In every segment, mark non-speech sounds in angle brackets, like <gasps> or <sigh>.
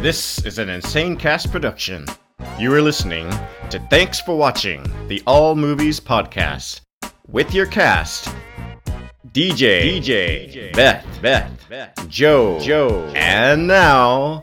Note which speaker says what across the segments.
Speaker 1: This is an Insane Cast production. You are listening to Thanks for Watching, the All Movies Podcast, with your cast DJ, DJ, Beth, Beth, Beth, Joe, Joe, and now,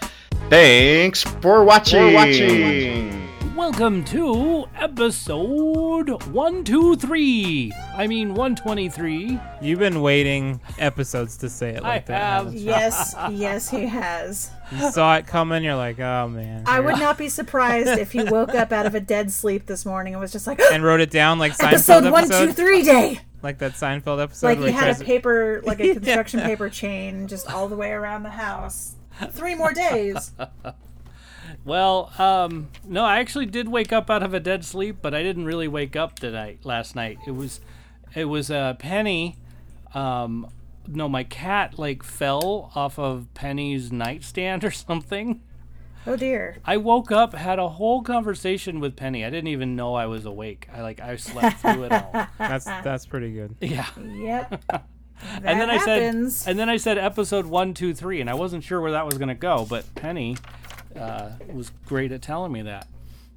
Speaker 1: thanks for watching. watching.
Speaker 2: Welcome to episode 123. I mean 123.
Speaker 3: You've been waiting episodes to say it like
Speaker 2: I
Speaker 3: that.
Speaker 2: have.
Speaker 3: haven't <laughs>
Speaker 4: Yes, yes, he has.
Speaker 3: you? You saw it coming. You're like, oh man.
Speaker 4: I would not be surprised if he woke up out of a dead sleep this morning and was just
Speaker 3: <gasps>
Speaker 4: like,
Speaker 3: And wrote it down like
Speaker 4: <gasps>
Speaker 3: Seinfeld
Speaker 4: episode
Speaker 3: episode,
Speaker 4: one, two, three
Speaker 3: <laughs>
Speaker 4: day.
Speaker 3: like that Seinfeld episode.
Speaker 4: Like
Speaker 3: where
Speaker 4: he had
Speaker 3: tries
Speaker 4: a
Speaker 3: to-
Speaker 4: paper,
Speaker 3: <laughs>
Speaker 4: like a construction paper chain, just all the way around the house. Three more days.
Speaker 2: Well, um no, I actually did wake up out of a dead sleep, but I didn't really wake up tonight last night. It was it was uh Penny um no, my cat like fell off of Penny's nightstand <laughs> or something.
Speaker 4: Oh dear.
Speaker 2: I woke up, had a whole conversation with Penny. I didn't even know I was awake. I like I slept through it all.
Speaker 4: <laughs>
Speaker 3: That's that's pretty good.
Speaker 2: Yeah.
Speaker 4: Yep. That
Speaker 2: and then
Speaker 4: happens.
Speaker 2: I said, and then I said episode one, two, three, and I wasn't sure where that was gonna go, but Penny uh, was great at telling me that.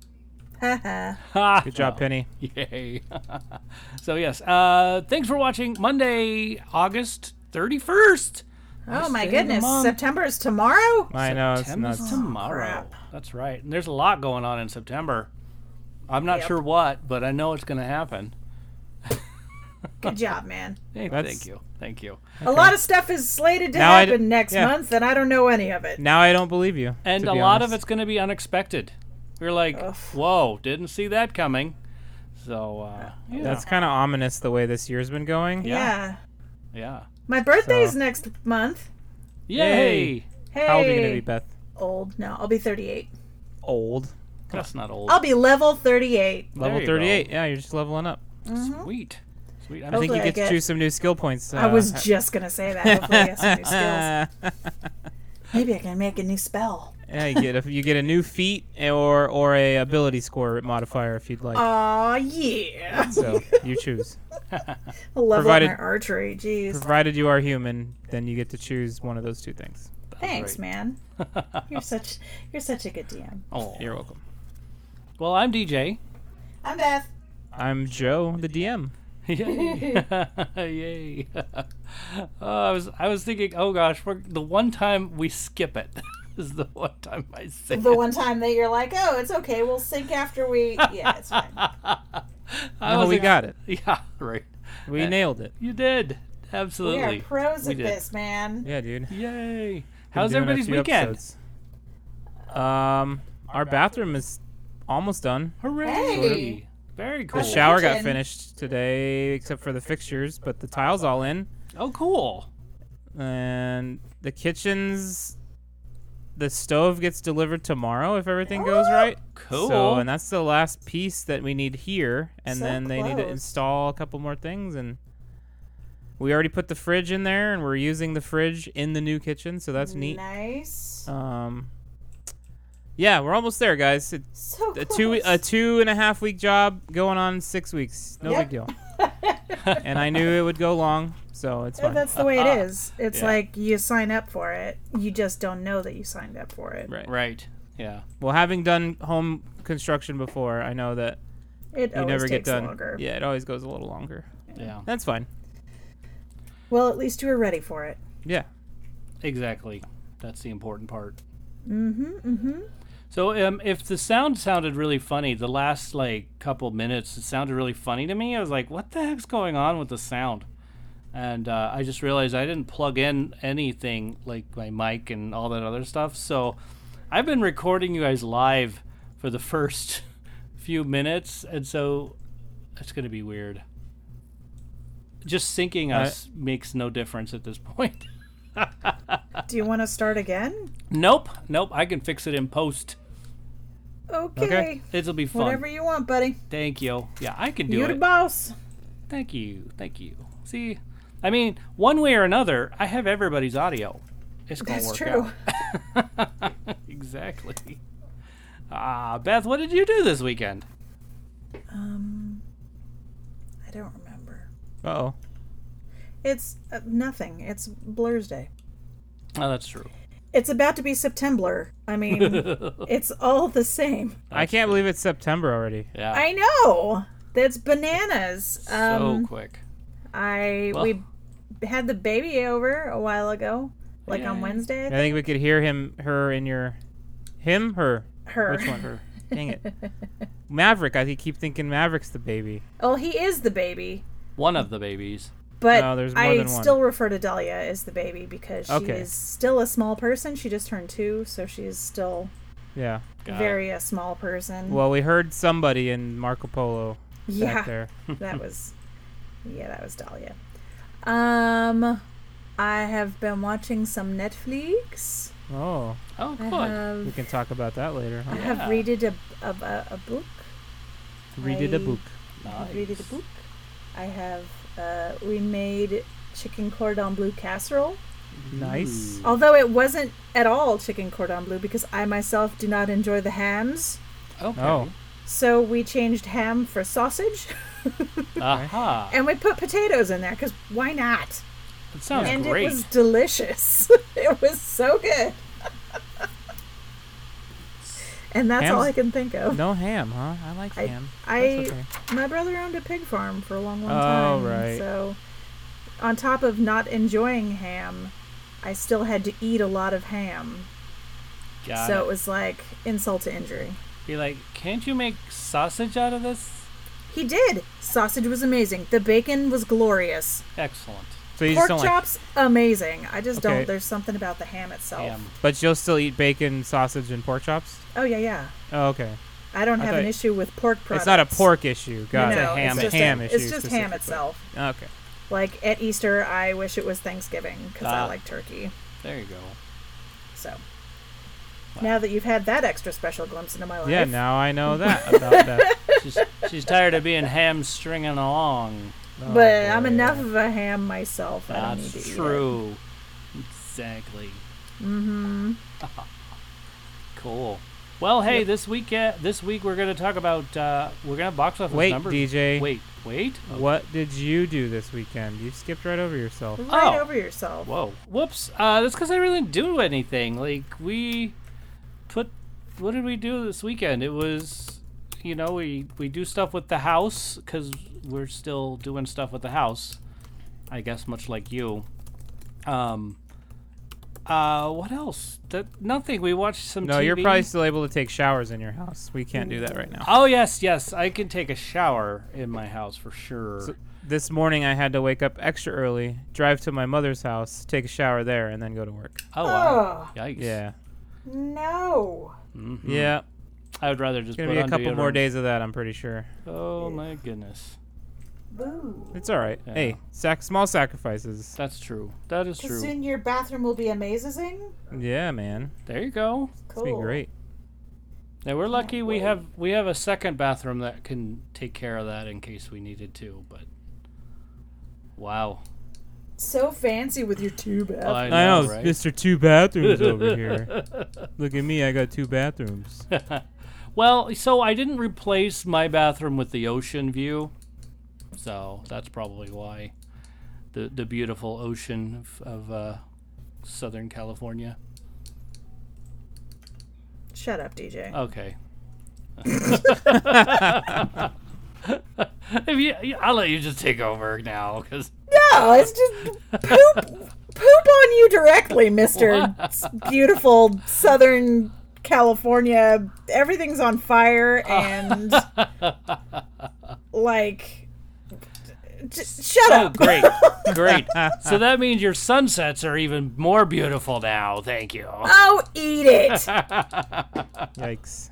Speaker 2: <laughs>
Speaker 3: Good job, Penny.
Speaker 2: Yay! <laughs> so yes, uh, thanks for watching. Monday, August thirty first.
Speaker 4: <laughs> oh
Speaker 2: day
Speaker 4: my
Speaker 2: of the
Speaker 4: goodness,
Speaker 2: month.
Speaker 4: September is tomorrow.
Speaker 3: I know it's
Speaker 2: September's
Speaker 3: nuts.
Speaker 2: tomorrow.
Speaker 4: crap.
Speaker 2: That's right. And there's a lot going on in September. I'm not
Speaker 4: Yep.
Speaker 2: sure what, but I know it's gonna happen.
Speaker 4: Good job, man.
Speaker 2: Hey,
Speaker 3: That's-
Speaker 2: thank you, thank you.
Speaker 4: A lot of stuff is slated to
Speaker 3: Now I d-
Speaker 4: happen next
Speaker 3: yeah.
Speaker 4: month, and I don't know any of it.
Speaker 3: Now I don't believe you.
Speaker 2: And
Speaker 3: to
Speaker 2: a
Speaker 3: be
Speaker 2: lot of
Speaker 3: honest.
Speaker 2: it's going to be unexpected. You're like,
Speaker 4: Ugh.
Speaker 2: whoa, didn't see that coming. So, uh, yeah.
Speaker 3: That's kind of ominous the way this year's been going.
Speaker 2: Yeah.
Speaker 4: Yeah.
Speaker 2: yeah.
Speaker 4: My birthday's
Speaker 3: So-
Speaker 4: next month.
Speaker 2: Yay!
Speaker 3: Yay.
Speaker 4: Hey.
Speaker 3: How old are you gonna be, Beth?
Speaker 4: Old. No, I'll be 38.
Speaker 3: Old.
Speaker 2: That's not old.
Speaker 4: I'll be level 38.
Speaker 3: Level
Speaker 2: you go.
Speaker 3: 38. Yeah, you're just leveling up.
Speaker 4: Uh-huh.
Speaker 2: Sweet. Sweet. I
Speaker 3: I think
Speaker 4: Hopefully
Speaker 3: you
Speaker 4: I
Speaker 3: get to
Speaker 4: get-
Speaker 3: choose some new skill points.
Speaker 4: I
Speaker 3: uh,
Speaker 4: was <laughs>
Speaker 3: ha-
Speaker 4: just gonna say that. Hopefully, I get some new
Speaker 3: <laughs>
Speaker 4: skills. Maybe I can make a new spell.
Speaker 3: yeah, you get a, you get a new feat or or a ability score modifier if you'd like.
Speaker 4: Aw, yeah. <laughs>
Speaker 3: so you choose.
Speaker 4: Level
Speaker 3: Provided-
Speaker 4: my archery. Jeez.
Speaker 3: Provided you are human, then you get to choose one of those two things.
Speaker 4: Thanks, man.
Speaker 3: Oh.
Speaker 4: You're such you're such a good DM.
Speaker 2: oh.
Speaker 3: You're welcome.
Speaker 2: <laughs> Well, I'm DJ.
Speaker 4: I'm Beth.
Speaker 3: <laughs> I'm Joe, the DM.
Speaker 2: <laughs> Yay! Yay! <laughs> oh, I was I was thinking, oh gosh, we're, the one time we skip it <laughs> is the one time I say
Speaker 4: The
Speaker 2: it.
Speaker 4: one time that you're like, oh, it's okay. We'll sync
Speaker 3: <laughs>
Speaker 4: after we. Yeah, it's fine.
Speaker 2: <laughs> I
Speaker 3: Oh,
Speaker 2: was
Speaker 3: we
Speaker 2: like-
Speaker 3: got it.
Speaker 2: Yeah, right.
Speaker 3: We
Speaker 2: Uh,
Speaker 3: nailed it.
Speaker 2: You did.
Speaker 4: We
Speaker 2: Absolutely.
Speaker 4: are pros
Speaker 2: We
Speaker 4: at
Speaker 2: did.
Speaker 4: this, man.
Speaker 3: Yeah, dude. Been
Speaker 2: Yay! How's
Speaker 3: doing a
Speaker 2: everybody's
Speaker 3: few
Speaker 2: weekend?
Speaker 3: episodes. Um, our bathroom is almost done.
Speaker 2: Hooray!
Speaker 4: Hey.
Speaker 2: Very cool.
Speaker 3: The
Speaker 4: Cool.
Speaker 3: shower got
Speaker 4: Kitchen.
Speaker 3: finished today, except for the fixtures, but the tile's all in.
Speaker 2: Oh, cool.
Speaker 3: And the kitchen's. The stove gets delivered tomorrow if everything goes right.
Speaker 2: Cool.
Speaker 3: So, and that's the last piece that we need here, and
Speaker 4: So
Speaker 3: then they need to
Speaker 4: close.
Speaker 3: install a couple more things. And we already put the fridge in there, and we're using the fridge in the new kitchen, so that's neat.
Speaker 4: Nice.
Speaker 3: Um, yeah, we're almost there, guys. It's
Speaker 4: So
Speaker 3: a two uh,
Speaker 4: close.
Speaker 3: a two and a half week job going on six weeks. No
Speaker 4: Yep.
Speaker 3: big deal.
Speaker 4: <laughs>
Speaker 3: and I knew it would go long, so it's fine.
Speaker 4: That's the way <laughs> it is. It's
Speaker 2: Yeah.
Speaker 4: like you sign up for it. You just don't know that you signed up for it.
Speaker 3: right.
Speaker 2: Right. Yeah.
Speaker 3: Well, having done home construction before, I know that
Speaker 4: It
Speaker 3: you
Speaker 4: always
Speaker 3: never get
Speaker 4: takes
Speaker 3: done.
Speaker 4: longer.
Speaker 3: Yeah, it always goes a little longer.
Speaker 2: Yeah.
Speaker 3: That's fine.
Speaker 4: Well, at least you were ready for it.
Speaker 3: Yeah.
Speaker 2: Exactly. That's the important part. Mm-hmm. Mm-hmm. So, um, if the sound sounded really funny, the last like couple minutes, it sounded really funny to me. I was like, "What the heck's going on with the sound?" And uh, I just realized I didn't plug in anything like my mic and all that other stuff. So, I've been recording you guys live for the <laughs> first few minutes, and so it's gonna be weird. Just syncing
Speaker 3: I-
Speaker 2: us makes no difference at this point. <laughs>
Speaker 4: Do you want to start again?
Speaker 2: Nope, nope. I can fix it in post.
Speaker 4: Okay.
Speaker 3: Okay.
Speaker 2: It'll be fun.
Speaker 4: Whatever you want, buddy.
Speaker 2: Thank you. Yeah, I can do
Speaker 4: You the
Speaker 2: it.
Speaker 4: boss.
Speaker 2: Thank you. Thank you. See, I mean, one way or another, I have everybody's audio. It's gonna
Speaker 4: That's
Speaker 2: work
Speaker 4: true.
Speaker 2: out. <laughs> exactly. Ah, Beth, what did you do this weekend?
Speaker 4: Um, <laughs> I don't remember.
Speaker 3: Uh oh.
Speaker 4: It's uh, nothing. It's Blur's Day.
Speaker 2: Oh, that's true.
Speaker 4: It's about to be September. I mean, it's all the same.
Speaker 3: I can't believe it's September already.
Speaker 2: Yeah.
Speaker 4: I know. That's bananas. Um,
Speaker 2: so quick.
Speaker 4: I
Speaker 2: Well-
Speaker 4: we had the baby over a while ago, like on
Speaker 2: Yay.
Speaker 4: Wednesday. I
Speaker 3: I
Speaker 4: think.
Speaker 3: think we could hear him, her in your, him, her,
Speaker 4: Her.
Speaker 3: which one? Her. Dang
Speaker 4: <laughs>
Speaker 3: it. Maverick. I keep thinking Maverick's the baby.
Speaker 4: Oh, he is the baby,
Speaker 2: One of the babies.
Speaker 4: but
Speaker 3: No, there's more
Speaker 4: I
Speaker 3: than one.
Speaker 4: still refer to Dahlia as the baby because she
Speaker 3: Okay.
Speaker 4: is still a small person. She just turned two, so she's still
Speaker 3: Yeah.
Speaker 2: Got it.
Speaker 4: very a small person.
Speaker 3: Well, we heard somebody in Marco Polo back
Speaker 4: yeah,
Speaker 3: there.
Speaker 4: <laughs> that
Speaker 3: <laughs>
Speaker 4: was yeah, that was Dahlia. Um, I have been watching some Netflix.
Speaker 3: Oh,
Speaker 2: Oh,
Speaker 4: I
Speaker 2: good.
Speaker 4: have
Speaker 3: we can talk about that later.
Speaker 4: I
Speaker 3: Huh?
Speaker 2: Yeah.
Speaker 4: have readed a a, a, a book.
Speaker 3: Read it a book.
Speaker 2: Nice.
Speaker 4: I've read it a book. I have uh, we made chicken cordon bleu casserole.
Speaker 3: Nice.
Speaker 2: Ooh.
Speaker 4: Although it wasn't at all chicken cordon bleu because I myself do not enjoy the hams.
Speaker 2: Okay.
Speaker 3: Oh.
Speaker 4: So we changed ham for sausage <laughs>
Speaker 2: Aha.
Speaker 4: and we put potatoes in there because why not?
Speaker 2: It sounds
Speaker 4: and
Speaker 2: great.
Speaker 4: it was delicious. <laughs> it was so good. <laughs> and that's all
Speaker 3: Hams-
Speaker 4: I can think of.
Speaker 3: Oh, No ham, huh? I like
Speaker 4: I-
Speaker 3: ham.
Speaker 4: I
Speaker 3: That's okay.
Speaker 4: my brother owned a pig farm for a long, long
Speaker 3: Oh,
Speaker 4: time.
Speaker 3: right.
Speaker 4: So, on top of not enjoying ham, I still had to eat a lot of ham.
Speaker 2: Got
Speaker 4: so it.
Speaker 2: it.
Speaker 4: was like insult to injury.
Speaker 2: Be like, can't you make sausage out of this?
Speaker 4: He did. Sausage was amazing. The bacon was glorious.
Speaker 2: Excellent.
Speaker 3: So you just
Speaker 4: Pork
Speaker 3: don't like,
Speaker 4: chops, amazing. I just
Speaker 3: Okay.
Speaker 4: don't. There's something about the ham itself.
Speaker 2: Damn.
Speaker 3: but you'll still eat bacon, sausage, and pork chops.
Speaker 4: Oh yeah, yeah.
Speaker 3: Oh, okay.
Speaker 4: I don't
Speaker 3: I
Speaker 4: have an
Speaker 3: thought-
Speaker 4: issue with pork products.
Speaker 3: It's not a pork issue.
Speaker 4: No,
Speaker 3: Got
Speaker 4: no,
Speaker 3: it. ham,
Speaker 4: It's just,
Speaker 3: ham
Speaker 4: a-
Speaker 3: issue.
Speaker 4: it's just ham
Speaker 3: specifically.
Speaker 4: itself.
Speaker 3: Okay.
Speaker 4: Like at Easter, I wish it was Thanksgiving because I
Speaker 2: Ah.
Speaker 4: like turkey.
Speaker 2: There you go.
Speaker 4: So now that you've had that extra special glimpse into my life,
Speaker 3: Yeah. Now I know
Speaker 4: <laughs>
Speaker 3: that about that.
Speaker 2: She's, she's tired of being hamstringing along.
Speaker 3: Oh,
Speaker 4: but I'm
Speaker 3: boy.
Speaker 4: enough of a ham myself. I don't need to
Speaker 2: That's true. Exactly.
Speaker 4: Mm-hmm.
Speaker 2: <laughs> Cool. Well, hey, this week uh, this week we're gonna talk about uh, we're gonna have box office
Speaker 3: Wait,
Speaker 2: numbers.
Speaker 3: DJ.
Speaker 2: Wait, wait. Oh,
Speaker 3: What did you do this weekend? You skipped right over yourself.
Speaker 4: Right
Speaker 2: Oh.
Speaker 4: over yourself.
Speaker 2: Whoa. Whoops. Uh, that's because I really didn't do anything. Like we put. What did we do this weekend? It was, you know, we we do stuff with the house because we're still doing stuff with the house. I guess much like you. Um. Uh, what else? That nothing. We watched some.
Speaker 3: No, you're
Speaker 2: TV.
Speaker 3: probably still able to take showers in your house. We can't do that right now.
Speaker 2: Oh yes, yes. I can take a shower in my house for sure.
Speaker 3: So this morning I had to wake up extra early, drive to my mother's house, take a shower there, and then go to work.
Speaker 2: oh wow.
Speaker 4: Oh
Speaker 2: Yikes.
Speaker 3: Yeah.
Speaker 4: no!
Speaker 2: Mhm.
Speaker 3: Yeah.
Speaker 2: I would rather just
Speaker 3: Gonna
Speaker 2: put
Speaker 3: be a
Speaker 2: on
Speaker 3: couple more
Speaker 2: deodorant.
Speaker 3: days of that, I'm pretty sure.
Speaker 2: Oh my goodness.
Speaker 4: Boo!
Speaker 3: It's all right.
Speaker 2: Yeah.
Speaker 3: Hey, sac- small sacrifices.
Speaker 2: That's true. That is true.
Speaker 4: soon your bathroom will be amazing.
Speaker 3: Yeah, man.
Speaker 2: There you go.
Speaker 4: Cool.
Speaker 3: It'd be great.
Speaker 2: Now we're lucky we have we have a second bathroom that can take care of that in case we needed to, but wow.
Speaker 4: So fancy with your two
Speaker 2: I
Speaker 4: baths.
Speaker 2: know,
Speaker 3: I know,
Speaker 2: right?
Speaker 3: Mister Two Bathrooms <laughs> over here. Look at me, I got two bathrooms.
Speaker 2: well, so I didn't replace my bathroom with the ocean view. So that's probably why the the beautiful ocean of, of uh, Southern California.
Speaker 4: Shut up, DJ.
Speaker 3: Uh,
Speaker 2: Okay. <laughs> if you, you- I'll let you just take over now, because
Speaker 4: No,
Speaker 3: <laughs>
Speaker 4: it's just poop, poop on you directly, Mister
Speaker 3: <laughs>
Speaker 4: Beautiful Southern California. Everything's on fire,
Speaker 3: <laughs>
Speaker 4: and like, j- shut
Speaker 2: oh, <laughs>
Speaker 4: up.
Speaker 2: great, great. So that means your sunsets are even more beautiful now. Thank you.
Speaker 4: Oh, eat
Speaker 3: <laughs>
Speaker 4: it!
Speaker 3: Yikes.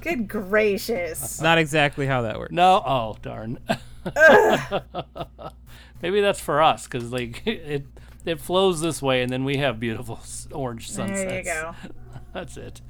Speaker 4: Good gracious!
Speaker 3: It's not exactly how that works.
Speaker 2: No, oh darn. <laughs> Maybe that's for us, because like <laughs> it it flows this way, and then we have beautiful s- orange sunsets.
Speaker 4: There you go.
Speaker 2: <laughs> That's it.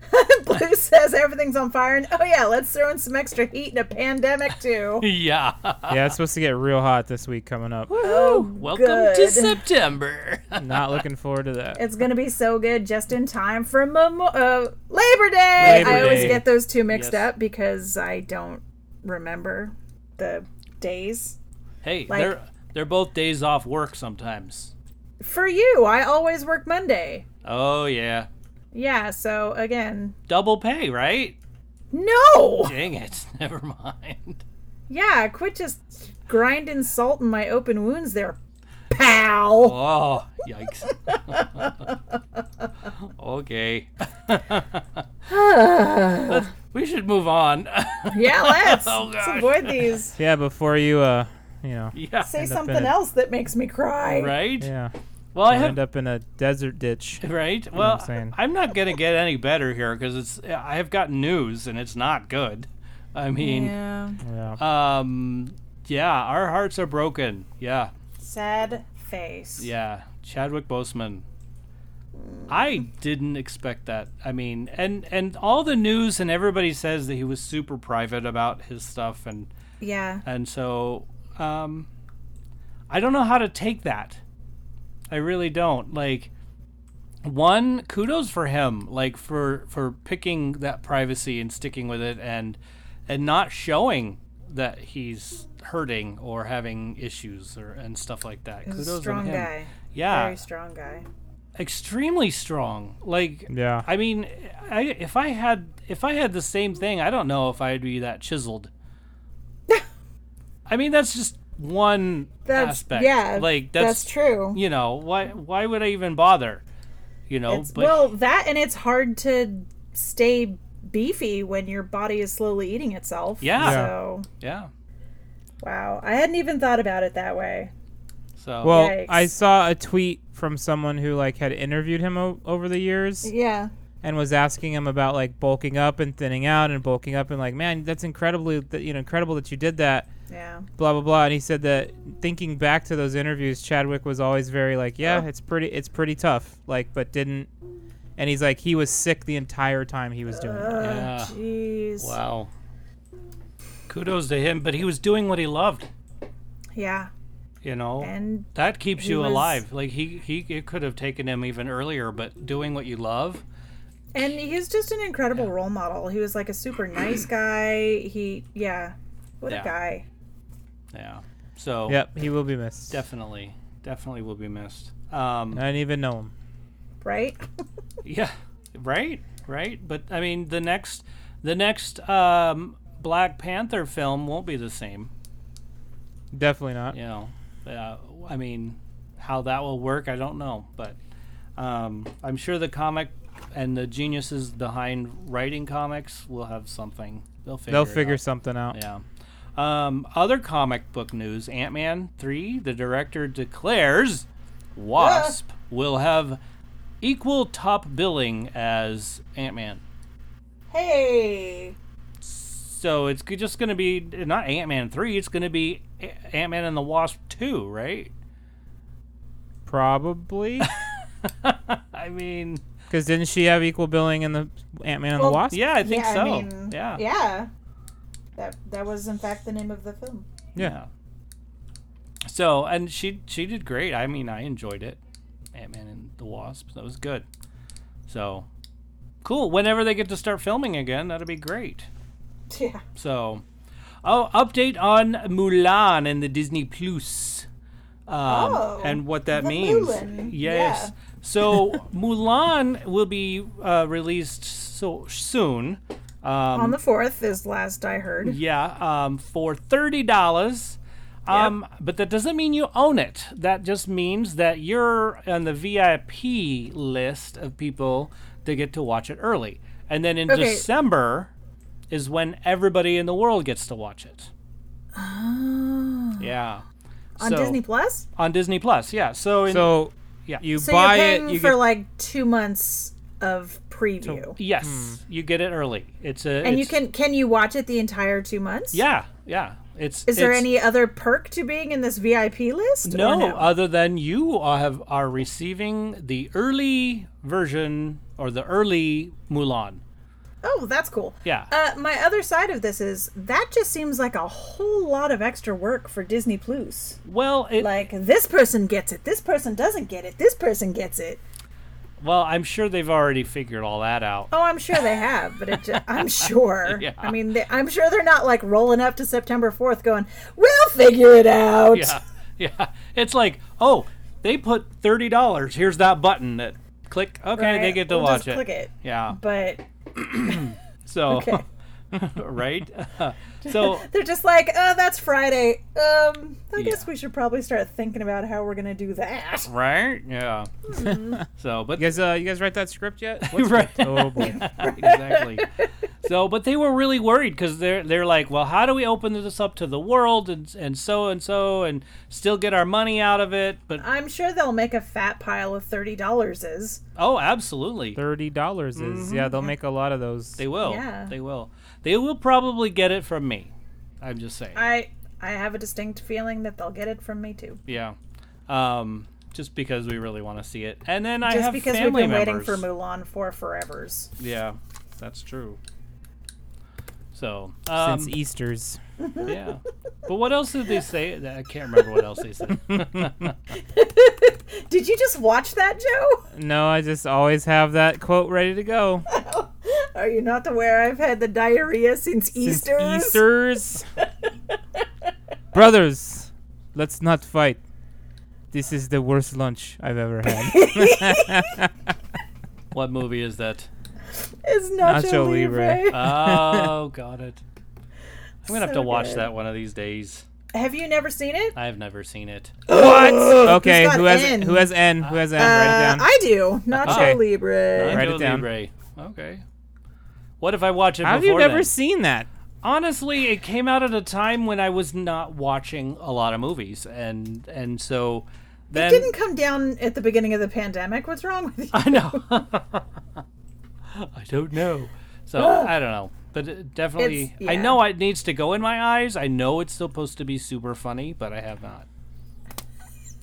Speaker 4: <laughs> Blue says everything's on fire, and oh yeah, let's throw in some extra heat in a pandemic too.
Speaker 2: Yeah.
Speaker 3: Yeah, it's supposed to get real hot this week coming up.
Speaker 4: Oh,
Speaker 2: <laughs> Welcome to
Speaker 4: good.
Speaker 2: September. <laughs>
Speaker 3: Not looking forward to that.
Speaker 4: It's gonna be so good just in time for Memo- uh, Labor Day.
Speaker 3: Labor
Speaker 4: I always
Speaker 3: Day.
Speaker 4: get those two mixed
Speaker 2: Yes.
Speaker 4: up because I don't remember the days.
Speaker 2: hey,
Speaker 4: Like-
Speaker 2: they're they're both days off work sometimes.
Speaker 4: For you, I always work Monday.
Speaker 2: Oh yeah,
Speaker 4: Yeah, so again,
Speaker 2: double pay, right?
Speaker 4: no.
Speaker 2: Dang it! <laughs> Never mind.
Speaker 4: Yeah, quit just grinding salt in my open wounds there, <laughs> pal.
Speaker 2: Oh yikes. <laughs> okay,
Speaker 4: yeah,
Speaker 2: we should move on. <laughs>
Speaker 4: let's,
Speaker 2: Oh,
Speaker 4: let's
Speaker 2: gosh. <laughs>
Speaker 4: avoid these.
Speaker 3: Yeah, before you, uh, you know,
Speaker 2: yeah.
Speaker 4: Say
Speaker 3: End up in
Speaker 4: something
Speaker 3: it.
Speaker 4: else that makes me cry.
Speaker 2: Right.
Speaker 3: yeah,
Speaker 2: Well, I
Speaker 3: you
Speaker 2: have
Speaker 3: end up in a desert ditch.
Speaker 2: Right.
Speaker 3: what
Speaker 2: Well,
Speaker 3: I'm saying?
Speaker 2: I'm not gonna get any better here because it's I have gotten news and it's not good. I mean,
Speaker 4: Yeah.
Speaker 3: Yeah.
Speaker 2: um, yeah, our hearts are broken. Yeah,
Speaker 4: Sad face.
Speaker 2: yeah. Chadwick Boseman. I didn't expect that. I mean, and and all the news and everybody says that he was super private about his stuff and
Speaker 4: Yeah.
Speaker 2: and so um, I don't know how to take that. I really don't. Like one kudos for him, like for for picking that privacy and sticking with it and and not showing that he's hurting or having issues or and stuff like that.
Speaker 4: He's
Speaker 2: Kudos
Speaker 4: a
Speaker 2: on
Speaker 4: strong
Speaker 2: him. Ah.
Speaker 4: guy.
Speaker 2: Yeah,
Speaker 4: Very strong guy.
Speaker 2: extremely strong. Like
Speaker 3: Yeah. <laughs>
Speaker 2: I mean, I if I had if I had the same thing, I don't know if I'd be that
Speaker 4: <laughs>
Speaker 2: chiseled. I mean, that's just one
Speaker 4: That's
Speaker 2: aspect.
Speaker 4: yeah.
Speaker 2: like
Speaker 4: that's,
Speaker 2: that's,
Speaker 4: true.
Speaker 2: You know, why why would I even bother? You know,
Speaker 4: It's-
Speaker 2: but
Speaker 4: well, that and it's hard to stay beefy when your body is slowly eating itself.
Speaker 2: Yeah.
Speaker 3: Yeah.
Speaker 4: So
Speaker 2: yeah.
Speaker 4: wow, I hadn't even thought about it that way.
Speaker 2: So
Speaker 3: Well,
Speaker 4: Yikes.
Speaker 3: I saw a tweet from someone who like had interviewed him o- over the years
Speaker 4: Yeah.
Speaker 3: and was asking him about like bulking up and thinning out and bulking up and like, man, that's incredibly that you know incredible that you did that.
Speaker 4: Yeah.
Speaker 3: Blah blah blah. And he said that thinking back to those interviews, Chadwick was always very like, yeah, it's pretty it's pretty tough. Like, but didn't. And he's like, he was sick the entire time he was doing it.
Speaker 2: yeah.
Speaker 4: Oh, Jeez.
Speaker 2: Wow. Kudos to him, but he was doing what he loved.
Speaker 4: Yeah.
Speaker 2: You know,
Speaker 4: And
Speaker 2: that keeps
Speaker 4: he
Speaker 2: you
Speaker 4: was-
Speaker 2: alive. Like he he it could have taken him even earlier, but doing what you love.
Speaker 4: and he's just an incredible role model. He was like a
Speaker 2: <clears throat>
Speaker 4: super nice guy. He yeah. What
Speaker 2: Yeah.
Speaker 4: a guy.
Speaker 2: Yeah. So
Speaker 3: Yep, he will be missed.
Speaker 2: Definitely, definitely will be missed. Um,
Speaker 3: I didn't even know him.
Speaker 4: Right? <laughs>
Speaker 2: yeah, right, right. But I mean, the next, the next um, Black Panther film won't be the same.
Speaker 3: Definitely not.
Speaker 2: You know, uh, I mean, how that will work, I don't know. But um, I'm sure the comic and the geniuses behind writing comics will have something. They'll figure.
Speaker 3: They'll
Speaker 2: it
Speaker 3: figure
Speaker 2: out.
Speaker 3: something out.
Speaker 2: Yeah. Um, other comic book news Ant Man 3, the director declares Wasp will have equal top billing as Ant Man.
Speaker 4: hey.
Speaker 2: So it's g- just going to be not Ant Man 3, it's going to be Ant Man and the Wasp 2, right? <laughs>
Speaker 3: Probably.
Speaker 2: I mean,
Speaker 3: Because didn't she have equal billing in the Ant Man and
Speaker 4: Well,
Speaker 3: the Wasp?
Speaker 2: yeah, I think
Speaker 4: yeah,
Speaker 2: so.
Speaker 4: I mean,
Speaker 2: yeah.
Speaker 4: Yeah. That that was in fact the name of the film. <laughs>
Speaker 3: Yeah.
Speaker 2: Yeah. So and she she did great. I mean, I enjoyed it. Ant Man and the Wasp. That was good. So cool. Whenever they get to start filming again, that'll be great.
Speaker 4: Yeah.
Speaker 2: So oh, update on Mulan and the Disney Plus. Um,
Speaker 4: Oh,
Speaker 2: and what that
Speaker 4: the
Speaker 2: means.
Speaker 4: Mulan.
Speaker 2: Yes. So <laughs> Mulan will be uh, released so soon. Um,
Speaker 4: On the fourth is last I heard.
Speaker 2: yeah, um, for thirty dollars. Um, But that doesn't mean you own it. That just means that you're on the VIP list of people that get to watch it early. And then in
Speaker 4: Okay.
Speaker 2: December is when everybody in the world gets to watch it. Yeah.
Speaker 4: Ah. On
Speaker 2: So-
Speaker 4: Disney Plus?
Speaker 2: On Disney Plus, yeah. So, in,
Speaker 3: So
Speaker 2: Yeah.
Speaker 3: you
Speaker 4: So
Speaker 3: buy
Speaker 4: you're paying
Speaker 3: it, you
Speaker 4: for
Speaker 3: get
Speaker 4: like two months of preview.
Speaker 2: yes, you get it early. It's a
Speaker 4: and you
Speaker 2: it's-
Speaker 4: can can you watch it the entire two months?
Speaker 2: yeah yeah. It's
Speaker 4: Is there
Speaker 2: it's-
Speaker 4: any other perk to being in this VIP list? or
Speaker 2: No, uh, other than you are, have are receiving the early version or the early Mulan.
Speaker 4: oh, that's cool.
Speaker 2: Yeah.
Speaker 4: Uh, my other side of this is that just seems like a whole lot of extra work for Disney Plus.
Speaker 2: well, it,
Speaker 4: Like this person gets it, this person doesn't get it, this person gets it.
Speaker 2: well, I'm sure they've already figured all that out.
Speaker 4: <laughs> Oh, I'm sure they have, but it ju-
Speaker 2: <laughs>
Speaker 4: I'm sure.
Speaker 2: Yeah.
Speaker 4: I mean, they, I'm sure they're not like rolling up to September 4th going, "We'll figure it out."
Speaker 2: Yeah, yeah. It's like, oh, they put thirty dollars. Here's that button that click. Okay,
Speaker 4: right?
Speaker 2: they get to
Speaker 4: We'll
Speaker 2: watch it.
Speaker 4: just Click it.
Speaker 2: Yeah. <laughs>
Speaker 4: But
Speaker 2: So,
Speaker 4: okay.
Speaker 2: <laughs>
Speaker 4: <laughs>
Speaker 2: right? so,
Speaker 4: They're just like, oh, that's Friday. Um, I
Speaker 2: Yeah.
Speaker 4: guess we should probably start thinking about how we're gonna do that.
Speaker 2: right? Yeah.
Speaker 4: Mm-hmm.
Speaker 2: <laughs> so, but
Speaker 3: You guys, uh, you guys write that script
Speaker 2: <laughs>
Speaker 3: yet? What
Speaker 2: Right.
Speaker 3: script? Oh boy.
Speaker 2: exactly. So, but they were really worried because they're they're like, well, how do we open this up to the world and and so and so and still get our money out of it? But
Speaker 4: I'm sure they'll make a fat pile of thirty dollars. Is
Speaker 2: oh, absolutely,
Speaker 3: Thirty dollars is yeah. They'll make a lot of those.
Speaker 2: Mm-hmm. they will.
Speaker 4: Yeah.
Speaker 2: They will. They will probably get it from me. I'm just saying.
Speaker 4: I I have a distinct feeling that they'll get it from me too.
Speaker 2: yeah. Um, just because we really want to see it, and then I
Speaker 4: Just
Speaker 2: have
Speaker 4: because we've
Speaker 2: family
Speaker 4: been
Speaker 2: members.
Speaker 4: waiting for Mulan for forevers.
Speaker 2: Yeah, that's true. So, um,
Speaker 3: since
Speaker 2: <laughs>
Speaker 3: E- Easter's. <laughs>
Speaker 2: yeah. But what else did they say? I can't remember what else they said.
Speaker 4: <laughs> Did you just watch that, Joe?
Speaker 3: No, I just always have that quote ready to go.
Speaker 4: Are you not aware I've had the diarrhea since,
Speaker 3: Since
Speaker 4: Easter? <laughs>
Speaker 3: Easter's. Brothers, let's not fight. This is the worst lunch I've ever
Speaker 4: <laughs>
Speaker 3: had.
Speaker 2: what movie is that?
Speaker 4: It's Nacho,
Speaker 3: Nacho
Speaker 4: Libre.
Speaker 3: Libre. Uh,
Speaker 2: Oh, got
Speaker 4: <laughs>
Speaker 2: it. I'm gonna have
Speaker 4: So
Speaker 2: to watch
Speaker 4: good.
Speaker 2: that one of these days.
Speaker 4: Have you never seen it?
Speaker 2: I've never seen it.
Speaker 4: What?
Speaker 3: okay,
Speaker 4: got
Speaker 3: who has
Speaker 4: N?
Speaker 3: who has N? Who has N? Write it
Speaker 4: Uh,
Speaker 3: down.
Speaker 4: I do. Nacho
Speaker 3: Okay.
Speaker 4: Libre.
Speaker 3: Write
Speaker 2: Nacho
Speaker 3: it down.
Speaker 2: Libre. Okay. What if I watch it
Speaker 3: How have you
Speaker 2: before
Speaker 3: never
Speaker 2: then?
Speaker 3: seen that?
Speaker 2: Honestly, it came out at a time when I was not watching a lot of movies, and and so then
Speaker 4: It didn't
Speaker 2: <laughs>
Speaker 4: come down at the beginning of the pandemic. What's wrong with you?
Speaker 2: I know. <laughs> I don't know.
Speaker 4: <gasps>
Speaker 2: So I don't know. But it definitely,
Speaker 4: It's-
Speaker 2: I
Speaker 4: yeah.
Speaker 2: know it needs to go in my eyes. I know it's supposed to be super funny, but I have not.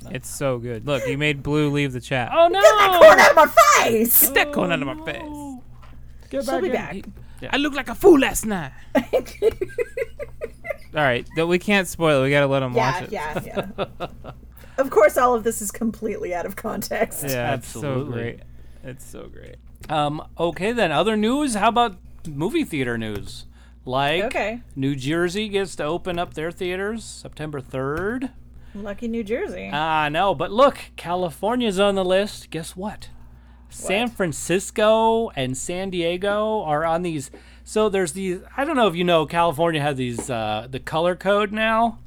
Speaker 3: It's so good. Look, you made Blue leave the chat.
Speaker 2: Oh no!
Speaker 4: Corn out of my face!
Speaker 3: that going out of my face.
Speaker 2: Get
Speaker 4: She'll be
Speaker 2: in.
Speaker 4: back.
Speaker 3: I look like a fool last night. All right, th- we can't spoil it. We gotta let them
Speaker 4: <laughs> yeah,
Speaker 3: watch it.
Speaker 4: yeah, yeah.
Speaker 3: <laughs>
Speaker 4: Of course, all of this is completely out of context.
Speaker 3: yeah it's so
Speaker 2: Absolutely.
Speaker 3: great. It's so great.
Speaker 2: Um, okay then. Other news? How about movie theater news? Like
Speaker 4: <laughs> Okay.
Speaker 2: New Jersey gets to open up their theaters September third.
Speaker 4: Lucky New Jersey.
Speaker 3: Uh,
Speaker 2: Ah, no, but look, California's on the list. Guess what? San Francisco and San Diego are on these. So there's these. I don't know if you know, California has these uh, the color code now,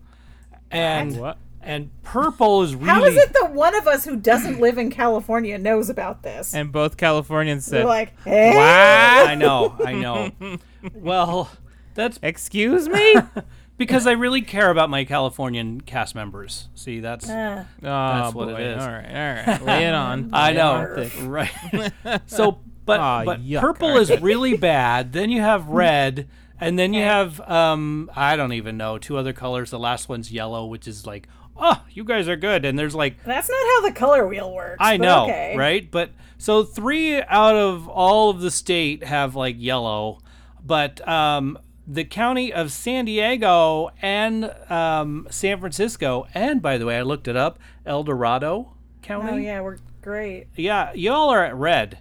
Speaker 2: and
Speaker 3: What?
Speaker 2: and purple is really
Speaker 4: How is it the one of us who doesn't live in California knows about this?
Speaker 3: And both Californians
Speaker 4: They're
Speaker 3: said,
Speaker 4: like, eh?
Speaker 3: "Wow, <laughs>
Speaker 2: I know, I know. well, that's
Speaker 3: excuse me."
Speaker 2: <laughs> because I really care about my Californian cast members. See, that's
Speaker 3: Oh,
Speaker 4: Ah.
Speaker 3: That's
Speaker 2: what it is.
Speaker 3: All right, all
Speaker 2: <laughs>
Speaker 3: right. Lay it on.
Speaker 2: I
Speaker 3: Lay it
Speaker 2: know,
Speaker 3: <laughs> on thick.
Speaker 2: right? so, but,
Speaker 3: Aw,
Speaker 2: but
Speaker 3: yuck.
Speaker 2: purple is really bad. Then you have red, and then you have um, I don't even know two other colors. The last one's yellow, which is like, oh, you guys are good. And there's like,
Speaker 4: That's not how the color wheel works.
Speaker 2: I
Speaker 4: but
Speaker 2: know,
Speaker 4: okay.
Speaker 2: right? But so three out of all of the state have like yellow, but um, the county of San Diego and um, San Francisco, and by the way, I looked it up, El Dorado County
Speaker 4: Oh, yeah, we're great.
Speaker 2: yeah, y'all are at red,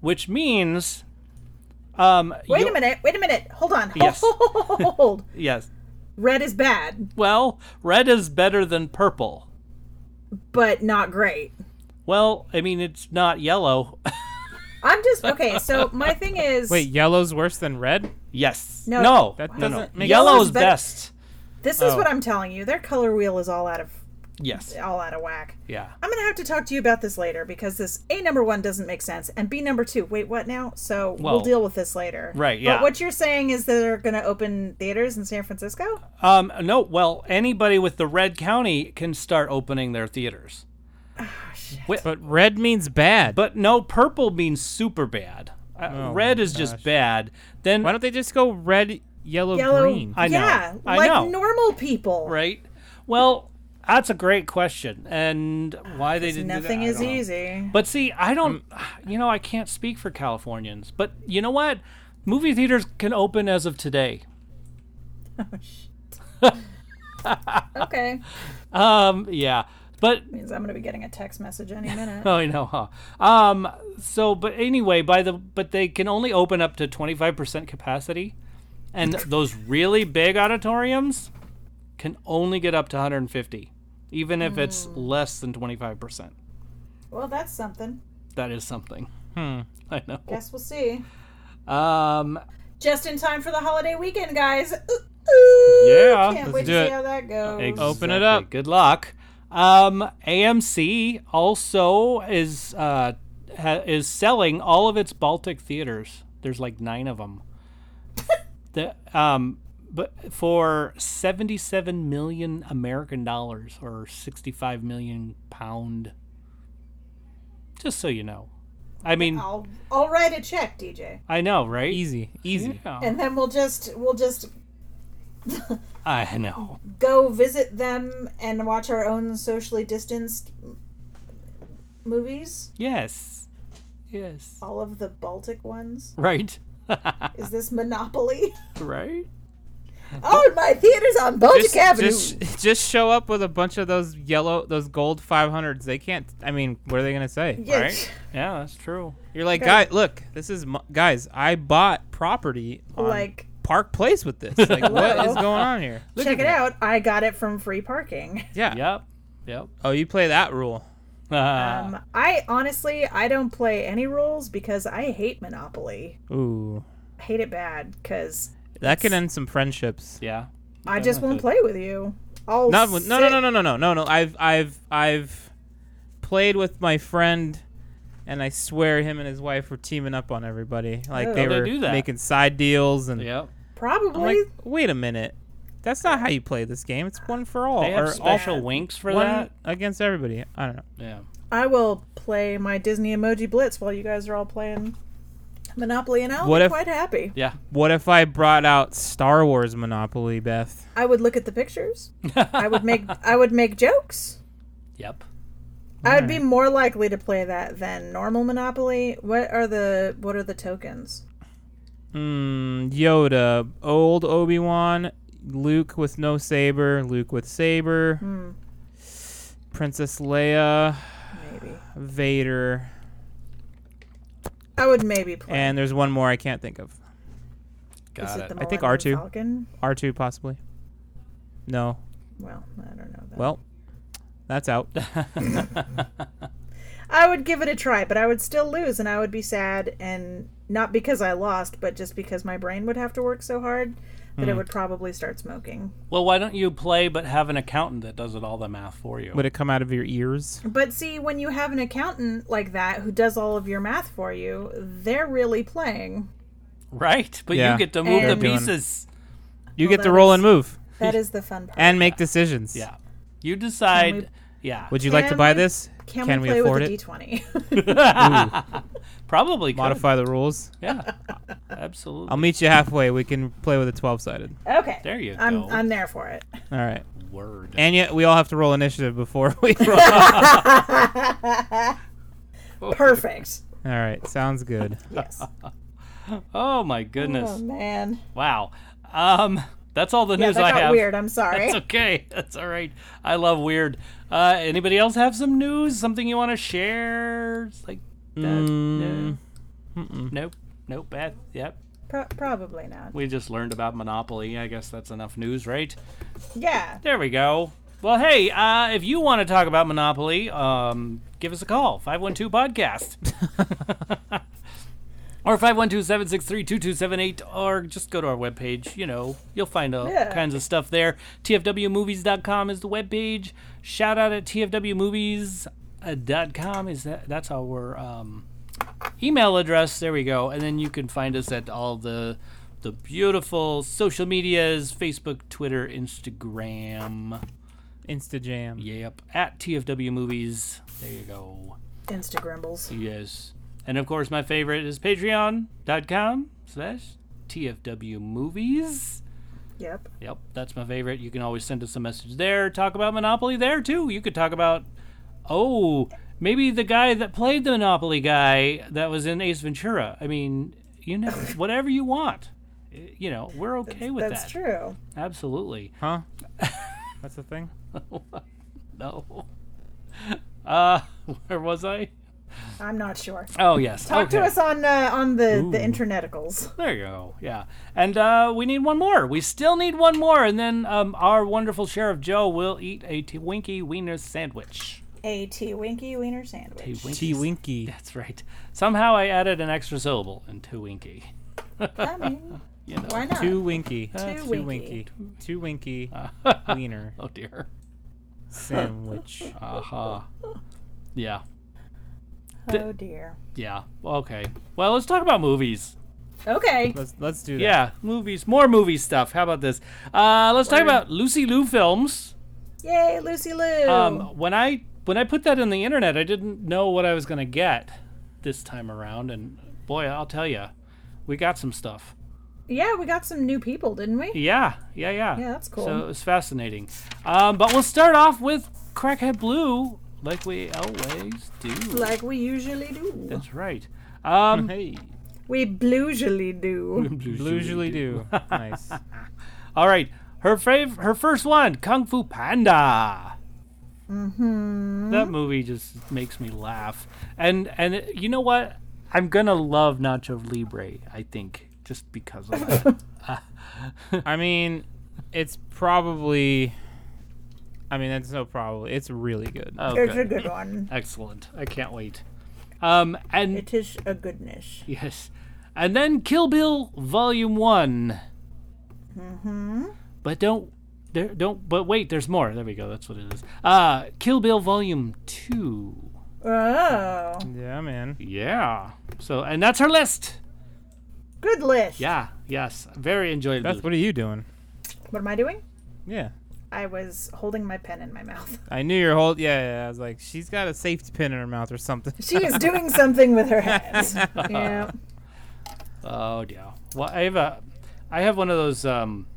Speaker 2: which means, um,
Speaker 4: Wait
Speaker 2: you-
Speaker 4: a minute. Wait a minute. Hold on. Hold.
Speaker 2: Yes.
Speaker 4: <laughs> hold.
Speaker 2: Yes.
Speaker 4: Red is bad,
Speaker 2: Well, red is better than purple.
Speaker 4: but not great.
Speaker 2: Well, I mean, it's not yellow. <laughs>
Speaker 4: I'm just okay. So my thing is,
Speaker 3: Wait, yellow's worse than red.
Speaker 2: yes.
Speaker 4: No.
Speaker 2: No. no,
Speaker 3: That
Speaker 2: no.
Speaker 3: doesn't make
Speaker 2: Yellow
Speaker 4: sense.
Speaker 2: is
Speaker 4: Better-
Speaker 2: best.
Speaker 4: this is
Speaker 3: oh.
Speaker 4: what I'm telling you. Their color wheel is all out of
Speaker 2: Yes.
Speaker 4: all out of whack.
Speaker 2: Yeah.
Speaker 4: I'm gonna have to talk to you about this later because this a number one doesn't make sense and b number two. Wait, what now? So
Speaker 2: Well,
Speaker 4: we'll deal with this later.
Speaker 2: right, yeah.
Speaker 4: But what you're saying is that they're gonna open theaters in San Francisco.
Speaker 2: Um, no. Well, anybody with the red county can start opening their theaters,
Speaker 3: But red means bad.
Speaker 2: but no, purple means super bad. Uh,
Speaker 3: Oh,
Speaker 2: red
Speaker 3: my
Speaker 2: is just bad. Then
Speaker 3: why don't they just go red, yellow,
Speaker 4: Yellow.
Speaker 3: green?
Speaker 2: I know.
Speaker 4: Yeah,
Speaker 2: I
Speaker 4: like
Speaker 2: know.
Speaker 4: normal people.
Speaker 2: <laughs> right? Well, that's a great question, and why
Speaker 3: <sighs>
Speaker 2: they didn't. do that,
Speaker 4: Nothing
Speaker 2: I
Speaker 4: is
Speaker 2: don't know. <laughs>
Speaker 4: easy.
Speaker 2: But see, I don't, <sighs> you know, I can't speak for Californians, but you know what? Movie theaters can open as of today.
Speaker 4: Oh,
Speaker 2: <laughs>
Speaker 4: okay.
Speaker 2: Um, yeah, but
Speaker 4: Means I'm gonna be getting a text
Speaker 2: <laughs>
Speaker 4: message any minute.
Speaker 2: oh, I know, huh? Um, so, but anyway, by the but they can only open up to twenty five percent capacity, and those really big auditoriums can only get up to one hundred and fifty, even if it's less than twenty five percent.
Speaker 4: well, that's something.
Speaker 2: That is something.
Speaker 3: Hmm.
Speaker 2: <laughs> I know.
Speaker 4: Guess we'll see.
Speaker 2: Um,
Speaker 4: Just in time for the holiday weekend, guys. Ooh, ooh.
Speaker 2: Yeah,
Speaker 4: Can't
Speaker 3: let's
Speaker 4: wait
Speaker 3: do
Speaker 4: to
Speaker 3: it.
Speaker 4: see how that goes.
Speaker 3: Open it
Speaker 2: exactly.
Speaker 3: up.
Speaker 2: Good luck. Um, AMC also is uh, ha- is selling all of its Baltic theaters. There's like nine of
Speaker 3: <laughs>
Speaker 2: them. the, um, but for 77 million American dollars or 65 million pound. Just so you know, I mean,
Speaker 4: I'll I'll write a check, DJ,
Speaker 2: I know,
Speaker 4: e-
Speaker 2: right?
Speaker 3: Easy. Easy.
Speaker 2: Yeah.
Speaker 4: and then we'll just we'll just
Speaker 2: I know.
Speaker 4: go visit them and watch our own socially distanced m- movies.
Speaker 2: Yes. Yes.
Speaker 4: All of the Baltic ones.
Speaker 2: Right.
Speaker 4: Is this Monopoly?
Speaker 2: right.
Speaker 4: oh, my theater's on Baltic
Speaker 3: Just,
Speaker 4: Avenue.
Speaker 3: just, <laughs> just show up with a bunch of those yellow, those gold 500s. They can't. I mean, what are they gonna say?
Speaker 4: Yeah.
Speaker 3: Right?
Speaker 2: Yeah, that's true.
Speaker 3: You're
Speaker 4: <laughs>
Speaker 3: like, guys, look, this is mu- guys. I bought property on
Speaker 4: Like-
Speaker 3: Park Place with this.
Speaker 4: <laughs>
Speaker 3: Like, what is going on here? Look
Speaker 4: Check
Speaker 3: at
Speaker 4: it
Speaker 3: that.
Speaker 4: out. I got it from free parking.
Speaker 3: Yeah.
Speaker 2: Yep. <laughs> Yep.
Speaker 3: Oh, you play that rule.
Speaker 4: <laughs>
Speaker 2: Uh,
Speaker 4: Um, I honestly, I don't play any rules because I hate Monopoly.
Speaker 3: Ooh,
Speaker 4: I hate it bad because
Speaker 3: that can end some friendships.
Speaker 2: yeah.
Speaker 4: I just won't play with you. I'll
Speaker 3: Not with, no,
Speaker 4: sit-
Speaker 3: no, no, no, no, no, no, no. I've, I've, I've played with my friend, and I swear him and his wife were teaming up on everybody. Like
Speaker 4: Oh.
Speaker 3: they
Speaker 2: Oh, they
Speaker 3: were
Speaker 2: do that.
Speaker 3: making side deals, and
Speaker 2: Yep.
Speaker 3: I'm
Speaker 4: Probably.
Speaker 3: like, wait a minute, that's not how you play this game. It's one for all,
Speaker 2: They
Speaker 3: or
Speaker 2: have
Speaker 3: all
Speaker 2: special winks for
Speaker 3: one
Speaker 2: that.
Speaker 3: against everybody. I don't know.
Speaker 2: Yeah.
Speaker 4: I will play my Disney Emoji Blitz while you guys are all playing Monopoly, and I'll
Speaker 3: What
Speaker 4: be
Speaker 3: if-
Speaker 4: quite happy.
Speaker 2: Yeah.
Speaker 3: What if I brought out Star Wars Monopoly, Beth?
Speaker 4: I would look at
Speaker 3: <laughs>
Speaker 4: the pictures. I would make I would make jokes.
Speaker 2: Yep.
Speaker 4: I would be more likely to play that than normal Monopoly. What are the what are the tokens?
Speaker 3: Mm, Yoda, old Obi Wan, Luke with no saber, Luke with saber,
Speaker 4: Hmm.
Speaker 3: Princess Leia,
Speaker 4: Maybe
Speaker 3: Vader,
Speaker 4: I would maybe play.
Speaker 3: and there's one more I can't think of.
Speaker 4: Is
Speaker 2: Got
Speaker 4: it
Speaker 2: it.
Speaker 4: the
Speaker 3: I think R2.
Speaker 4: Millennium Falcon?
Speaker 3: R two possibly. No.
Speaker 4: Well, I don't know. That.
Speaker 3: Well, that's
Speaker 4: <laughs>
Speaker 3: out.
Speaker 4: I would give it a try, but I would still lose, and I would be sad, and not because I lost, but just because my brain would have to work so hard that it would probably start smoking.
Speaker 2: Well, why don't you play but have an accountant that does it all the math for you?
Speaker 3: Would it come out of your ears?
Speaker 4: But see, when you have an accountant like that who does all of your math for you, they're really playing.
Speaker 2: Right. But
Speaker 3: Yeah.
Speaker 2: you get to move
Speaker 4: They're
Speaker 2: the
Speaker 3: doing-
Speaker 2: pieces.
Speaker 3: You
Speaker 4: Well,
Speaker 3: get
Speaker 4: that
Speaker 3: to roll
Speaker 4: was-
Speaker 3: and move
Speaker 4: That is the fun part.
Speaker 3: and make decisions.
Speaker 2: Yeah. You decide.
Speaker 4: Can
Speaker 2: yeah.
Speaker 3: Would you like to
Speaker 4: Can
Speaker 3: buy
Speaker 4: we-
Speaker 3: this?
Speaker 4: can, we play
Speaker 3: afford
Speaker 4: with a
Speaker 3: it?
Speaker 4: d20?
Speaker 2: Probably could.
Speaker 3: Modify the rules.
Speaker 2: Yeah. <laughs> Absolutely.
Speaker 3: I'll meet you halfway. We can play with a 12 sided.
Speaker 4: <laughs> okay.
Speaker 2: There you
Speaker 4: I'm,
Speaker 2: go.
Speaker 4: I'm there for it.
Speaker 3: All right.
Speaker 2: Word.
Speaker 3: And yet we all have to roll initiative before <laughs> we
Speaker 4: <laughs>
Speaker 3: roll.
Speaker 4: Perfect.
Speaker 3: all right. Sounds good.
Speaker 4: Yes.
Speaker 2: oh my goodness.
Speaker 4: Oh, man.
Speaker 2: wow. Um. That's all the
Speaker 4: Yeah,
Speaker 2: news
Speaker 4: that
Speaker 2: I
Speaker 4: got
Speaker 2: have.
Speaker 4: weird. I'm sorry.
Speaker 2: That's okay. <laughs> That's all right. I love weird. Uh, anybody else have some news? Something you want to share? It's Like that?
Speaker 3: Mm.
Speaker 2: No. Nope. Nope. Beth. Yep.
Speaker 4: Pro- probably not.
Speaker 2: We just learned about Monopoly. I guess that's enough news, right?
Speaker 4: Yeah.
Speaker 2: There we go. Well, hey, uh, if you want to talk about Monopoly, um, give us a call 512 Podcast. <laughs> Or 512-763-2278, or just go to our webpage. You know, you'll find all
Speaker 4: Yeah.
Speaker 2: kinds of stuff there. TFWmovies.com is the webpage. Shout out at TFWmovies.com. Is that, that's our um, email address. There we go. And then you can find us at all the the beautiful social medias, Facebook, Twitter, Instagram.
Speaker 3: Instajam.
Speaker 2: Yep. At TFW Movies. There you go.
Speaker 4: Instagrambles.
Speaker 2: Yes. And of course, my favorite is patreon.com slash TFW movies.
Speaker 4: Yep.
Speaker 2: Yep, that's my favorite. You can always send us a message there. Talk about Monopoly there, too. You could talk about, oh, maybe the guy that played the Monopoly guy that was in Ace Ventura. I mean, you
Speaker 4: <laughs>
Speaker 2: know, whatever you want. Eh, You know, we're okay with
Speaker 4: That's
Speaker 2: that.
Speaker 4: true.
Speaker 2: Absolutely. <laughs>
Speaker 3: Huh? That's the thing?
Speaker 2: No. Oh. <laughs> Uh, where was I?
Speaker 4: I'm not sure.
Speaker 2: Oh, yes.
Speaker 4: Talk to
Speaker 2: okay.
Speaker 4: us on uh, on the the interneticals.
Speaker 2: There you go. Yeah. And uh, we need one more. We still need one more. And then um, our wonderful Sheriff Joe will eat a Twinkie Wiener sandwich.
Speaker 4: A T Winky Wiener Sandwich.
Speaker 2: Twinkies.
Speaker 3: T Winky.
Speaker 2: That's right. Somehow I added an extra syllable in two winky.
Speaker 4: I mean,
Speaker 2: <laughs> You know.
Speaker 4: why not?
Speaker 3: Two Winky.
Speaker 4: Two
Speaker 3: Two
Speaker 4: Winky.
Speaker 3: Winky.
Speaker 2: <laughs>
Speaker 3: Two Winky Wiener
Speaker 2: <laughs> oh dear.
Speaker 3: Sandwich.
Speaker 2: Aha. Yeah.
Speaker 4: Oh dear.
Speaker 2: Yeah. Okay. Well, let's talk about movies.
Speaker 4: Okay.
Speaker 3: Let's let's do that.
Speaker 2: Yeah, movies, more movie stuff. How about this? Uh, let's talk about Lucy Liu films.
Speaker 4: Yay, Lucy Lou.
Speaker 2: Um, when I when I put that in the internet, I didn't know what I was gonna get this time around, and boy, I'll tell you, we got some stuff.
Speaker 4: yeah, we got some new people, didn't we?
Speaker 2: Yeah, yeah, yeah.
Speaker 4: Yeah, that's cool.
Speaker 2: So it was fascinating. Um, but we'll start off with Crackhead Blue, like we always do.
Speaker 4: Like we usually do.
Speaker 2: That's right. Um,
Speaker 3: Hey.
Speaker 4: We blusually do.
Speaker 2: <laughs> Blue
Speaker 3: Usually do.
Speaker 2: <laughs>
Speaker 3: nice.
Speaker 2: All right, her fav- her first one, Kung Fu Panda. Mm-hmm. That movie just makes me laugh, and and you know what? I'm gonna love Nacho Libre. I think just because of
Speaker 4: <laughs>
Speaker 2: that.
Speaker 3: I mean, it's probably. I mean, that's no problem. It's really good.
Speaker 2: Oh,
Speaker 4: It's a
Speaker 2: good.
Speaker 4: good one.
Speaker 2: Excellent. I can't wait. Um, and
Speaker 4: It is a goodness.
Speaker 2: yes, and then Kill Bill Volume One. Mm-hmm.
Speaker 4: Mm-hmm.
Speaker 2: But don't. There, don't but wait there's more there we go that's what it is uh kill bill volume 2
Speaker 4: Oh,
Speaker 3: yeah, man.
Speaker 2: Yeah. So, and that's her list.
Speaker 4: good list.
Speaker 2: Yeah. Yes. Very enjoyable.
Speaker 3: Beth, what are you doing?
Speaker 4: What am I doing?
Speaker 3: Yeah.
Speaker 4: I was holding my pen in
Speaker 2: <laughs>
Speaker 4: my mouth.
Speaker 3: I knew your whole. Yeah, yeah. I was like, she's got a safety pin in her mouth or something. <laughs>
Speaker 4: She is doing something with her
Speaker 2: <laughs>
Speaker 4: hands. Yeah.
Speaker 2: oh dear. Well, I have a, I have one of those um.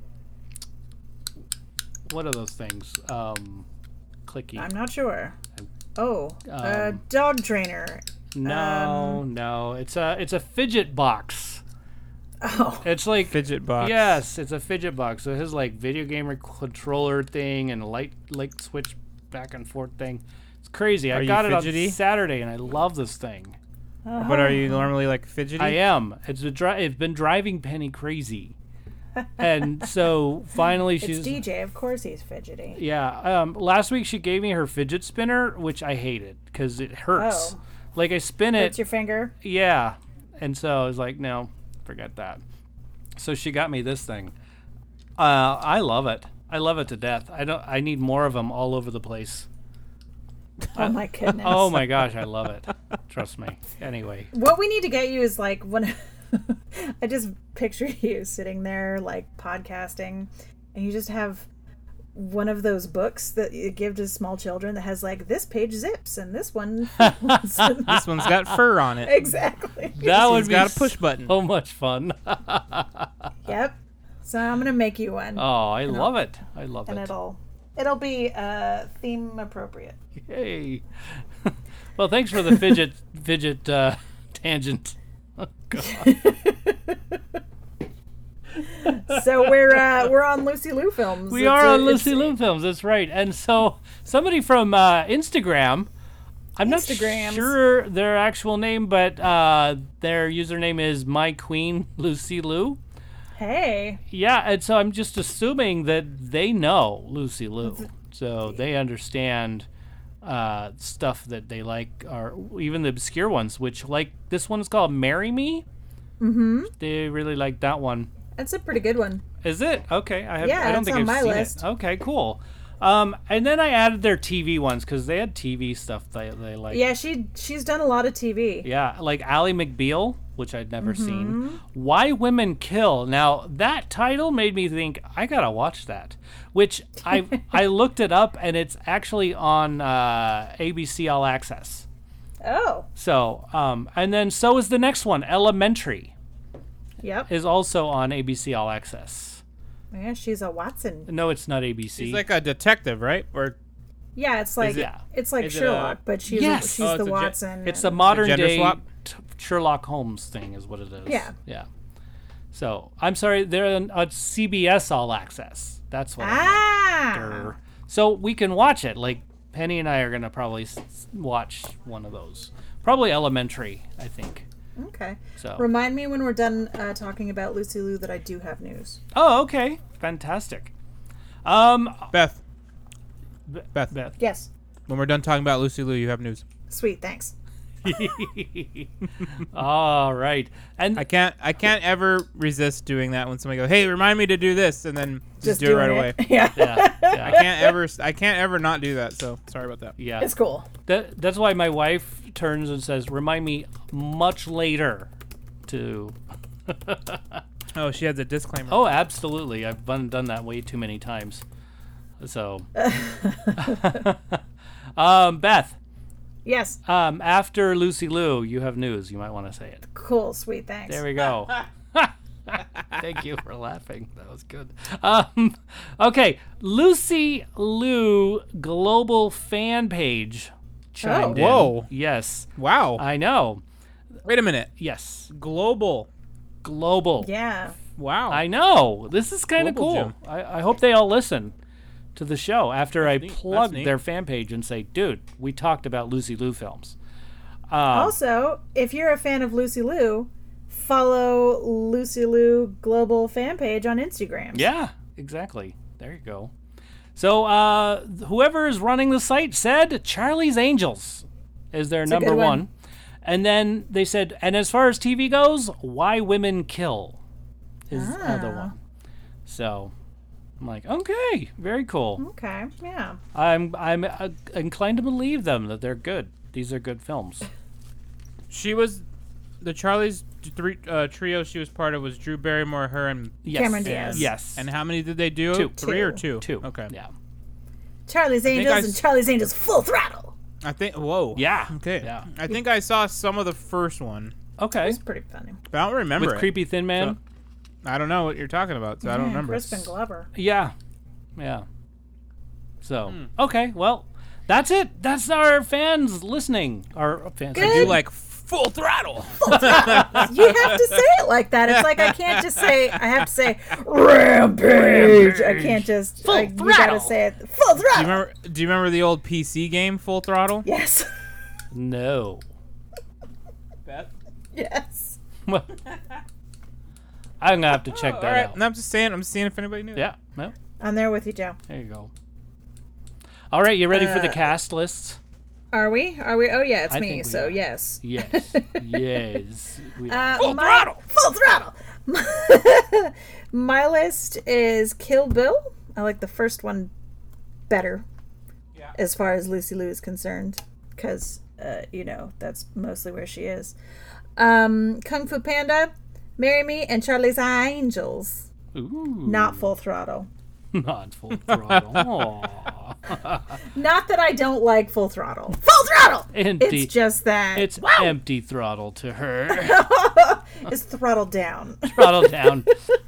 Speaker 2: One of those things. Um, clicky.
Speaker 4: I'm not sure. Oh, a
Speaker 2: Um,
Speaker 4: dog trainer.
Speaker 2: no, no. It's a it's a fidget box. <laughs>
Speaker 4: Oh,
Speaker 2: It's like
Speaker 3: Fidget box.
Speaker 2: yes, it's a fidget box. So it has like video game controller thing and a light light switch back and forth thing. It's crazy.
Speaker 3: Are
Speaker 2: I
Speaker 3: you
Speaker 2: got it
Speaker 3: fidgety?
Speaker 2: on Saturday and I love this thing.
Speaker 3: But are you normally like fidgety?
Speaker 2: I am. It's a dri- it's been driving Penny crazy, and <laughs> so finally
Speaker 4: it's
Speaker 2: she's
Speaker 4: DJ. Of course he's fidgety.
Speaker 2: yeah. Um, last week she gave me her fidget spinner, which I hated because it hurts.
Speaker 4: Oh.
Speaker 2: Like I spin
Speaker 4: It's
Speaker 2: it,
Speaker 4: your finger.
Speaker 2: yeah, and so I was like, no, forget that. So she got me this thing. Uh, I love it. I love it to death. I don't. I need more of them all over the <laughs> place.
Speaker 4: Oh my goodness.
Speaker 2: <laughs> Oh my gosh, I love it. Trust me. Anyway,
Speaker 4: What we need to get you is like when <laughs> I just picture <laughs> you sitting there like podcasting and you just have one of those books that you give to small children that has like this page zips and
Speaker 2: <laughs>
Speaker 4: this one
Speaker 3: This one's got fur on it.
Speaker 4: <laughs> exactly.
Speaker 2: <laughs> that
Speaker 3: This
Speaker 2: would
Speaker 3: one's
Speaker 2: be
Speaker 3: got a push button.
Speaker 2: so much fun. <laughs>
Speaker 4: Yep. So I'm gonna make you one.
Speaker 2: Oh, I love it. I love
Speaker 4: and
Speaker 2: it.
Speaker 4: it'll it'll be uh theme appropriate.
Speaker 2: Hey. <laughs> well, thanks for the <laughs> fidget fidget uh, tangent. Oh, God.
Speaker 4: <laughs> So we're uh we're on Lucy Lou films.
Speaker 2: We
Speaker 4: It's
Speaker 2: are
Speaker 4: a-
Speaker 2: on Lucy
Speaker 4: it's-
Speaker 2: Loom Films. That's right. And so somebody from uh, Instagram, I'm not
Speaker 4: Instagrams.
Speaker 2: sure their actual name, but uh, their username is my queen Lucy Lou.
Speaker 4: Hey.
Speaker 2: Yeah, and so I'm just assuming that they know Lucy Lou, so they understand uh, stuff that they like, or even the obscure ones, which like this one's called "Marry Me." Mm-hmm. They really like that one.
Speaker 4: That's a pretty good one.
Speaker 2: Is it okay? I have.
Speaker 4: Yeah,
Speaker 2: I don't
Speaker 4: it's
Speaker 2: think
Speaker 4: on
Speaker 2: I've
Speaker 4: my
Speaker 2: seen
Speaker 4: list.
Speaker 2: it. Okay, cool. Um, and then I added their TV ones because they had TV stuff they they like.
Speaker 4: Yeah, she she's done a lot of TV.
Speaker 2: Yeah, like Ally McBeal, which I'd never
Speaker 3: Mm-hmm.
Speaker 2: seen. Why Women Kill. Now that title made me think I gotta watch that. Which I
Speaker 3: <laughs>
Speaker 2: I looked it up and it's actually on uh, ABC All Access.
Speaker 4: Oh.
Speaker 2: So um, and then so is the next one. Elementary
Speaker 4: Yep.
Speaker 2: is also on ABC All Access.
Speaker 4: Yeah, she's a Watson.
Speaker 2: No, it's not ABC.
Speaker 3: She's like a detective, right? Or
Speaker 4: Yeah, it's like
Speaker 3: it-
Speaker 4: it's like
Speaker 3: is it a-
Speaker 4: Sherlock, but she's
Speaker 2: Yes!
Speaker 4: she's
Speaker 3: Oh,
Speaker 4: the
Speaker 3: it's a ge-
Speaker 4: Watson.
Speaker 2: it's a
Speaker 4: and-
Speaker 2: modern
Speaker 3: gender
Speaker 2: day
Speaker 3: swap?
Speaker 2: t- Sherlock Holmes thing, is what it is.
Speaker 4: Yeah.
Speaker 2: Yeah. So I'm sorry, they're on, on CBS All Access. That's what. I meant.
Speaker 4: ah.
Speaker 2: So we can watch it. Like Penny and I are gonna probably s- s- watch one of those. Probably Elementary, I think.
Speaker 4: Okay.
Speaker 2: So.
Speaker 4: Remind me when we're done uh, talking about Lucy Lou that I do have news.
Speaker 2: oh, okay, fantastic. Um, <laughs>
Speaker 3: Beth.
Speaker 2: B-
Speaker 3: Beth.
Speaker 2: Beth.
Speaker 4: Yes.
Speaker 3: When we're done talking about Lucy Liu, you have news.
Speaker 4: Sweet, thanks.
Speaker 2: All right. And <laughs>
Speaker 3: I can't I can't ever resist doing that when somebody goes, "Hey, remind me to do this," and then just, do it
Speaker 4: doing
Speaker 3: right <laughs> away.
Speaker 4: <laughs> Yeah.
Speaker 2: yeah,
Speaker 3: I
Speaker 2: yeah.
Speaker 3: can't ever I can't ever not do that. So sorry about that.
Speaker 2: yeah.
Speaker 4: It's cool.
Speaker 2: That, that's why my wife turns and says, "Remind me much later." To
Speaker 3: Oh, she has a disclaimer.
Speaker 2: oh, absolutely. I've done done that way too many times.
Speaker 3: <laughs>
Speaker 2: So, <laughs> um, Beth,
Speaker 4: Yes.
Speaker 2: um, after Lucy Lou, you have news. You might want to say it.
Speaker 4: Cool. Sweet, thanks.
Speaker 2: There we go. Thank you for laughing. That was good. Um, okay, Lucy Lou global fan page chimed in.
Speaker 3: Oh. Whoa.
Speaker 2: Yes,
Speaker 3: Wow.
Speaker 2: I know.
Speaker 3: Wait a minute.
Speaker 2: Yes,
Speaker 3: Global.
Speaker 2: global.
Speaker 4: yeah.
Speaker 3: Wow.
Speaker 2: I know. This is kind of
Speaker 3: Global
Speaker 2: cool.
Speaker 3: gym.
Speaker 2: I, I hope they all listen to the show after I
Speaker 3: neat. That's
Speaker 2: plug
Speaker 3: neat.
Speaker 2: their fan page and say, dude, we talked about Lucy Lou films.
Speaker 4: also, if you're a fan of Lucy Liu, follow Lucy Liu Global fan page on Instagram.
Speaker 2: Yeah, exactly. There you go. So uh, whoever is running the site said Charlie's Angels is their number
Speaker 4: good
Speaker 2: one.
Speaker 4: one.
Speaker 2: And then they said, and as far as TV goes, Why Women Kill is the other
Speaker 4: Ah.
Speaker 2: one. So I'm like, okay, very cool.
Speaker 4: Okay. Yeah.
Speaker 2: I'm I'm uh, inclined to believe them that they're good. These are good films.
Speaker 3: She was the Charlie's three uh, trio she was part of was Drew Barrymore, her and
Speaker 2: Yes.
Speaker 4: Cameron Diaz.
Speaker 2: Yes.
Speaker 3: and how many did they do?
Speaker 2: Two.
Speaker 3: Three or two?
Speaker 2: two.
Speaker 3: Okay.
Speaker 2: Yeah.
Speaker 4: Charlie's Angels
Speaker 3: I s-
Speaker 4: and Charlie's Angels Full Throttle.
Speaker 3: I think whoa.
Speaker 2: Yeah.
Speaker 3: Okay.
Speaker 2: Yeah.
Speaker 3: I think I saw some of the first one.
Speaker 2: Okay.
Speaker 4: It's pretty funny.
Speaker 3: But I don't remember.
Speaker 2: With
Speaker 3: it.
Speaker 2: creepy thin man.
Speaker 3: I don't know what you're talking about, so I don't
Speaker 4: Yeah,
Speaker 3: remember.
Speaker 4: Crispin Glover.
Speaker 2: Yeah. Yeah. So, okay, well, that's it. That's our fans listening. Our fans. I
Speaker 3: Do
Speaker 2: do like-
Speaker 3: like full throttle.
Speaker 4: You have to say it like that. It's like I can't just say. I have to say rampage. I can't just.
Speaker 2: Full
Speaker 4: like, you
Speaker 2: throttle.
Speaker 4: gotta say it. Full
Speaker 3: Do
Speaker 4: throttle.
Speaker 3: you remember? Do you remember the old PC game Full Throttle?
Speaker 4: yes. <laughs>
Speaker 2: No.
Speaker 4: Yes.
Speaker 2: I'm going to have to check
Speaker 3: All
Speaker 2: that
Speaker 3: right.
Speaker 2: out.
Speaker 3: No, I'm just saying. I'm just seeing if anybody knew.
Speaker 2: Yeah. Well,
Speaker 4: I'm there with you, Joe.
Speaker 2: there you go. All right, you ready for the cast lists?
Speaker 4: Are we? Are we? Oh yeah, it's
Speaker 2: I
Speaker 4: me.
Speaker 2: think we
Speaker 4: So
Speaker 2: are.
Speaker 4: yes.
Speaker 2: Yes. <laughs> yes. We-
Speaker 4: Uh, full throttle. Full throttle. <laughs> my list is Kill Bill. I like the first one better,
Speaker 3: Yeah.
Speaker 4: as far as Lucy Liu is concerned, because uh, you know that's mostly where she is. Um, Kung Fu Panda, Marry Me, and Charlie's Angels.
Speaker 2: Ooh,
Speaker 4: Not full throttle.
Speaker 2: not full throttle. Aw.
Speaker 4: Not that I don't like full throttle. Full throttle.
Speaker 2: Empty.
Speaker 4: It's just that
Speaker 2: It's empty throttle to her. <laughs>
Speaker 4: it's throttled down.
Speaker 2: throttled down.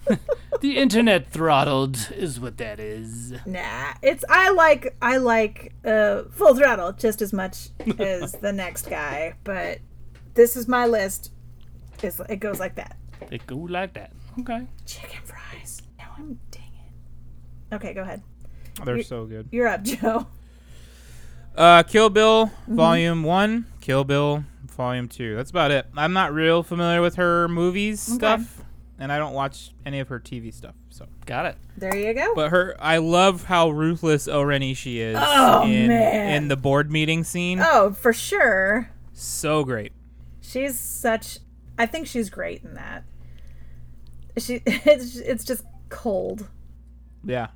Speaker 2: <laughs> the internet throttled is what that is.
Speaker 4: Nah, it's I like I like uh, Full Throttle just as
Speaker 3: <laughs>
Speaker 4: much as the next guy, but this is my list. Is it goes like that?
Speaker 2: It go like that. Okay.
Speaker 4: Chicken fries. No, I'm dang it. Okay, go ahead.
Speaker 3: They're so good.
Speaker 4: You're up, <laughs> Joe.
Speaker 3: Uh, Kill Bill
Speaker 4: Mm-hmm.
Speaker 3: Volume One, Kill Bill Volume Two. That's about it. I'm not real familiar with her movies stuff, and I don't watch any of her TV stuff. So,
Speaker 2: Got it.
Speaker 4: There you go.
Speaker 3: but her, I love how ruthless Oreni she is
Speaker 4: Oh,
Speaker 3: in
Speaker 4: man.
Speaker 3: in the board meeting scene.
Speaker 4: oh, for sure.
Speaker 3: So great.
Speaker 4: She's such. I think she's great in that. She <laughs> it's it's just cold.
Speaker 3: Yeah.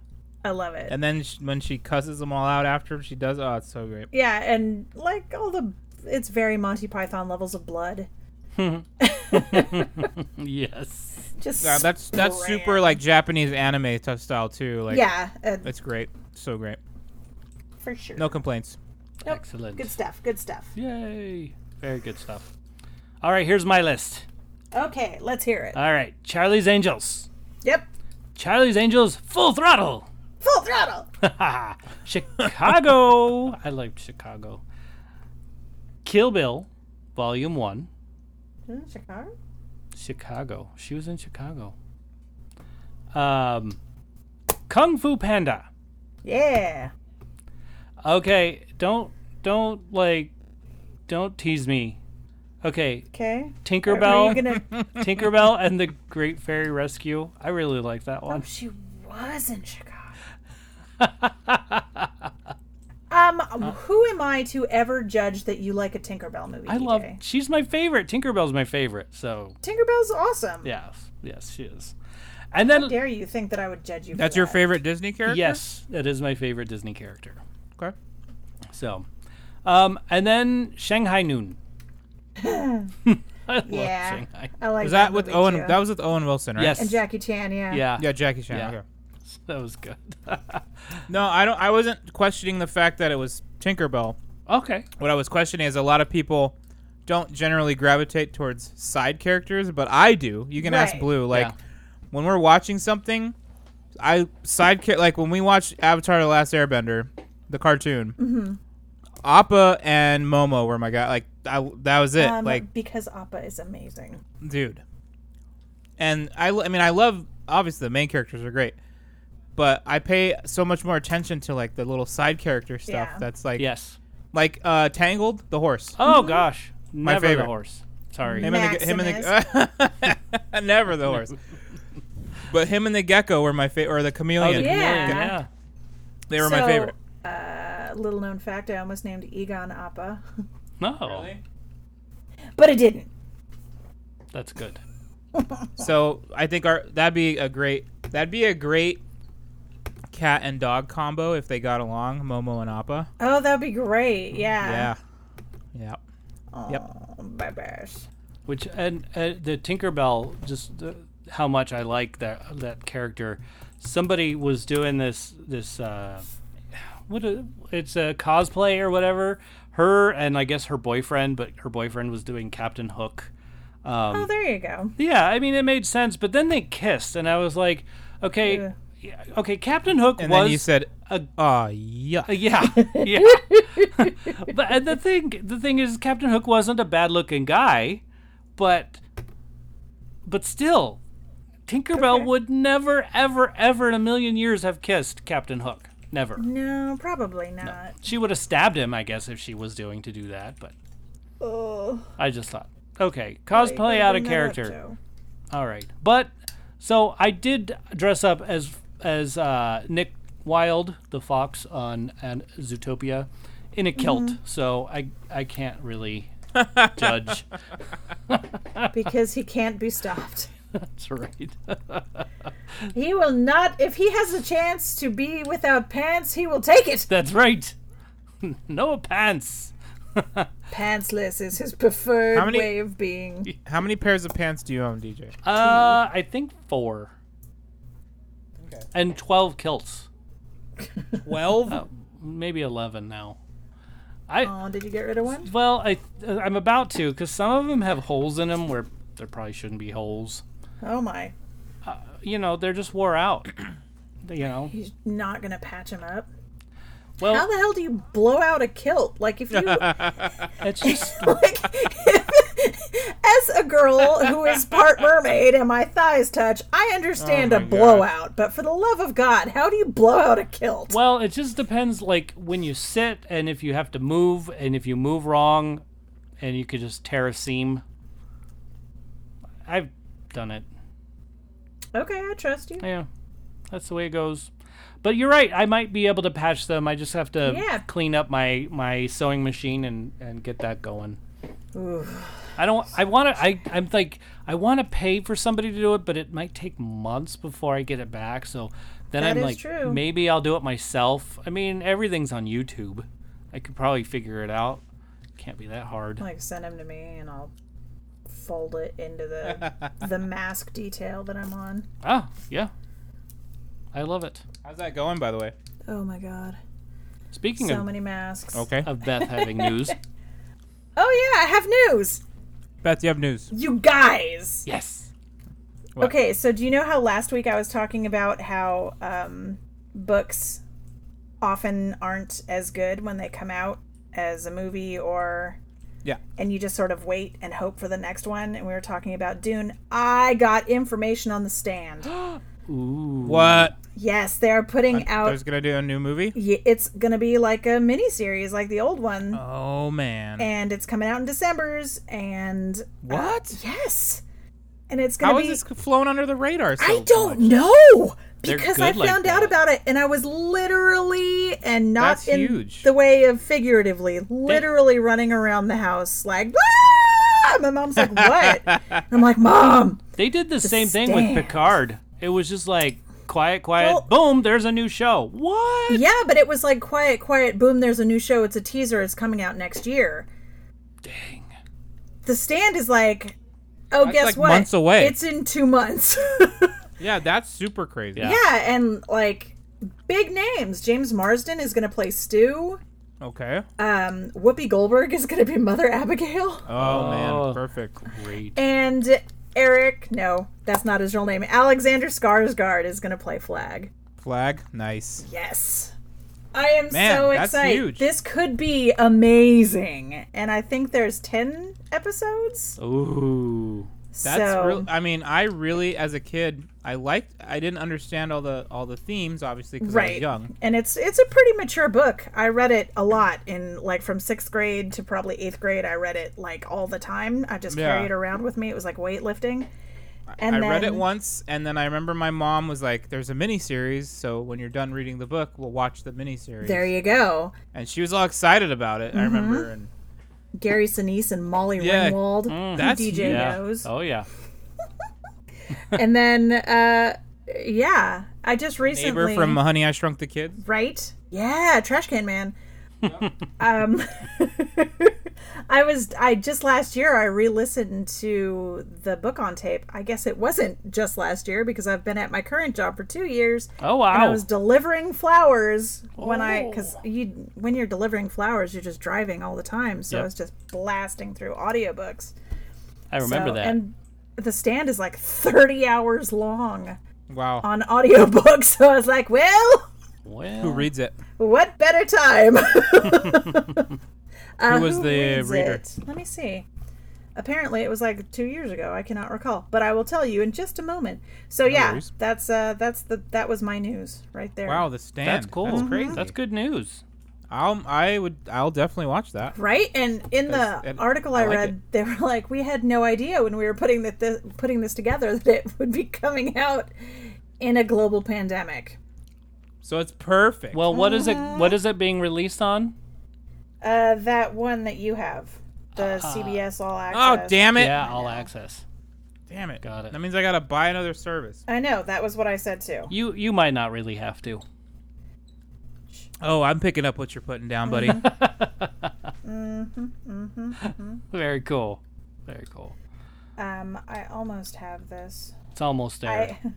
Speaker 4: I love it.
Speaker 3: And then sh when she cusses them all out after she does, oh, it's so great.
Speaker 4: yeah, and like all the it's very Monty Python levels of blood.
Speaker 2: Yes.
Speaker 4: Just
Speaker 3: Yeah, that's that's super like Japanese anime tough style too. Like,
Speaker 4: yeah, uh,
Speaker 3: it's great. So great.
Speaker 4: for sure.
Speaker 3: No complaints.
Speaker 4: Nope.
Speaker 2: Excellent.
Speaker 4: Good stuff. Good stuff.
Speaker 2: Yay. Very good stuff. All right, here's my list.
Speaker 4: Okay, let's hear
Speaker 3: Uh,
Speaker 4: it.
Speaker 2: All right, Charlie's Angels.
Speaker 4: yep.
Speaker 2: Charlie's Angels, full throttle.
Speaker 4: Full throttle.
Speaker 2: Chicago. <laughs> I like Chicago. Kill Bill, Volume 1.
Speaker 4: Hmm, Chicago?
Speaker 2: Chicago. She was in Chicago. Um, Kung Fu Panda.
Speaker 4: yeah.
Speaker 2: Okay, don't don't like don't tease me. Okay,
Speaker 4: Okay. Are
Speaker 2: Tinkerbell,
Speaker 3: <laughs>
Speaker 4: you gonna?
Speaker 2: Tinkerbell and the Great Fairy Rescue. I really like
Speaker 4: Oh,
Speaker 2: that one. <laughs>
Speaker 4: she was in Chicago. Um,
Speaker 3: Uh,
Speaker 4: who am I to ever judge that you like a Tinkerbell movie?
Speaker 2: I love.
Speaker 4: DJ?
Speaker 2: She's my favorite. Tinkerbell's my favorite. So
Speaker 4: Tinkerbell's awesome.
Speaker 2: yes, yes, she is. And then
Speaker 4: Dare you think that I would judge you? for
Speaker 3: That's your
Speaker 4: that.
Speaker 3: favorite Disney character?
Speaker 2: yes, that is my favorite Disney character.
Speaker 3: Okay.
Speaker 2: So, um, and then Shanghai Noon. <laughs> I love
Speaker 4: Yeah.
Speaker 2: Shanghai.
Speaker 4: I like
Speaker 3: Was that with
Speaker 4: movie
Speaker 3: Owen?
Speaker 4: too.
Speaker 3: That was with Owen Wilson, right?
Speaker 2: Yes.
Speaker 4: and Jackie Chan. Yeah.
Speaker 2: Yeah.
Speaker 3: Yeah, Jackie Chan.
Speaker 2: Yeah.
Speaker 3: Okay.
Speaker 2: That was good. <laughs>
Speaker 3: No, I don't. I wasn't questioning the fact that it was Tinkerbell.
Speaker 2: okay.
Speaker 3: What I was questioning is a lot of people don't generally gravitate towards side characters, but I do. You can ask
Speaker 4: Right.
Speaker 3: Blue. Like
Speaker 2: Yeah.
Speaker 3: when we're watching something, I side char- like when we watched Avatar: The Last Airbender, the cartoon.
Speaker 4: Mm-hmm.
Speaker 3: Appa and Momo were my guy. Like I, that was it.
Speaker 4: Um,
Speaker 3: like
Speaker 4: because Appa is amazing.
Speaker 3: dude. And I, lo- I mean, I love obviously the main characters are great, but I pay so much more attention to like the little side character stuff.
Speaker 4: Yeah.
Speaker 3: That's like,
Speaker 2: Yes.
Speaker 3: like uh, Tangled, the horse.
Speaker 2: Oh gosh.
Speaker 3: My
Speaker 2: Never
Speaker 3: favorite.
Speaker 2: the horse. Sorry.
Speaker 3: Him and the, him and the <laughs> never
Speaker 4: <laughs>
Speaker 3: the horse, but him and the gecko were my favorite, or the
Speaker 2: Oh,
Speaker 3: chameleon.
Speaker 2: the
Speaker 4: Yeah.
Speaker 2: chameleon, yeah.
Speaker 3: They were my
Speaker 4: So,
Speaker 3: favorite.
Speaker 4: Uh, little known fact: I almost named Egon Appa, <laughs>
Speaker 2: No.
Speaker 4: but I didn't.
Speaker 2: That's good.
Speaker 3: So I think our that'd be a great that'd be a great cat and dog combo if they got along, Momo and Appa.
Speaker 4: Oh, that'd be great.
Speaker 3: Yeah,
Speaker 4: Yeah.
Speaker 3: yeah.
Speaker 4: Oh, bye bash.
Speaker 2: Which and uh, the Tinkerbell, just uh, how much I like that that character. Somebody was doing this this uh, what a, it's a cosplay or whatever. Her and I guess her boyfriend, but her boyfriend was doing Captain Hook. Um,
Speaker 4: Oh, there you go.
Speaker 2: Yeah, I mean it made sense, but then they kissed, and I was like, okay,
Speaker 4: Yeah.
Speaker 2: yeah, okay, Captain Hook
Speaker 3: And
Speaker 2: was
Speaker 3: then you said,
Speaker 2: a
Speaker 3: "Oh yeah."
Speaker 2: Uh,
Speaker 4: <laughs>
Speaker 2: yeah, yeah. but and the thing, the thing is, Captain Hook wasn't a bad-looking guy, but, but still, Tinkerbell would never, ever, ever in a million years have kissed Captain Hook. Never.
Speaker 4: No, probably not.
Speaker 2: She would have stabbed him, I guess, if she was doing to do that. But
Speaker 4: Oh,
Speaker 2: I just thought, okay,
Speaker 4: wait,
Speaker 2: cosplay
Speaker 4: wait,
Speaker 2: out a
Speaker 4: bring that up,
Speaker 2: character.
Speaker 4: Joe.
Speaker 2: All right, but so I did dress up as as uh, Nick Wilde, the fox on and Zootopia, in a kilt. So I I can't <laughs> really judge.
Speaker 4: because he can't be stopped.
Speaker 2: That's right.
Speaker 4: He will not. If he has a chance to be without pants, he will take it.
Speaker 2: <laughs> That's right. <laughs> no pants.
Speaker 4: Pantsless is his preferred
Speaker 3: How many-
Speaker 4: way of being.
Speaker 3: How many pairs of pants do you own, DJ?
Speaker 2: Uh, I think four. And twelve kilts,
Speaker 3: Twelve.
Speaker 2: maybe eleven now. I
Speaker 4: Oh, did you get rid of one?
Speaker 2: well, I I'm about to because some of them have holes in them where there probably shouldn't be holes.
Speaker 4: Oh my.
Speaker 2: you know, they're just wore out. <clears throat> you know,
Speaker 4: He's not gonna patch him up.
Speaker 2: Well-
Speaker 4: How the hell do you blow out a kilt? Like if you
Speaker 2: it's just
Speaker 4: like <laughs> as a girl who is part mermaid and my thighs touch, I understand a blowout, but for the love of God, how do you blow out a kilt?
Speaker 2: well, it just depends like when you sit and if you have to move and if you move wrong, and you could just tear a seam. I've done it.
Speaker 4: Okay, I trust you.
Speaker 2: Yeah, that's the way it goes. But you're right. I might be able to patch them. I just have to
Speaker 4: Yeah.
Speaker 2: clean up my my sewing machine and and get that going. I don't. I want to. I I'm like I want to pay for somebody to do it, but it might take months before I get it back. So then
Speaker 4: That
Speaker 2: I'm
Speaker 4: is
Speaker 2: like,
Speaker 4: true.
Speaker 2: maybe I'll do it myself. I mean, everything's on YouTube. I could probably figure it out. Can't be that hard.
Speaker 4: Like send them to me and I'll fold it into the the mask detail that I'm on.
Speaker 2: Ah, yeah. I love it.
Speaker 3: How's that going, by the way?
Speaker 4: Oh my god.
Speaker 2: Speaking
Speaker 4: So
Speaker 2: of,
Speaker 4: many masks.
Speaker 3: Okay.
Speaker 2: of Beth
Speaker 4: <laughs>
Speaker 2: having news,
Speaker 4: Oh yeah, I have news.
Speaker 3: Beth, you have news.
Speaker 4: You guys.
Speaker 2: yes.
Speaker 3: What?
Speaker 4: Okay, so do you know how last week I was talking about how um, books often aren't as good when they come out as a movie or.
Speaker 3: Yeah.
Speaker 4: And you just sort of wait and hope for the next one. And we were talking about Dune. I got information on
Speaker 3: <gasps>
Speaker 4: the stand.
Speaker 2: Ooh.
Speaker 3: What?
Speaker 4: yes, they are putting
Speaker 3: I
Speaker 4: out.
Speaker 3: was gonna do a new movie.
Speaker 4: y It's going to be like a mini series, like the old one.
Speaker 3: Oh man.
Speaker 4: And it's coming out in December's. And. uh,
Speaker 3: what?
Speaker 4: Yes! And it's going
Speaker 3: How
Speaker 4: to
Speaker 3: is
Speaker 4: be.
Speaker 3: this flown under the radar? So
Speaker 4: I don't
Speaker 3: much?
Speaker 4: know!
Speaker 2: They're
Speaker 4: because
Speaker 2: good
Speaker 4: I
Speaker 2: like
Speaker 4: found
Speaker 2: that.
Speaker 4: out about it and I was literally and not
Speaker 3: That's
Speaker 4: in
Speaker 3: huge.
Speaker 4: the way of figuratively, literally running around the house like "Ah!" my mom's like, What?
Speaker 3: <laughs>
Speaker 4: And I'm like, Mom
Speaker 2: They did the, same thing with
Speaker 4: stairs.
Speaker 2: Picard. It was just like quiet, quiet,
Speaker 4: Well-
Speaker 2: boom, there's a new show. What?
Speaker 4: Yeah, but it was like quiet, quiet, boom, there's a new show, it's a teaser, it's coming out next year.
Speaker 2: Dang.
Speaker 4: The stand is like Oh, guess
Speaker 3: like
Speaker 4: what?
Speaker 3: months away.
Speaker 4: It's in two
Speaker 3: <laughs>
Speaker 4: months. <laughs>
Speaker 3: Yeah, that's super crazy.
Speaker 2: Yeah.
Speaker 4: yeah, and like big names. James Marsden is gonna play Stu.
Speaker 3: Okay.
Speaker 4: Um, Whoopi Goldberg is gonna be Mother Abigail.
Speaker 3: Oh, man, perfect.
Speaker 2: Great.
Speaker 4: And Eric, no, that's not his real name. Alexander Skarsgård is going to play Flag.
Speaker 3: Flag, nice.
Speaker 4: Yes. I am
Speaker 3: Man,
Speaker 4: so
Speaker 3: that's
Speaker 4: excited.
Speaker 3: huge.
Speaker 4: This could be amazing. And I think there's 10 episodes.
Speaker 2: Ooh.
Speaker 3: That's
Speaker 4: so,
Speaker 3: real. I mean, I really, as a kid, I liked. I didn't understand all the all the themes, obviously, because I was
Speaker 4: right.
Speaker 3: young.
Speaker 4: And it's it's a pretty mature book. I read it a lot in like from 6th grade to probably 8th grade. I read it like all the time. I just
Speaker 3: Yeah.
Speaker 4: carry it around with me. It was like weightlifting. And
Speaker 3: I read it
Speaker 4: then-
Speaker 3: once, and then I remember my mom was like, "There's a mini series, so when you're done reading the book, we'll watch the mini series."
Speaker 4: There you Mm-hmm. go.
Speaker 3: and she was all excited about it. I remember, and
Speaker 4: Gary Sinise and Molly
Speaker 3: Yeah.
Speaker 4: Ringwald. who
Speaker 3: That's
Speaker 4: DJ
Speaker 3: huge.
Speaker 2: Mm-hmm. Yeah.
Speaker 4: knows.
Speaker 2: Oh yeah.
Speaker 4: and then uh yeah i just recently
Speaker 3: neighbor
Speaker 2: uh,
Speaker 3: from Honey I Shrunk the Kid.
Speaker 4: right yeah trash can man um <laughs> i was i just last year i re-listened to the book on tape i guess it wasn't just last year because i've been at my current job for two years
Speaker 2: Oh
Speaker 4: and i
Speaker 2: wow. Oh.
Speaker 4: was delivering flowers when i because you when you're delivering flowers you're just driving all the time so
Speaker 2: Yep.
Speaker 4: i was just blasting through audiobooks
Speaker 2: I remember
Speaker 4: So-
Speaker 2: that.
Speaker 4: and the stand is like 30 hours long
Speaker 3: Wow,
Speaker 4: on audiobook <laughs> so i was like well
Speaker 2: well,
Speaker 3: who reads it?
Speaker 4: what better time <laughs> Uh,
Speaker 3: Who was the
Speaker 4: reads
Speaker 3: reader?
Speaker 4: it? let me see apparently it was like two years ago i cannot recall but i will tell you in just a moment so yeah
Speaker 3: worries.
Speaker 4: that's uh that's the that was my news right there
Speaker 3: Wow, the stand.
Speaker 2: that's cool.
Speaker 3: That's crazy.
Speaker 2: That's good news.
Speaker 3: I'll, I would. I'll definitely watch that.
Speaker 4: Right, and in the
Speaker 3: That's- and
Speaker 4: article
Speaker 3: I
Speaker 4: I,
Speaker 3: like
Speaker 4: read, they were like, "We had no idea when we were putting that this, putting this together <laughs> that it would be coming out in a global pandemic."
Speaker 3: So it's perfect.
Speaker 2: Well, what is it? What is it being released on?
Speaker 4: Uh, that one that you have, the CBS All
Speaker 3: oh
Speaker 4: Access.
Speaker 3: damn it!
Speaker 2: Yeah, all access.
Speaker 3: Damn it!
Speaker 2: Got it.
Speaker 3: That means I gotta buy another service.
Speaker 4: I know that was what I said too.
Speaker 2: You you might not really have to. <laughs>
Speaker 3: Oh, I'm picking up what you're putting down, buddy.
Speaker 4: Mm-hmm,
Speaker 2: Very cool. Very cool.
Speaker 4: Um, I almost have this.
Speaker 2: It's almost there.
Speaker 4: I,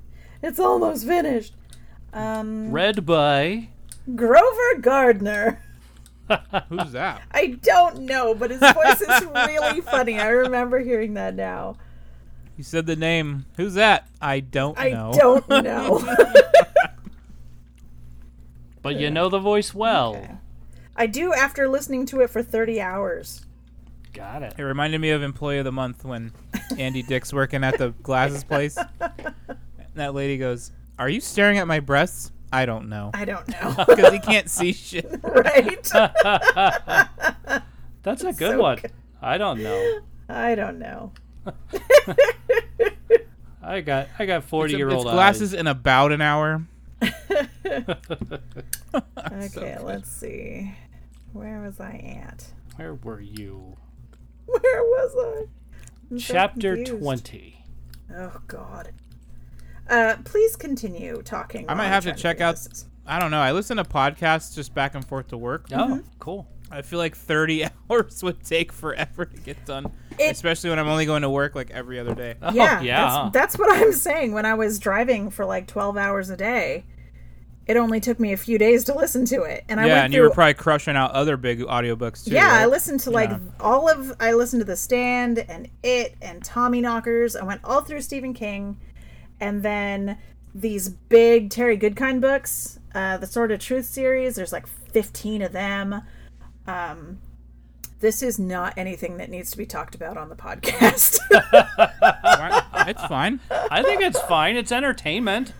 Speaker 4: <laughs> it's almost finished. Um,
Speaker 2: Read by
Speaker 4: Grover Gardner.
Speaker 3: <laughs>
Speaker 4: <laughs>
Speaker 3: Who's that?
Speaker 4: I don't know, but his voice is
Speaker 3: <laughs>
Speaker 4: really funny. I remember hearing that now.
Speaker 3: You said the name. Who's that? I don't
Speaker 4: I
Speaker 3: know. <laughs>
Speaker 4: don't know. <laughs>
Speaker 2: But you know the voice well.
Speaker 3: Oh.
Speaker 4: I do after listening to it for 30 hours. <laughs>
Speaker 2: Got it.
Speaker 3: It reminded me of Employee of the Month when Andy Dick's working at the glasses place. And that lady goes, Are you staring at my breasts? I don't
Speaker 4: <laughs>
Speaker 3: know.
Speaker 4: I don't
Speaker 3: <laughs>
Speaker 4: know. <laughs>
Speaker 3: Because he can't see shit. <laughs>
Speaker 4: right?
Speaker 2: That's a good
Speaker 4: so
Speaker 2: one.
Speaker 4: good.
Speaker 2: I don't know.
Speaker 4: I
Speaker 2: <laughs>
Speaker 4: don't know.
Speaker 2: I got I got forty
Speaker 3: It's,
Speaker 2: year
Speaker 3: it's
Speaker 2: old
Speaker 3: glasses in about an hour. <laughs>
Speaker 4: Okay, let's see. Where was I at?
Speaker 2: <laughs>
Speaker 4: <laughs>
Speaker 2: Where were you?
Speaker 4: Where was I? I'm so
Speaker 2: Chapter
Speaker 4: confused.
Speaker 2: twenty.
Speaker 4: Oh God. Uh, please continue talking.
Speaker 3: I might
Speaker 4: while I'm
Speaker 3: have to
Speaker 4: trying
Speaker 3: check
Speaker 4: figure
Speaker 3: out.
Speaker 4: this
Speaker 3: I don't know. I listen to podcasts just back and forth to work.
Speaker 2: Oh,
Speaker 4: Mm-hmm.
Speaker 2: cool.
Speaker 3: I feel like 30 <laughs> hours would take forever to get done,
Speaker 4: It-
Speaker 3: especially when I'm only going to work like every other day.
Speaker 2: Oh,
Speaker 4: Yeah,
Speaker 2: yeah.
Speaker 4: That's, that's what I'm saying. When I was driving for like 12 hours a day, it only took me a few days to listen to it, and I
Speaker 3: yeah,
Speaker 4: went
Speaker 3: and
Speaker 4: through
Speaker 3: you were probably crushing out other big audiobooks too.
Speaker 4: yeah, I
Speaker 3: right?
Speaker 4: listened to like all of I listened to The Stand and It and Tommy Knockers. I went all through Stephen King and then these big Terry Goodkind books, uh, the Sword of Truth series. There's like 15 of them. Um, this is not anything that needs to be talked about on the <laughs> podcast.
Speaker 3: Why- it's
Speaker 4: <laughs>
Speaker 3: fine.
Speaker 2: I think it's fine. It's entertainment.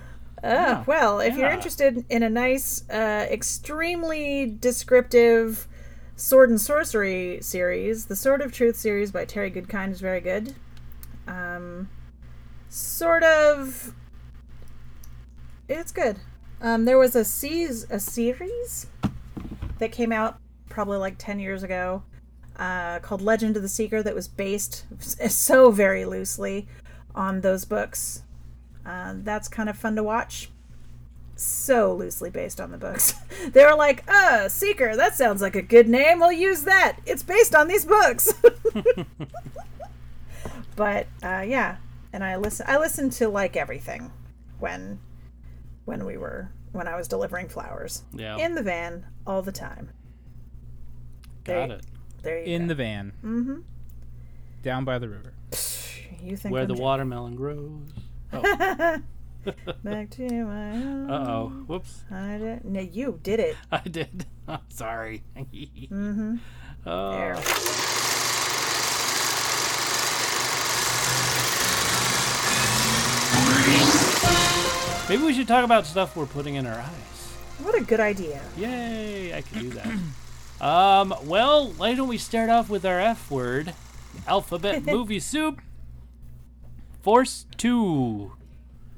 Speaker 4: Uh, well, if you're
Speaker 2: yeah.
Speaker 4: interested in a nice, uh, extremely descriptive sword and sorcery series, the Sword of Truth series by Terry Goodkind is very good. Um, sort of it's good. Um, there was a seas a series that came out probably like ten years ago uh, called Legend of the Seeker that was based <laughs> s- so very loosely on those books. Uh, that's kind of fun to watch. So loosely based on the books. <laughs> they were like, uh, Seeker, that sounds like a good name. We'll use that. It's based on these books. <laughs> but uh, yeah, and I listen. I listened to like everything when when we were when I was delivering flowers
Speaker 2: Yeah.
Speaker 4: in the van all the time.
Speaker 2: Got
Speaker 4: they-
Speaker 2: it.
Speaker 4: There you
Speaker 3: in
Speaker 4: go.
Speaker 3: the van. Mm-hmm. Down by the river.
Speaker 4: you think
Speaker 2: Where
Speaker 4: I'm
Speaker 2: the
Speaker 4: j-
Speaker 2: watermelon grows.
Speaker 4: back to my home.
Speaker 2: Uh oh.
Speaker 4: Mm-hmm.
Speaker 2: Whoops. <laughs>
Speaker 4: I did no, you did it.
Speaker 2: I did. <laughs> I'm sorry.
Speaker 4: Mm.
Speaker 2: mm-hmm.
Speaker 4: There.
Speaker 2: Oh. Maybe we should talk about stuff we're putting in our eyes.
Speaker 4: What a good idea.
Speaker 2: Yay, I can do that. um, well, why don't we start off with our F word?
Speaker 4: <laughs>
Speaker 2: Alphabet movie soup. Force 2.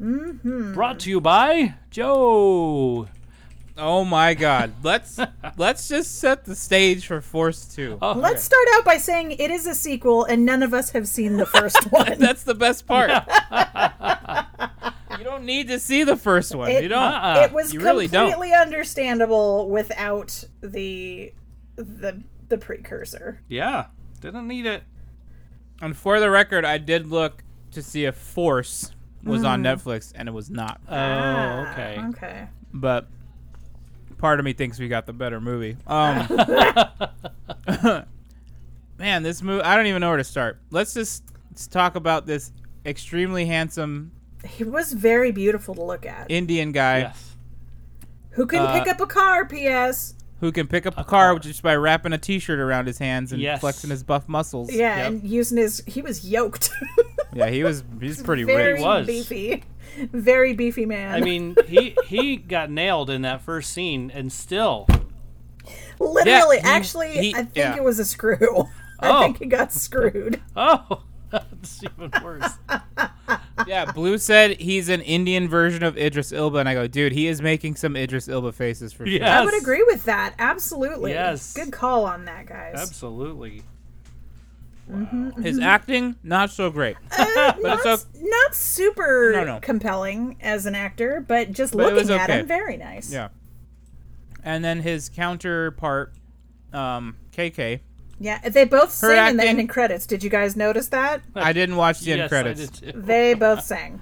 Speaker 2: Mm-hmm. Brought to you by Joe.
Speaker 3: Oh my <laughs> God! Let's let's just set the stage for Force Two.
Speaker 2: Oh, <laughs>
Speaker 4: Let's start out by saying it is a sequel, and none of us have seen the first
Speaker 3: <laughs>
Speaker 4: one.
Speaker 3: That's the best part. you don't need to see the first one.
Speaker 4: It-
Speaker 3: you don't.
Speaker 2: Uh-uh.
Speaker 4: it was
Speaker 3: you really
Speaker 4: completely
Speaker 3: don't.
Speaker 4: understandable without the the the precursor.
Speaker 2: Yeah, didn't need it.
Speaker 3: And for the record, I did look to see if Force was on
Speaker 4: Mm-hmm.
Speaker 3: Netflix, and it was not.
Speaker 2: Oh, okay.
Speaker 4: Ah, Okay.
Speaker 3: But part of me thinks we got the better movie. Um, <laughs> man, this movie. I don't even know where to start. Let's just let's talk about this extremely handsome
Speaker 4: He was very beautiful to look at.
Speaker 3: Indian guy
Speaker 2: Yes.
Speaker 4: Who can
Speaker 3: Uh,
Speaker 4: pick up a car? P.S.
Speaker 3: who can pick up a,
Speaker 2: car.
Speaker 3: car just by wrapping a T-shirt around his hands and
Speaker 2: Yes.
Speaker 3: flexing his buff muscles.
Speaker 4: Yeah,
Speaker 2: yep.
Speaker 4: and using his he was yoked. <laughs>
Speaker 3: yeah. He was he's pretty
Speaker 4: very
Speaker 3: rich.
Speaker 2: He was.
Speaker 4: beefy, very beefy man.
Speaker 2: I mean, he he got nailed in that first scene, and still,
Speaker 4: <laughs> literally.
Speaker 3: he-
Speaker 4: actually,
Speaker 3: he-
Speaker 4: I think
Speaker 3: yeah.
Speaker 4: it was a screw. <laughs>
Speaker 2: Oh.
Speaker 4: I think he got screwed.
Speaker 2: oh, <laughs> that's even worse.
Speaker 3: Yeah, Blue said he's an Indian version of Idris Ilba, and I go, dude, he is making some Idris Ilba faces for sure.
Speaker 2: Yes,
Speaker 4: I would agree with that. Absolutely.
Speaker 2: Yes.
Speaker 4: Good call on that, guys.
Speaker 2: Absolutely.
Speaker 3: His acting not so
Speaker 4: <laughs>
Speaker 3: great,
Speaker 4: Uh,
Speaker 3: but it's
Speaker 4: not,
Speaker 3: okay.
Speaker 4: not super
Speaker 3: No, no.
Speaker 4: compelling as an actor, but just
Speaker 3: But it was
Speaker 4: looking at
Speaker 3: okay.
Speaker 4: him, very nice.
Speaker 3: Yeah. And then his counterpart, um, KK.
Speaker 4: Yeah, They both sang in the
Speaker 3: acting-
Speaker 4: ending credits. Did you guys notice that?
Speaker 3: I didn't watch the end
Speaker 2: yes,
Speaker 3: credits.
Speaker 2: I did too.
Speaker 3: <laughs>
Speaker 4: They both sang.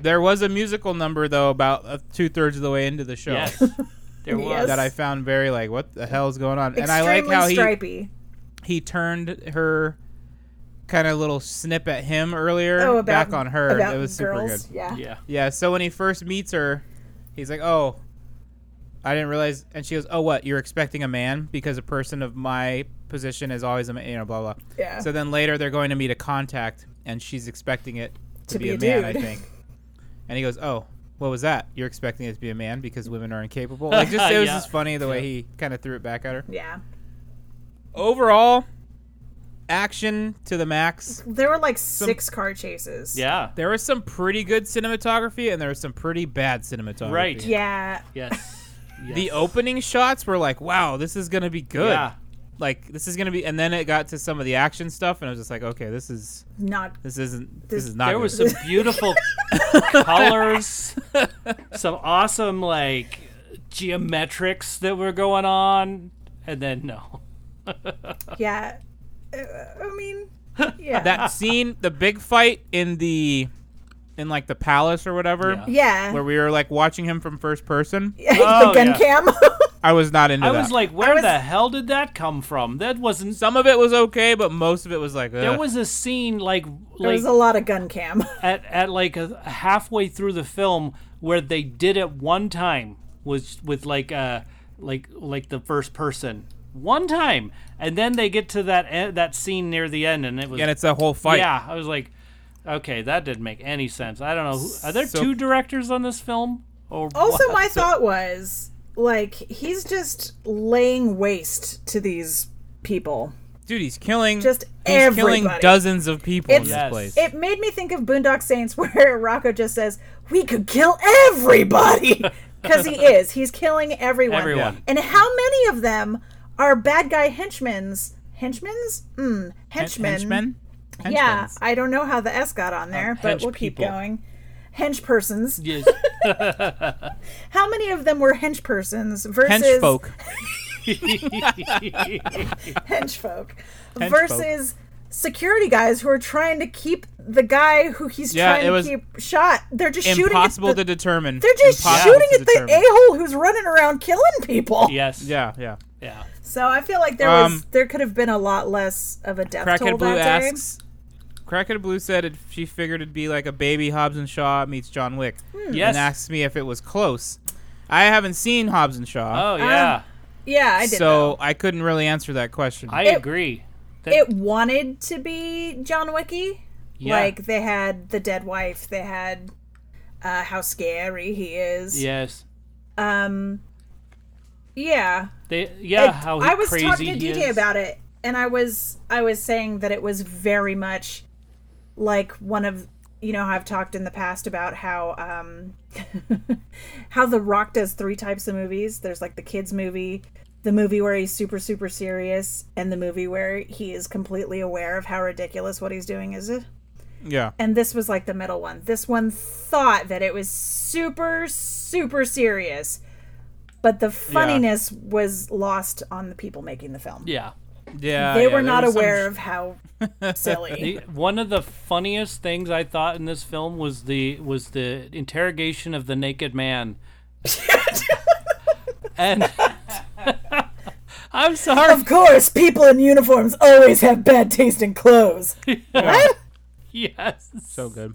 Speaker 3: There was a musical number though, about uh, two thirds of the way into the show,
Speaker 2: Yes, <laughs> there was.
Speaker 4: Yes.
Speaker 3: that I found very like, what the hell is going on? and I
Speaker 4: Extremely
Speaker 3: like how he
Speaker 4: stripy.
Speaker 3: he turned her kind of little snip at him earlier
Speaker 4: Oh, about
Speaker 3: back on her.
Speaker 4: About
Speaker 3: it was super
Speaker 4: girls.
Speaker 3: good.
Speaker 4: Yeah.
Speaker 2: Yeah.
Speaker 3: Yeah, so when he first meets her, he's like, "Oh, I didn't realize." And she goes, "Oh, what? You're expecting a man because a person of my position is always a man, you know, blah blah."
Speaker 4: Yeah.
Speaker 3: So then later they're going to meet a contact, and she's expecting it to,
Speaker 4: To
Speaker 3: be,
Speaker 4: be
Speaker 3: a,
Speaker 4: a
Speaker 3: man, I
Speaker 4: dude.
Speaker 3: think. And he goes, "Oh, what was that? You're expecting it to be a man because women
Speaker 2: <laughs>
Speaker 3: are incapable." Like, just it was
Speaker 2: Yeah.
Speaker 3: just funny the way he kind of threw it back at her.
Speaker 4: <laughs> yeah.
Speaker 3: Overall, action to the max.
Speaker 4: There were like six car chases.
Speaker 2: Yeah.
Speaker 3: There was some pretty good cinematography, and there was some pretty bad cinematography.
Speaker 2: Right.
Speaker 4: Yeah.
Speaker 2: <laughs> Yes. yes.
Speaker 3: the opening shots were like, wow, this is gonna be good.
Speaker 2: Yeah.
Speaker 3: Like this is gonna be, and then it got to some of the action stuff, and I was just like, okay, this is <laughs>
Speaker 4: Not
Speaker 3: this isn't
Speaker 4: This-
Speaker 3: this, is not.
Speaker 2: There
Speaker 3: good.
Speaker 2: was some beautiful colors, some awesome like geometrics that were going on, and then no.
Speaker 4: yeah. Uh, I
Speaker 3: <laughs>
Speaker 4: mean, yeah.
Speaker 2: <laughs>
Speaker 3: that scene, the big fight in the in like the palace or whatever,
Speaker 2: Yeah.
Speaker 4: yeah.
Speaker 3: where we were like watching him from first person.
Speaker 2: Oh,
Speaker 4: <laughs> the gun
Speaker 2: yeah.
Speaker 4: cam. <laughs>
Speaker 3: I was not into
Speaker 2: I
Speaker 3: that.
Speaker 2: was like, where
Speaker 4: was-
Speaker 2: the hell did that come from? That wasn't.
Speaker 3: some of it was okay, but most of it was like,
Speaker 2: There
Speaker 3: ugh.
Speaker 2: was a scene like
Speaker 4: there
Speaker 2: like
Speaker 4: was a lot of gun
Speaker 2: <laughs>
Speaker 4: cam.
Speaker 2: at at like a, halfway through the film where they did it one time was with like uh like like the first person one time, and then they get to that e- that scene near the end, and it was
Speaker 3: and it's uh, a whole fight.
Speaker 2: yeah. I was like, okay, that didn't make any sense. I don't know. who- Are there
Speaker 3: So-
Speaker 2: two directors on this film? Or
Speaker 4: Also,
Speaker 2: what?
Speaker 4: Oh, my thought was like he's just laying waste to these people.
Speaker 3: Dude, he's killing
Speaker 4: Just
Speaker 3: he's killing
Speaker 4: everybody.
Speaker 3: dozens of people in
Speaker 4: It's-
Speaker 3: this
Speaker 2: Yes.
Speaker 3: place.
Speaker 4: It made me think of Boondock Saints, <laughs> where Rocco just says, "We could kill everybody," <laughs> because he is. He's killing everyone.
Speaker 2: Everyone. Yeah.
Speaker 4: And how many of them are bad guy henchmen's? Henchmen's? Mm, henchmen.
Speaker 3: Henchmen?
Speaker 4: Yeah,
Speaker 3: Henchmen's.
Speaker 4: I don't know how the S got on there, but
Speaker 2: Uh, hench
Speaker 4: we'll keep
Speaker 2: people.
Speaker 4: going. Hench persons.
Speaker 2: <laughs>
Speaker 4: <laughs>
Speaker 2: Yes.
Speaker 4: How many of them were hench persons versus
Speaker 3: Henchfolk.
Speaker 4: henchfolk
Speaker 3: Henchfolk.
Speaker 4: versus security guys who are trying to keep the guy who he's
Speaker 3: Yeah,
Speaker 4: trying
Speaker 3: it was
Speaker 4: to keep shot. They're just shooting. at
Speaker 3: Impossible
Speaker 4: the-
Speaker 3: to determine.
Speaker 4: They're just
Speaker 3: Impossible
Speaker 4: shooting
Speaker 3: to
Speaker 4: at the
Speaker 3: determine.
Speaker 4: a hole who's running around killing people.
Speaker 2: yes.
Speaker 3: Yeah, yeah.
Speaker 2: Yeah.
Speaker 4: So I feel like there was
Speaker 3: Um,
Speaker 4: there could have been a lot less of a death toll
Speaker 3: Crackhead Blue
Speaker 4: that
Speaker 3: asks. Crackhead Blue said it, she figured it'd be like a baby Hobbs and Shaw meets John Wick,
Speaker 4: Hmm.
Speaker 2: Yes.
Speaker 3: and asks me if it was close. I haven't seen Hobbs and Shaw,
Speaker 2: Oh
Speaker 4: Um,
Speaker 2: yeah.
Speaker 4: day. Yeah, I did.
Speaker 3: so I couldn't really answer that question.
Speaker 2: I
Speaker 4: It-
Speaker 2: agree. That,
Speaker 4: it wanted to be John Wicky.
Speaker 2: yeah.
Speaker 4: Like they had the dead wife. They had uh, how scary he is.
Speaker 2: yes.
Speaker 4: Um. Yeah.
Speaker 2: They yeah.
Speaker 4: It-
Speaker 2: how
Speaker 4: I was
Speaker 2: crazy
Speaker 4: talking to
Speaker 2: he
Speaker 4: DJ
Speaker 2: is.
Speaker 4: about it, and I was I was saying that it was very much like one of you know I've talked in the past about how um <laughs> how The Rock does three types of movies. There's like the kids movie, the movie where he's super super serious, and the movie where he is completely aware of how ridiculous what he's doing is.
Speaker 3: yeah,
Speaker 4: And this was like the middle one. This one thought that it was super super serious. But the funniness was lost on the people making the film
Speaker 2: Yeah.
Speaker 3: yeah,
Speaker 4: they
Speaker 3: yeah,
Speaker 4: were
Speaker 3: there
Speaker 4: not
Speaker 3: was some
Speaker 4: aware
Speaker 3: <laughs>
Speaker 4: of how silly.
Speaker 2: The- one of the funniest things I thought in this film was the was the interrogation of the naked man. and <laughs> I'm sorry. <laughs>
Speaker 4: of course, people in uniforms always have bad taste in clothes.
Speaker 2: Yes.
Speaker 3: So good.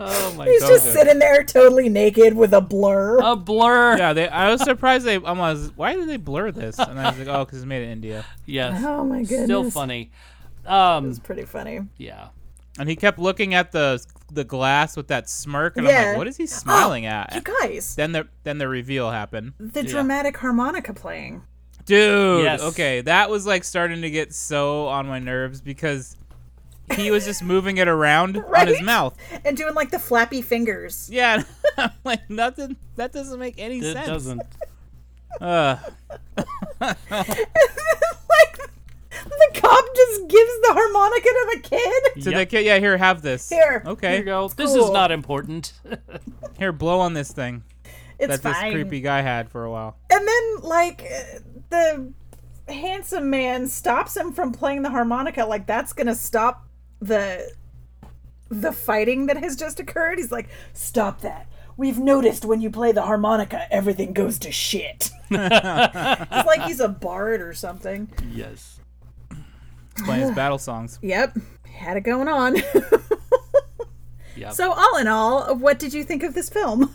Speaker 2: Oh my
Speaker 4: He's
Speaker 2: god.
Speaker 4: just
Speaker 3: good.
Speaker 4: sitting there totally naked with a blur.
Speaker 3: Oh,
Speaker 2: A blur.
Speaker 3: Yeah, they, I was surprised they. I was why did they blur this? And I was like, oh, because it's made in India.
Speaker 2: Yes.
Speaker 4: oh my goodness.
Speaker 2: Still funny. Um.
Speaker 4: It's pretty funny.
Speaker 2: Yeah.
Speaker 3: And he kept looking at the the glass with that smirk, and I'm
Speaker 4: Yeah.
Speaker 3: like, what is he smiling at?
Speaker 4: <gasps> You guys,
Speaker 3: then the then the reveal happened.
Speaker 4: the dramatic harmonica playing.
Speaker 3: Dude,
Speaker 2: Yes.
Speaker 3: okay, that was like starting to get so on my nerves because he was just moving it
Speaker 4: <laughs>
Speaker 3: around on his
Speaker 4: Right?
Speaker 3: mouth.
Speaker 4: And doing like the flappy fingers.
Speaker 3: Yeah, <laughs> I'm like nothing. That doesn't make any
Speaker 2: It
Speaker 3: sense.
Speaker 2: doesn't.
Speaker 3: Uh,
Speaker 4: <laughs> like the cop just gives the harmonica to the kid.
Speaker 3: to
Speaker 2: Yep.
Speaker 3: the kid, yeah, here, have this.
Speaker 4: Here.
Speaker 3: okay,
Speaker 2: Here
Speaker 3: here,
Speaker 2: you go. This is
Speaker 4: cool.
Speaker 2: not important.
Speaker 3: blow on this thing
Speaker 4: It's
Speaker 3: that
Speaker 4: fine.
Speaker 3: this creepy guy had for a while.
Speaker 4: And then like uh, the handsome man stops him from playing the harmonica like that's going to stop the the fighting that has just occurred. He's like, "Stop that. We've noticed when you play the harmonica everything goes to shit." <laughs> it's like he's a bard or something.
Speaker 2: yes.
Speaker 3: Playing his battle songs.
Speaker 4: Yep. Had it going on. <laughs>
Speaker 2: Yep.
Speaker 4: So all in all, what did you think of this film?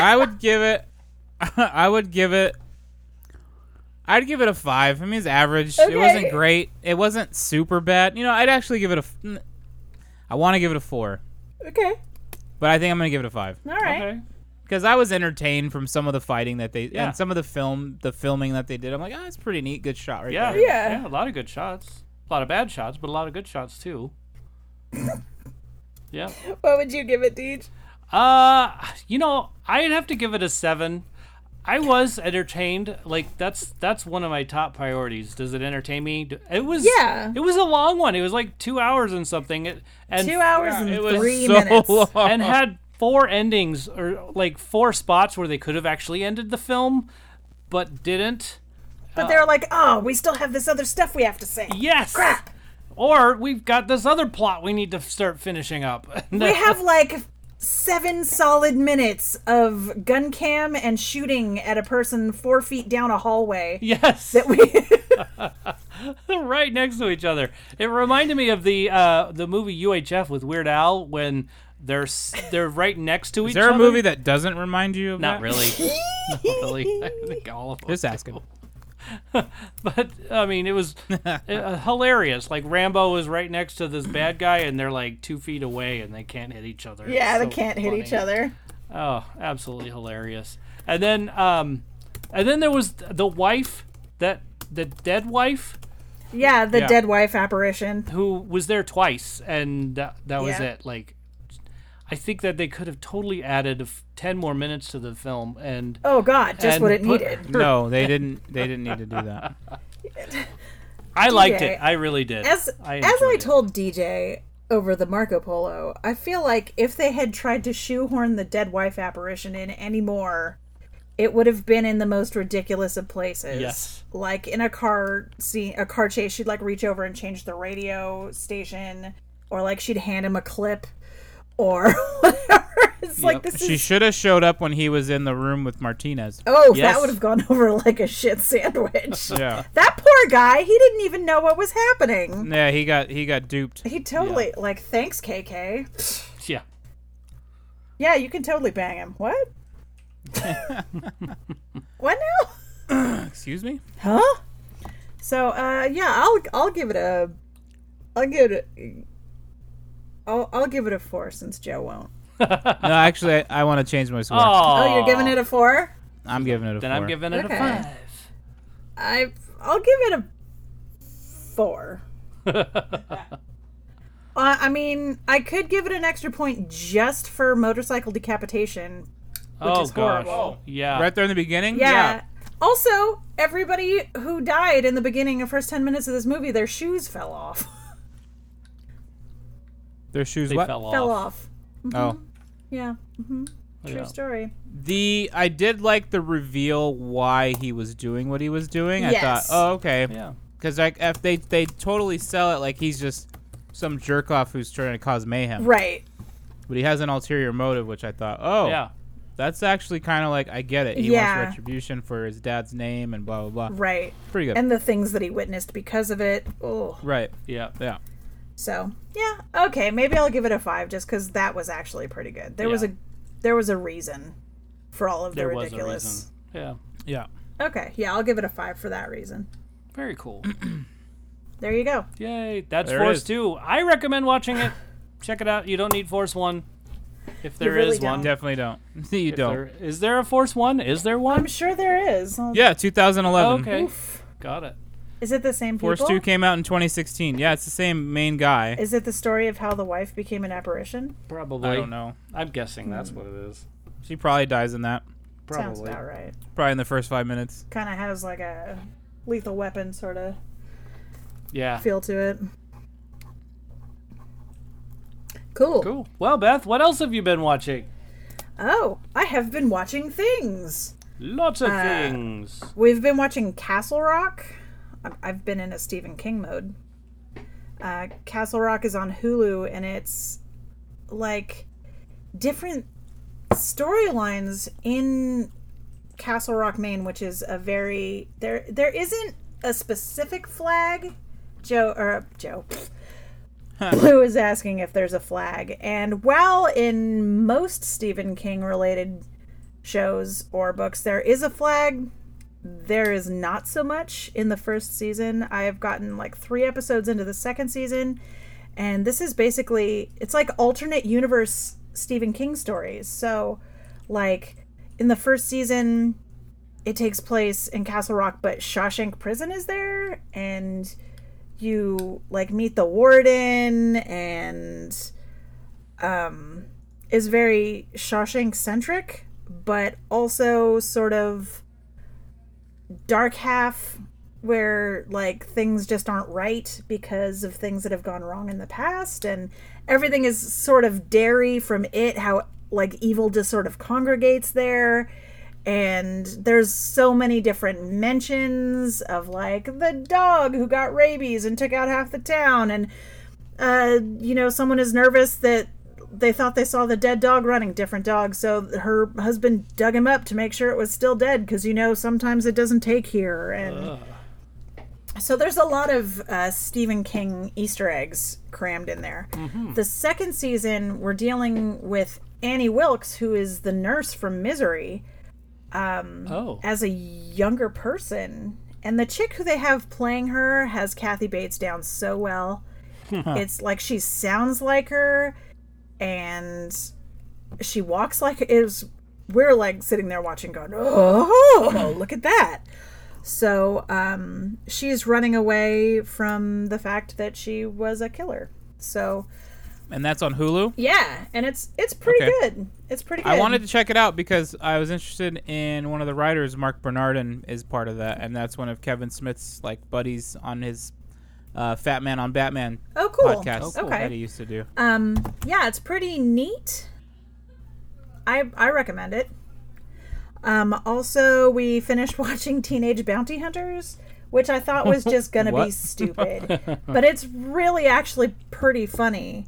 Speaker 3: I would give it. <laughs> I would give it. I'd give it a five. I mean, it's average. It wasn't
Speaker 4: Okay.
Speaker 3: great. It wasn't super bad. You know, I'd actually give it a. f- I want to give it a four,
Speaker 4: Okay.
Speaker 3: but I think I'm gonna give it a five
Speaker 4: All right.
Speaker 2: Okay.
Speaker 3: because I was entertained from some of the fighting that they
Speaker 2: Yeah.
Speaker 3: and some of the film, the filming that they did. I'm like, oh, it's pretty neat. Good shot, right
Speaker 2: Yeah.
Speaker 3: there.
Speaker 2: A
Speaker 4: Yeah.
Speaker 2: lot of good shots. A lot of bad shots, but a lot of good shots too. yeah.
Speaker 4: What would you give it, Deej?
Speaker 2: Uh, you know, I'd have to give it a seven. I was entertained. Like that's that's one of my top priorities. Does it entertain me? Do- It was
Speaker 4: Yeah.
Speaker 2: It was a long one. It was like two hours and something. It, and
Speaker 4: Two hours and
Speaker 3: It was
Speaker 4: three
Speaker 3: so
Speaker 4: minutes.
Speaker 3: long.
Speaker 2: and had four endings or like four spots where they could have actually ended the film, but didn't.
Speaker 4: But they're like, oh, we still have this other stuff we have to say. Ah,
Speaker 2: Yes.
Speaker 4: Crap.
Speaker 2: Or we've got this other plot we need to start finishing up. <laughs>
Speaker 4: We have like seven solid minutes of gun cam and shooting at a person four feet down a hallway.
Speaker 2: yes.
Speaker 4: <laughs> We-
Speaker 2: <laughs> right next to each other. It reminded me of the uh, the movie UHF with Weird Al when they're s- they're right next to each
Speaker 3: Is there a
Speaker 2: other.
Speaker 3: movie that doesn't remind you of <laughs>
Speaker 2: Not
Speaker 3: that?
Speaker 2: really. Not really. I think all of them.
Speaker 3: Just asking.
Speaker 2: <laughs> But I mean, it was uh, hilarious. Like Rambo was right next to this bad guy, and they're like two feet away, and they can't hit each other.
Speaker 4: yeah,
Speaker 2: It's
Speaker 4: they
Speaker 2: so
Speaker 4: can't hit each
Speaker 2: funny.
Speaker 4: other.
Speaker 2: Oh, absolutely hilarious. And then um and then there was th- the wife that the dead wife
Speaker 4: Yeah, the
Speaker 3: Yeah.
Speaker 4: dead wife apparition.
Speaker 2: who was there twice, and that, that was
Speaker 4: Yeah.
Speaker 2: it. Like, I think that they could have totally added a f- ten more minutes to the film, and
Speaker 4: Oh God, just
Speaker 2: And
Speaker 4: what it
Speaker 2: put-
Speaker 3: <laughs>
Speaker 4: needed.
Speaker 3: No, they didn't. They didn't need to do that.
Speaker 2: I liked
Speaker 4: DJ,
Speaker 2: it. I really did.
Speaker 4: As
Speaker 2: I
Speaker 4: as I
Speaker 2: enjoyed it.
Speaker 4: told DJ over the Marco Polo, I feel like if they had tried to shoehorn the dead wife apparition in anymore, it would have been in the most ridiculous of places.
Speaker 2: Yes.
Speaker 4: Like in a car scene, a car chase, she'd like reach over and change the radio station, or like she'd hand him a clip, or <laughs> whatever. It's like this
Speaker 2: <laughs>
Speaker 3: She
Speaker 4: is.
Speaker 3: should have showed up when he was in the room with Martinez.
Speaker 4: Oh,
Speaker 2: Yes.
Speaker 4: that would have gone <laughs> over like a shit
Speaker 2: <laughs>
Speaker 4: sandwich.
Speaker 3: Yeah.
Speaker 4: That poor guy, he didn't even know what was happening.
Speaker 3: Yeah, he got he got duped.
Speaker 4: He totally like
Speaker 2: <sighs>
Speaker 4: thanks KK.
Speaker 2: yeah.
Speaker 4: Yeah, you can totally bang him. What?
Speaker 2: <laughs>
Speaker 4: what now?
Speaker 3: Excuse me.
Speaker 4: Huh? So uh yeah, I'll I'll give it a I'll give it a I'll, I'll give it a four since Joe won't.
Speaker 3: No, actually, I, I want to change my score.
Speaker 4: Oh, you're giving it a four?
Speaker 3: I'm giving it a
Speaker 2: Then
Speaker 3: four.
Speaker 2: I'm giving it
Speaker 4: Okay.
Speaker 2: a five.
Speaker 4: I I'll give it a
Speaker 2: <laughs>
Speaker 4: four. uh, I mean, I could give it an extra point just for motorcycle decapitation, which
Speaker 2: oh
Speaker 4: is
Speaker 2: gosh.
Speaker 4: horrible.
Speaker 2: Yeah.
Speaker 3: right there in the beginning.
Speaker 4: Yeah. Also, everybody who died in the beginning of first 10 minutes of this movie, their shoes fell off. <laughs>
Speaker 3: Their shoes
Speaker 2: They
Speaker 3: what?
Speaker 2: fell off.
Speaker 4: fell off. Oh,
Speaker 3: Oh.
Speaker 4: Yeah. True
Speaker 2: Yeah.
Speaker 4: story.
Speaker 3: The I did like the reveal why he was doing what he was doing. I thought,
Speaker 4: Yes.
Speaker 3: oh okay,
Speaker 2: Yeah.
Speaker 3: because like if they they totally sell it like he's just some jerk off who's trying to cause mayhem,
Speaker 4: Right.
Speaker 3: but he has an ulterior motive, which I thought, oh
Speaker 2: Yeah.
Speaker 3: that's actually kind of like I get it. He
Speaker 4: Yeah.
Speaker 3: wants retribution for his dad's name and blah blah blah.
Speaker 4: Right.
Speaker 3: Pretty good,
Speaker 4: And the things that he witnessed because of it. Oh.
Speaker 3: right?
Speaker 2: Yeah.
Speaker 3: Yeah,
Speaker 4: So, yeah. Okay, maybe I'll give it a 5 just cuz that was actually pretty good. There was
Speaker 2: Yeah.
Speaker 4: a there was a reason for all of the
Speaker 2: There was a
Speaker 4: ridiculous.
Speaker 2: reason. Yeah.
Speaker 3: yeah.
Speaker 4: Okay. Yeah, I'll give it a 5 for that reason.
Speaker 2: Very
Speaker 3: <clears throat>
Speaker 2: cool.
Speaker 4: There you go.
Speaker 2: Yay. That's
Speaker 3: There it
Speaker 2: Force
Speaker 3: is.
Speaker 2: 2. I recommend watching it. Check it out. You don't need Force 1 if there is
Speaker 4: really
Speaker 2: one.
Speaker 4: don't.
Speaker 3: Um, Definitely don't. <laughs> you
Speaker 2: If
Speaker 3: don't.
Speaker 2: there- is there a Force 1? Is there
Speaker 4: I'm
Speaker 2: one?
Speaker 4: sure there is. I'll-
Speaker 3: Yeah, 2011.
Speaker 2: Oh, Okay.
Speaker 4: Oof.
Speaker 2: Got it.
Speaker 4: Is it the same people?
Speaker 3: Force Two came out in 2016. Yeah, it's the same main guy.
Speaker 4: Is it the story of how the wife became an apparition?
Speaker 2: Probably. Hmm.
Speaker 3: I don't know.
Speaker 2: I'm guessing that's what it is.
Speaker 3: She probably dies in that.
Speaker 2: Probably.
Speaker 4: Sounds about right.
Speaker 3: Probably in the first five minutes.
Speaker 4: Kind of has like a lethal weapon sort of
Speaker 2: Yeah.
Speaker 4: feel to it. Cool.
Speaker 2: Cool. Well, Beth, what else have you been watching?
Speaker 4: Oh, I have been watching things.
Speaker 2: Lots of
Speaker 4: Uh,
Speaker 2: things.
Speaker 4: We've been watching Castle Rock. I- I've been in a Stephen King mode. Uh, Castle Rock is on Hulu, and it's like different storylines in Castle Rock, Maine, which is a very there. There isn't a specific flag. Joe or Joe. <laughs> Blue is asking if there's a flag, and while in most Stephen King related shows or books there is a flag, there is not so much in the first season. I have gotten like three episodes into the second season, and this is basically it's like alternate universe Stephen King stories. So, like in the first season, it takes place in Castle Rock, but Shawshank Prison is there, and you like meet the warden and um is very Shawshank centric, but also sort of dark half where like things just aren't right because of things that have gone wrong in the past and everything is sort of dairy from it how like evil just sort of congregates there and there's so many different mentions of like the dog who got rabies and took out half the town and uh you know someone is nervous that they thought they saw the dead dog running different dog so her husband dug him up to make sure it was still dead because you know sometimes it doesn't take here and so there's a lot of uh, stephen king easter eggs crammed in there the second season we're dealing with annie wilkes who is the nurse from misery mm.
Speaker 2: Oh.
Speaker 4: <laughs> as a younger person. And the chick who they have playing her has Kathy Bates down
Speaker 3: <laughs>
Speaker 4: so well. it's like she sounds like her and she
Speaker 3: Hmm.
Speaker 4: walks like it was we're like sitting there watching going, Oh, look at that. So um, she's running away from the fact that she was a killer. So
Speaker 3: and that's on Hulu.
Speaker 4: yeah, and it's it's pretty
Speaker 3: Okay.
Speaker 4: good. It's pretty good.
Speaker 3: I wanted to check it out because I was interested in one of the writers, Mark Bernardin, is part of that, and that's one of Kevin Smith's like buddies on his uh, Fat Man on Batman
Speaker 4: oh cool
Speaker 3: podcast
Speaker 2: Oh, cool.
Speaker 4: okay
Speaker 3: that he used to do.
Speaker 4: um yeah it's pretty neat i i recommend it um also we finished <laughs> watching teenage bounty hunters which i thought was just gonna be
Speaker 3: What?
Speaker 4: stupid but it's really actually pretty funny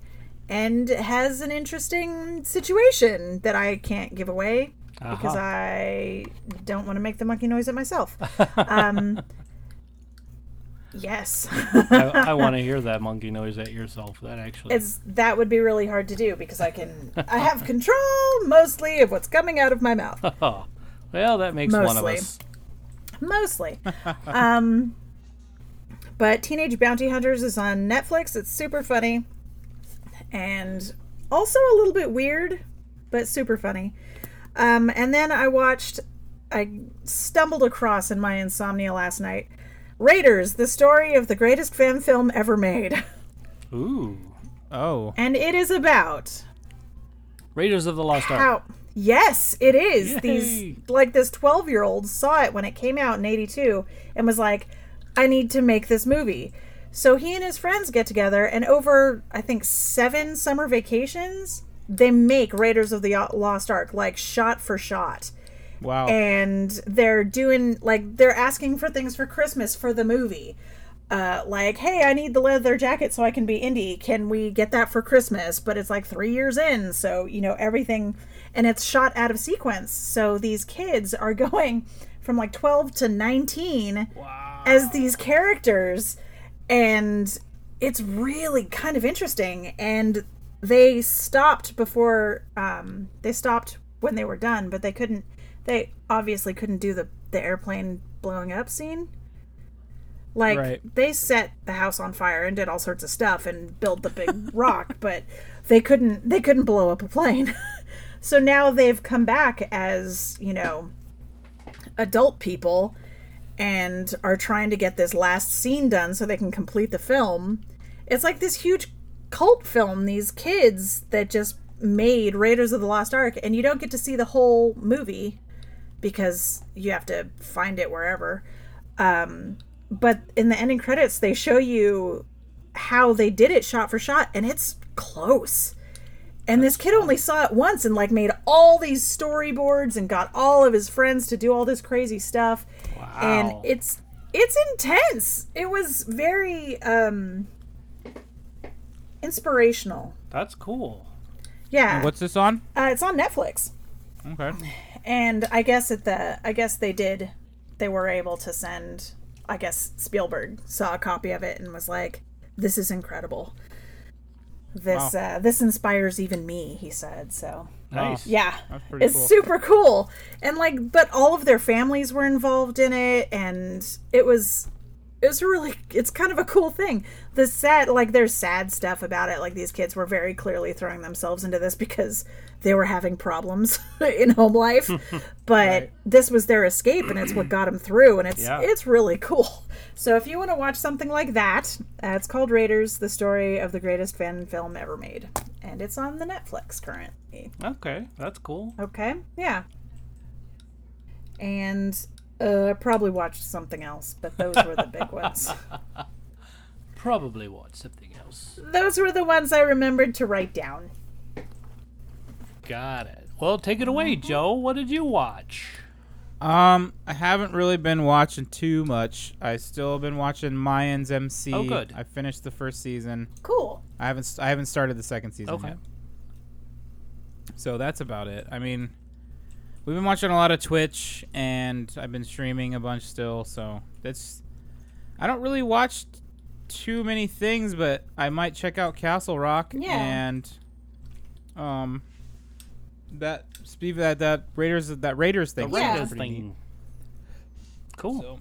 Speaker 4: and has an interesting situation that i can't give away because i don't want to make the monkey noise at myself um yes
Speaker 2: I, I want to hear that monkey noise at yourself. That actually.
Speaker 4: it's that would be really hard to do because I can I have control mostly of what's coming out of my mouth.
Speaker 2: Oh, well, that makes one of
Speaker 4: Mostly.
Speaker 2: us.
Speaker 4: Mostly. um but Teenage Bounty Hunters is on Netflix. It's super funny and also a little bit weird, but super funny. Um and then I watched I stumbled across in my insomnia last night Raiders, the story of the greatest fan film ever made. <laughs>
Speaker 2: Ooh,
Speaker 3: Oh,
Speaker 4: And it is about
Speaker 2: Raiders of the Lost Ark.
Speaker 4: How? Yes, it is.
Speaker 2: Yay.
Speaker 4: These like this 12-year-old saw it when it came out in 82 and was like, "I need to make this movie." So he and his friends get together and over I think 7 summer vacations, they make Raiders of the Lost Ark like shot for shot.
Speaker 3: wow.
Speaker 4: And they're doing like they're asking for things for Christmas for the movie. Uh, like, hey, I need the leather jacket so I can be indie. Can we get that for Christmas? But it's like three years in, so you know everything, and it's shot out of sequence. So these kids are <laughs> going from like twelve to nineteen as these characters, and it's really kind of interesting. And they stopped before um, they stopped when they were done, but they couldn't. They obviously couldn't do the the airplane blowing up scene. Like
Speaker 3: Right.
Speaker 4: they set the house on fire and did all sorts of stuff and built the big <laughs> rock, but they couldn't they couldn't blow up a plane. <laughs> so now they've come back as, you know, adult people and are trying to get this last scene done so they can complete the film. It's like this huge cult film these kids that just made Raiders of the Lost Ark and you don't get to see the whole movie because you have to find it wherever. Um, but in the ending credits, they show you how they did it shot for shot, and it's close. And this kid only saw it once and like made all these storyboards and got all of his friends to do all this crazy stuff.
Speaker 2: Wow.
Speaker 4: And it's it's intense. It was very um inspirational.
Speaker 2: That's cool.
Speaker 4: Oh, Yeah.
Speaker 3: And what's this on?
Speaker 4: uh, it's on Netflix.
Speaker 3: Okay.
Speaker 4: and I guess at the I guess they did they were able to send I guess Spielberg saw a copy of it and was like this is incredible. This uh, this inspires even me, he said. So
Speaker 2: Nice.
Speaker 4: yeah,
Speaker 3: That's pretty
Speaker 4: it's
Speaker 3: cool.
Speaker 4: super cool. And like, but all of their families were involved in it, and it was it was really it's kind of a cool thing. The sad like there's sad stuff about it. Like these kids were very clearly throwing themselves into this because they were having problems <laughs> in
Speaker 3: <laughs>
Speaker 4: home life, but this was their escape, and it's what got them through. And it's
Speaker 2: Yeah.
Speaker 4: it's really cool. So if you want to watch something like that, uh, it's called Raiders: The Story of the Greatest Fan Film Ever Made, and it's on the Netflix currently.
Speaker 2: Okay, that's cool.
Speaker 4: Okay. Yeah. And uh, I probably watched something else, but those were the
Speaker 2: <laughs>
Speaker 4: big ones.
Speaker 2: Probably watch something else.
Speaker 4: Those were the ones I remembered to write down.
Speaker 2: Got it. Well, take it away,
Speaker 4: Mm-hmm.
Speaker 2: Joe. What did you watch?
Speaker 3: Um, I haven't really been watching too much. I still been watching Mayans MC.
Speaker 2: Oh, good.
Speaker 3: I finished the first season.
Speaker 4: Cool.
Speaker 3: I haven't st- I haven't started the second season
Speaker 2: Okay.
Speaker 3: yet. So that's about it. I mean, we've been watching a lot of Twitch and I've been streaming a bunch still, so that's I don't really watch t- too many things, but I might check out Castle Rock
Speaker 4: Yeah.
Speaker 3: and um that speak that that Raiders that Raiders
Speaker 2: The
Speaker 3: thing.
Speaker 4: Yeah.
Speaker 2: Raiders
Speaker 3: Pretty neat.
Speaker 2: thing. Cool.
Speaker 3: So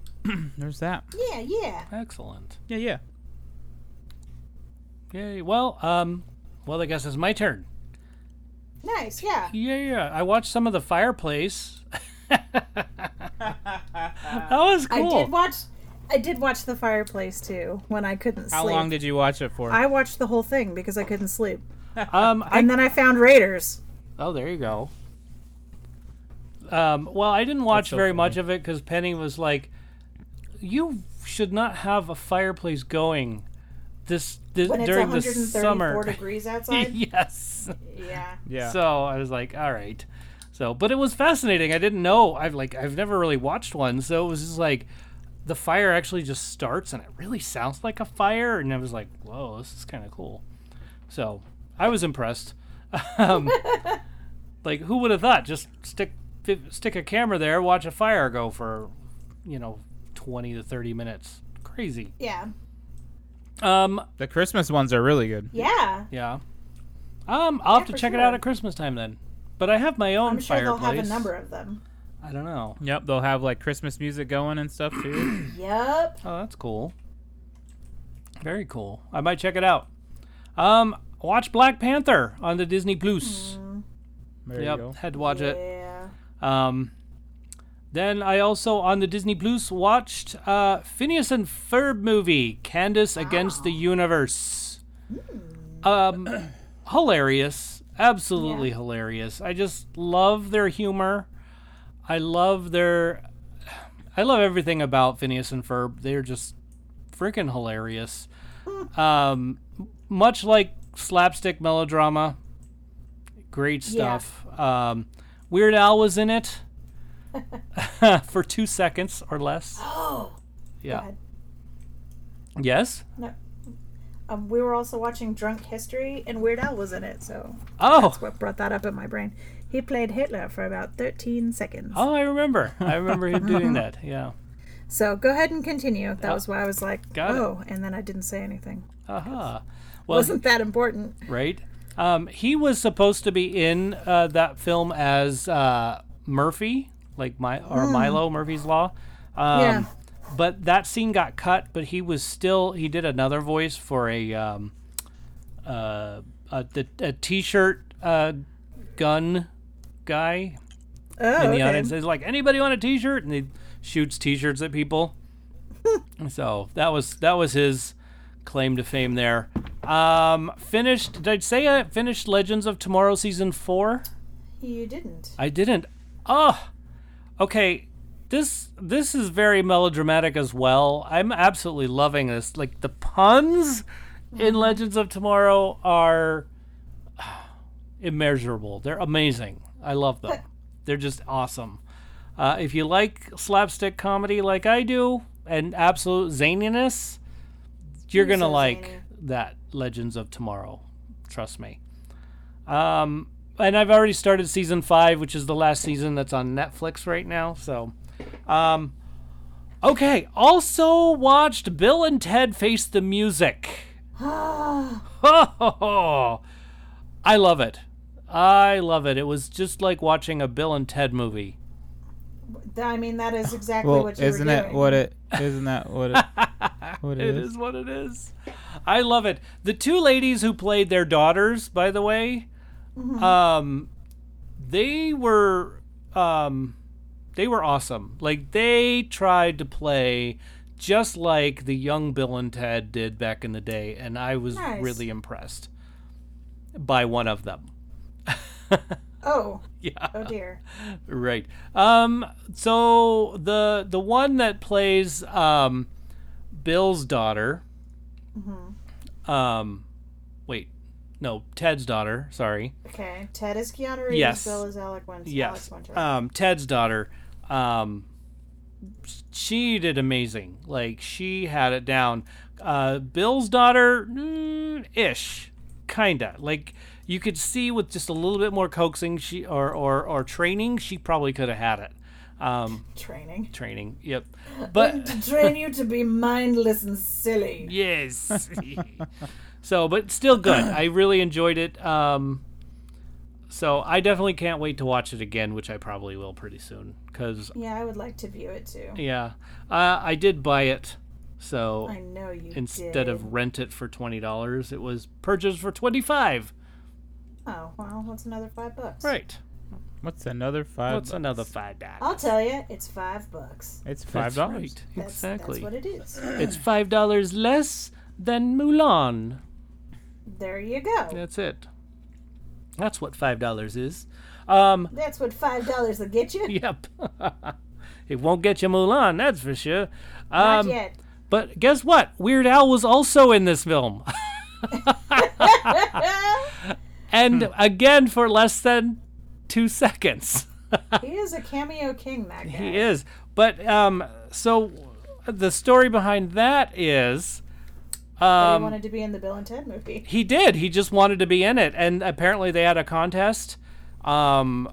Speaker 3: there's that.
Speaker 4: Yeah, yeah.
Speaker 2: Excellent.
Speaker 3: Yeah, yeah.
Speaker 2: Yay. Well, um, well, I guess it's my turn.
Speaker 4: Nice, yeah.
Speaker 2: <laughs> Yeah, yeah. I watched some of the fireplace. That was cool.
Speaker 4: I did watch. I did watch The Fireplace too when I couldn't
Speaker 3: How
Speaker 4: sleep.
Speaker 3: long did you watch it for?
Speaker 4: I watched the whole thing because I couldn't sleep,
Speaker 2: um, I
Speaker 4: and then I found Raiders.
Speaker 2: Oh, there you go. Um, well, I didn't watch
Speaker 3: so
Speaker 2: very much of it because Penny was like, "You should not have a fireplace going this, this
Speaker 4: When it's
Speaker 2: during the
Speaker 4: 134
Speaker 2: summer." <laughs>
Speaker 4: degrees outside,
Speaker 2: yes.
Speaker 4: yeah,
Speaker 3: yeah.
Speaker 2: So I was like, "All right." So, but it was fascinating. I didn't know. I've like I've never really watched one, so it was just like the fire actually just starts and it really sounds like a fire, and I was like, "Whoa, this is kind of cool." So I was impressed. <laughs> Um, like, who would have thought? Just stick fi- stick a camera there, watch a fire go for, you know, twenty to thirty minutes. Crazy.
Speaker 4: yeah,
Speaker 2: Um,
Speaker 3: the Christmas ones are really good.
Speaker 4: yeah.
Speaker 2: yeah. Um, I'll have
Speaker 4: Yeah,
Speaker 2: to
Speaker 4: for
Speaker 2: check it out
Speaker 4: sure.
Speaker 2: at Christmas time then. But I have my own
Speaker 4: I'm sure
Speaker 2: fireplace.
Speaker 4: they'll have a number of them.
Speaker 2: I don't know.
Speaker 3: Yep, they'll have like Christmas music going and stuff too.
Speaker 4: Yep.
Speaker 2: Oh, that's cool. Very cool. I might check it out. Um, watch Black Panther on the Disney Plus.
Speaker 3: <coughs> There you go.
Speaker 2: Yep, had to watch it.
Speaker 4: Yeah.
Speaker 2: Um, then I also on the Disney Plus watched uh, Phineas and Ferb movie, Candace Against the Universe. Um, hilarious, absolutely hilarious. I just love their humor. I love their, I love everything about Phineas and Ferb. They're just freaking
Speaker 4: <laughs>
Speaker 2: hilarious. Um, much like slapstick melodrama, great
Speaker 4: Yeah.
Speaker 2: stuff. Um, Weird Al was in
Speaker 4: <laughs>
Speaker 2: it <laughs> for two seconds or less.
Speaker 4: <gasps> Oh.
Speaker 2: Yeah.
Speaker 4: God.
Speaker 2: Yes.
Speaker 4: No. Um, we were also watching Drunk History, and Weird Al was in it, so
Speaker 2: Oh.
Speaker 4: that's what brought that up in my brain. He played Hitler for about 13 seconds.
Speaker 2: Oh, I remember. I remember him
Speaker 4: <laughs>
Speaker 2: doing that. Yeah.
Speaker 4: So go ahead and continue. That was why I was like,
Speaker 2: Got it.
Speaker 4: oh, and then I didn't say anything.
Speaker 2: Aha. Well,
Speaker 4: Wasn't that important?
Speaker 2: Ah, right? Um, he was supposed to be in uh, that film as uh, Murphy, like my or Milo Murphy's Law. Um,
Speaker 4: Yeah.
Speaker 2: But that scene got cut. But he was still he did another voice for a um, uh, a, the- a t-shirt uh, gun guy
Speaker 4: Oh,
Speaker 2: in the
Speaker 4: okay.
Speaker 2: audience. He's like, anybody want a T-shirt? And he shoots T-shirts at people. so that was that was his claim to fame there. Um, finished. Did I say I finished Legends of Tomorrow season four?
Speaker 4: You didn't.
Speaker 2: I didn't. Oh, okay. This this is very melodramatic as well. I'm absolutely loving this. Like the puns in Legends of Tomorrow are <sighs> immeasurable. They're amazing. I love them. They're just awesome. Uh, if you like slapstick comedy like I do and absolute zaniness, you're
Speaker 4: You're
Speaker 2: gonna
Speaker 4: so
Speaker 2: like
Speaker 4: zany.
Speaker 2: that Legends of Tomorrow. Trust me. Um, and I've already started season five, which is the last season that's on Netflix right now. So, um, okay. Also watched Bill and Ted Face the Music.
Speaker 4: Ah.
Speaker 2: <laughs> Oh, I love it. I love it. It was just like watching a Bill and Ted movie.
Speaker 4: Th- I mean, that is exactly
Speaker 3: Well,
Speaker 4: what you
Speaker 3: isn't
Speaker 4: were
Speaker 3: it
Speaker 4: doing.
Speaker 3: what it isn't that
Speaker 2: <laughs>
Speaker 3: what it what
Speaker 2: It is what it is. I love it. The two ladies who played their daughters, by the way, um, they were um, they were awesome. Like they tried to play just like the young Bill and Ted did back in the day, and I was
Speaker 4: Nice.
Speaker 2: really impressed by one of them.
Speaker 4: Oh,
Speaker 2: Yeah.
Speaker 4: oh dear.
Speaker 2: Right. Um so the the one that plays um Bill's daughter um wait, no, Ted's daughter, sorry.
Speaker 4: Okay. Ted is Keanu Reeves.
Speaker 2: Yes.
Speaker 4: Bill is Alec Wins- Alex
Speaker 2: Yes.
Speaker 4: Winter.
Speaker 2: Um Ted's daughter um she did amazing. Like she had it down. Uh Bill's daughter mm, ish kinda. Like you could see with just a little bit more coaxing she or or or training, she probably could have had it. Um
Speaker 4: Training.
Speaker 2: training.
Speaker 4: <laughs>
Speaker 2: Yep. But
Speaker 4: to train you to be mindless and silly.
Speaker 2: yes. <laughs> so, but still good. I really enjoyed it. Um, so I definitely can't wait to watch it again, which I probably will pretty soon. Cause
Speaker 4: Yeah, I would like to view it too.
Speaker 2: yeah, uh, I did buy it. So
Speaker 4: I know you
Speaker 2: instead
Speaker 4: did.
Speaker 2: of rent it for twenty dollars, it was purchased for twenty five.
Speaker 4: Oh, well, what's another five bucks?
Speaker 2: Right.
Speaker 3: What's another five?
Speaker 2: What's
Speaker 3: bucks?
Speaker 2: another five dollars?
Speaker 4: I'll tell you, it's five bucks.
Speaker 3: It's
Speaker 2: That's
Speaker 3: five dollars.
Speaker 2: right.
Speaker 4: That's,
Speaker 2: Exactly.
Speaker 4: That's what it is.
Speaker 2: It's five dollars less than Mulan.
Speaker 4: There you go.
Speaker 2: That's it. That's what five dollars is. Um,
Speaker 4: That's what five dollars will get you.
Speaker 2: <laughs> yep. it won't get you Mulan, that's for sure.
Speaker 4: Not
Speaker 2: Um, <laughs>
Speaker 4: yet.
Speaker 2: but guess what? Weird Al was also in this film, <laughs> and again for less than two seconds. <laughs>
Speaker 4: he is a cameo king, that guy.
Speaker 2: He is. But um, so the story behind that is
Speaker 4: But
Speaker 2: um,
Speaker 4: he wanted to be in the Bill and Ted movie.
Speaker 2: he did. He just wanted to be in it, and apparently they had a contest um,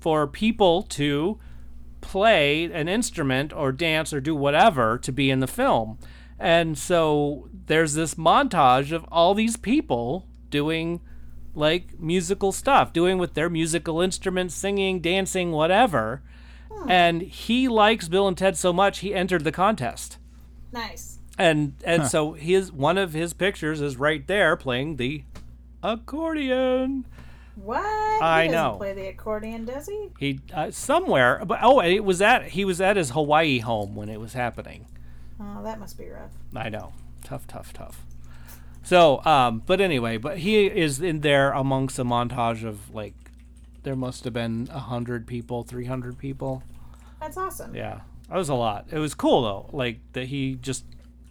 Speaker 2: for people to play an instrument or dance or do whatever to be in the film. And so there's this montage of all these people doing like musical stuff, doing with their musical instruments, singing, dancing, whatever. And he likes Bill and Ted so much, he entered the contest
Speaker 4: Nice.
Speaker 2: and and so his one of his pictures is right there playing the accordion.
Speaker 4: What?
Speaker 2: I
Speaker 4: he doesn't
Speaker 2: know.
Speaker 4: Play the accordion, does he?
Speaker 2: He uh, somewhere, but oh, it was at he was at his Hawaii home when it was happening.
Speaker 4: Oh, that must be rough.
Speaker 2: I know, tough, tough, tough. So, um, but anyway, but he is in there amongst a montage of like, there must have been a hundred people, three hundred people.
Speaker 4: That's awesome.
Speaker 2: Yeah, that was a lot. It was cool though, like that he just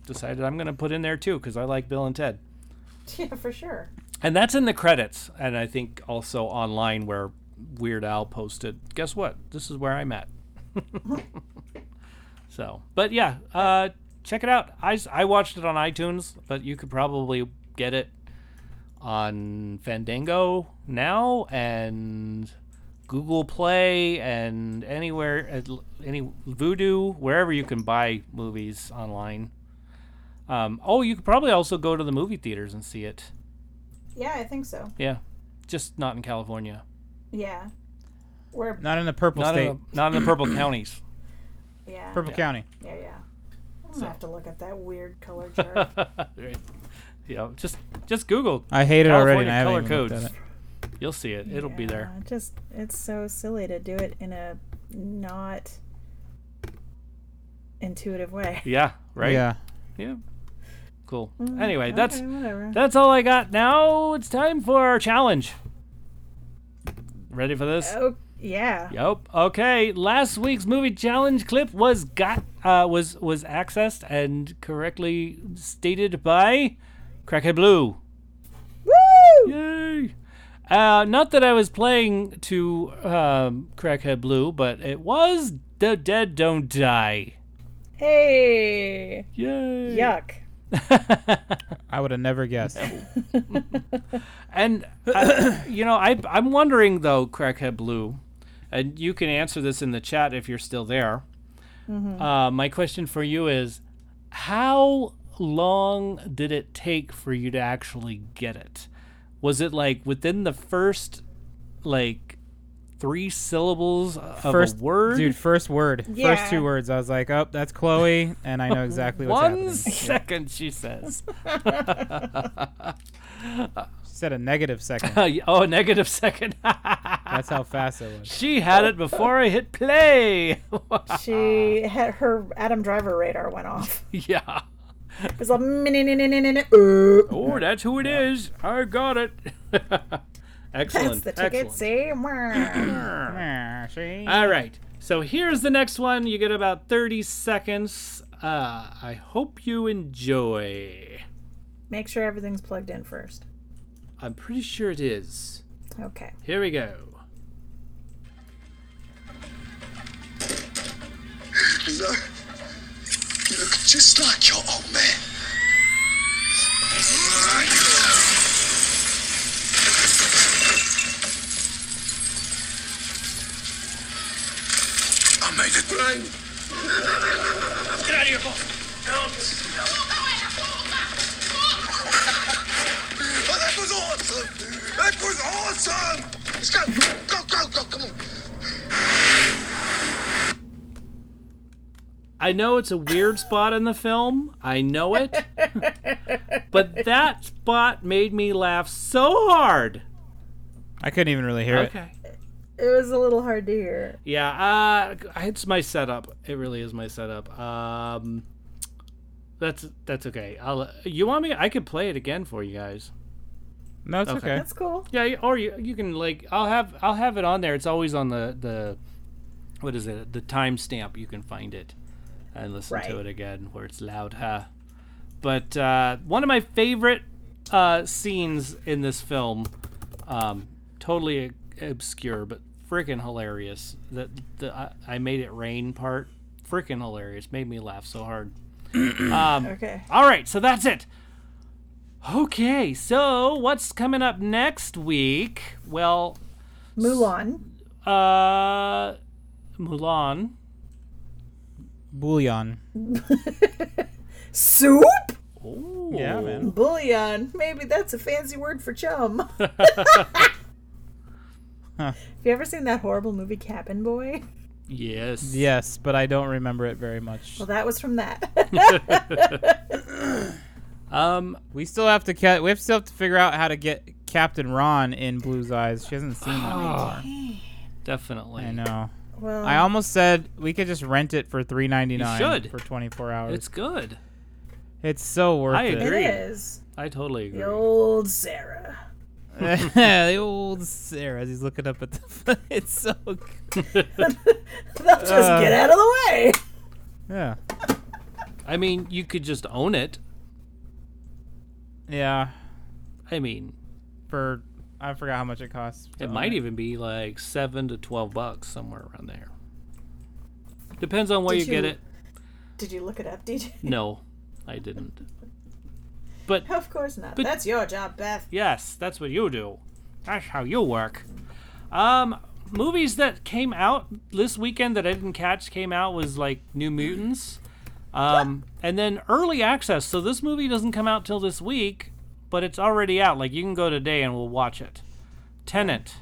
Speaker 2: decided I'm gonna put in there too because I like Bill and Ted.
Speaker 4: <laughs> Yeah, for sure.
Speaker 2: And that's in the credits. And I think also online where Weird Al posted, guess what? This is where I'm at. <laughs> so, but yeah, uh, check it out. I, s- I watched it on iTunes, but you could probably get it on Fandango now and Google Play and anywhere, at l- any Voodoo, wherever you can buy movies online. Um, oh, you could probably also go to the movie theaters and see it.
Speaker 4: Yeah, I think so.
Speaker 2: Yeah, just not in California.
Speaker 4: Yeah. We're
Speaker 3: Not in the purple
Speaker 2: Not
Speaker 3: state.
Speaker 2: in, the, not in the purple counties.
Speaker 4: yeah.
Speaker 3: Purple County.
Speaker 4: Yeah, yeah. I'm gonna have to look at that weird
Speaker 2: <laughs>
Speaker 4: color chart.
Speaker 2: <coughs> Right. Yeah, just just Google.
Speaker 3: I hate it already. And I haven't
Speaker 2: California
Speaker 3: even
Speaker 2: color
Speaker 3: looked at
Speaker 2: codes.
Speaker 3: it.
Speaker 2: You'll see it. It'll be there.
Speaker 4: Yeah, Just it's so silly to do it in a not intuitive way.
Speaker 2: Yeah. Right.
Speaker 3: Yeah.
Speaker 2: Yeah. Cool. Anyway, that's
Speaker 4: <laughs> Okay, whatever.
Speaker 2: that's all I got. Now it's time for our challenge. Ready for this?
Speaker 4: oh yeah.
Speaker 2: Yep. Okay. Last week's movie challenge clip was got uh, was was accessed and correctly stated by Crackhead Blue.
Speaker 4: Woo!
Speaker 2: Yay! Uh, not that I was playing to um, Crackhead Blue, but it was The Dead Don't Die.
Speaker 4: Hey.
Speaker 2: Yay!
Speaker 4: Yuck.
Speaker 2: <laughs>
Speaker 3: I would have never guessed.
Speaker 2: And I, you know, I I'm wondering though, Crackhead Blue, and you can answer this in the chat if you're still there. Uh, my question for you is, how long did it take for you to actually get it? Was it like within the first, like, three syllables of
Speaker 3: first
Speaker 2: a word?
Speaker 3: dude. First word.
Speaker 4: Yeah.
Speaker 3: First two words. I was like, oh, that's Chloe, and I know exactly what's
Speaker 2: One
Speaker 3: happening.
Speaker 2: second, she says. <laughs> Uh,
Speaker 3: She said a negative second.
Speaker 2: oh, negative second. <laughs>
Speaker 3: That's how fast it was.
Speaker 2: she had it before I hit play. <laughs>
Speaker 4: She had her Adam Driver radar
Speaker 2: <laughs>
Speaker 4: went off.
Speaker 2: yeah.
Speaker 4: It was like "Mm-mm-mm-mm-mm-mm-mm."
Speaker 2: Oh, that's who it is. I got it. <laughs>
Speaker 4: that's
Speaker 2: Excellent.
Speaker 4: the ticket.
Speaker 2: Excellent.
Speaker 4: See. Mwah.
Speaker 3: Ah, she-
Speaker 2: All right. So here's the next one. You get about 30 seconds. Uh, I hope you enjoy.
Speaker 4: Make sure everything's plugged in first.
Speaker 2: I'm pretty sure it is.
Speaker 4: Okay.
Speaker 2: Here we go.
Speaker 5: Look, you look just like your old man. I made it. Brian. Get out of here, boss. Oh, that was awesome! That was awesome! Let's go! Go, go, go, come on!
Speaker 2: I know it's a weird spot in the film. I know it. but that spot made me laugh so hard.
Speaker 3: I couldn't even really hear it.
Speaker 4: It was a little hard to hear.
Speaker 2: Yeah, uh, it's my setup. It really is my setup. Um, that's that's okay. I'll. You want me? I could play it again for you guys.
Speaker 3: No, it's
Speaker 2: Okay.
Speaker 3: okay.
Speaker 4: That's cool.
Speaker 2: Yeah, you- or you you can like I'll have I'll have it on there. It's always on the the what is it? The timestamp. You can find it and listen to
Speaker 4: Right.
Speaker 2: it again where it's loud, huh? But uh, one of my favorite uh, scenes in this film, um, totally obscure but freaking hilarious. That the I, I made it rain part, freaking hilarious. Made me laugh so hard. Um,
Speaker 4: Okay.
Speaker 2: All right, so that's it. Okay, so what's coming up next week? Well,
Speaker 4: Mulan.
Speaker 2: uh, Mulan.
Speaker 3: Bouillon.
Speaker 4: Soup?
Speaker 2: Ooh.
Speaker 3: Yeah, man.
Speaker 4: Bullion. Maybe that's a fancy word for chum. <laughs> Have you ever seen that horrible movie Cabin Boy?
Speaker 2: Yes.
Speaker 3: Yes, but I don't remember it very much.
Speaker 4: Well, that was
Speaker 2: <laughs>
Speaker 4: from that.
Speaker 2: Um,
Speaker 3: We still have to ca- we have still have to figure out how to get Captain Ron in Blue's eyes. She hasn't seen that.
Speaker 2: <sighs> oh, definitely.
Speaker 3: Ah. I know.
Speaker 4: well,
Speaker 3: I almost said we could just rent it for three ninety
Speaker 2: You
Speaker 3: nine
Speaker 2: should.
Speaker 3: for twenty four hours.
Speaker 2: It's
Speaker 3: It's,
Speaker 2: good.
Speaker 3: so worth
Speaker 2: I
Speaker 4: it
Speaker 2: agree.
Speaker 3: it.
Speaker 4: is.
Speaker 2: I totally agree.
Speaker 4: The old Sarah. <laughs>
Speaker 3: <laughs> the old Sarah, as he's looking up at the. <laughs> it's so. Good.
Speaker 4: They'll just
Speaker 3: Uh.
Speaker 4: get out of the way.
Speaker 3: Yeah.
Speaker 2: I mean, you could just own it.
Speaker 3: Yeah.
Speaker 2: I mean,
Speaker 3: For I forgot how much it costs. to
Speaker 2: it
Speaker 3: own
Speaker 2: might even be like seven to twelve bucks somewhere around there. Depends on where
Speaker 4: Did
Speaker 2: you get
Speaker 4: you-
Speaker 2: it.
Speaker 4: Did you look it up, <laughs> DJ?
Speaker 2: No, I didn't. But
Speaker 4: Of course not. That's your job, Beth.
Speaker 2: Yes, that's what you do. That's how you work. Um, movies that came out this weekend that I didn't catch came out was like New Mutants, um, and then early access. So this movie doesn't come out till this week, but it's already out. Like you can go today and we'll watch it. Tenant,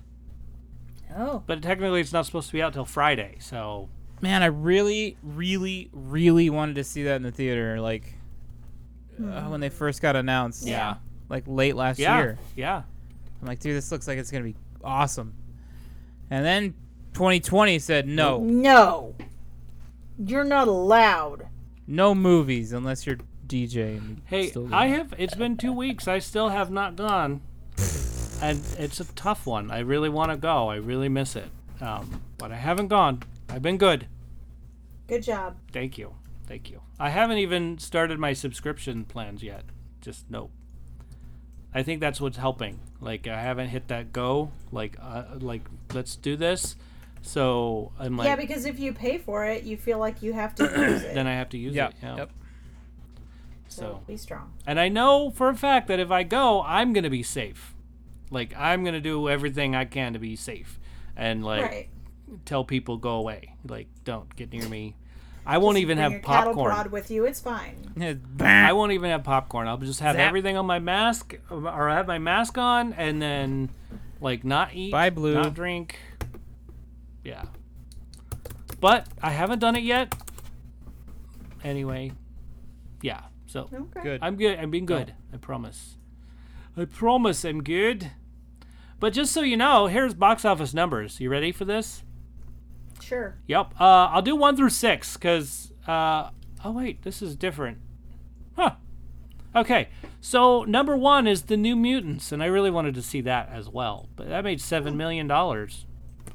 Speaker 4: Oh.
Speaker 2: but technically it's not supposed to be out till Friday. So
Speaker 3: Man, I really, really, really wanted to see that in the theater, like uh, when they first got announced.
Speaker 2: Yeah.
Speaker 3: Like late last
Speaker 2: yeah,
Speaker 3: year.
Speaker 2: yeah,
Speaker 3: I'm like, dude, this looks like it's gonna be awesome. And then 2020 said no,
Speaker 4: No. You're not allowed.
Speaker 3: no movies unless you're DJ. and you
Speaker 2: Hey,
Speaker 3: still-
Speaker 2: I have. It's been two weeks. I still have not gone, and it's a tough one. I really want to go. I really miss it, um, but I haven't gone. I've been good.
Speaker 4: Good job.
Speaker 2: Thank you, thank you. I haven't even started my subscription plans yet. Just nope. I think that's what's helping. Like I haven't hit that go. Like uh, like let's do this. So I'm like
Speaker 4: yeah, because if you pay for it, you feel like you have
Speaker 2: <clears throat>
Speaker 4: to use it.
Speaker 2: then I have to use
Speaker 3: Yeah.
Speaker 2: it. Yeah.
Speaker 3: Yep.
Speaker 2: So.
Speaker 4: Be strong.
Speaker 2: And I know for a fact that if I go, I'm going to be safe. Like, I'm going to do everything I can to be safe and, like,
Speaker 4: Right.
Speaker 2: tell people go away. Like, don't get near me. I won't even
Speaker 4: Bring
Speaker 2: have
Speaker 4: your cattle prod
Speaker 2: popcorn.
Speaker 4: with you. It's fine.
Speaker 3: <laughs>
Speaker 2: I won't even have popcorn. I'll just have
Speaker 3: Zap.
Speaker 2: everything on my mask or have my mask on and then, like, not eat,
Speaker 3: Bye, Blue.
Speaker 2: not drink. Yeah. But I haven't done it yet. Anyway, yeah. So.
Speaker 4: Okay.
Speaker 3: Good.
Speaker 2: I'm good. I'm being good. I promise. I promise I'm good. But just so you know, here's box office numbers. You ready for this?
Speaker 4: Sure.
Speaker 2: Yep. Uh, I'll do one through six because. Uh, oh wait, this is different. Huh. Okay. So number one is the New Mutants, and I really wanted to see that as well. But that made seven million dollars.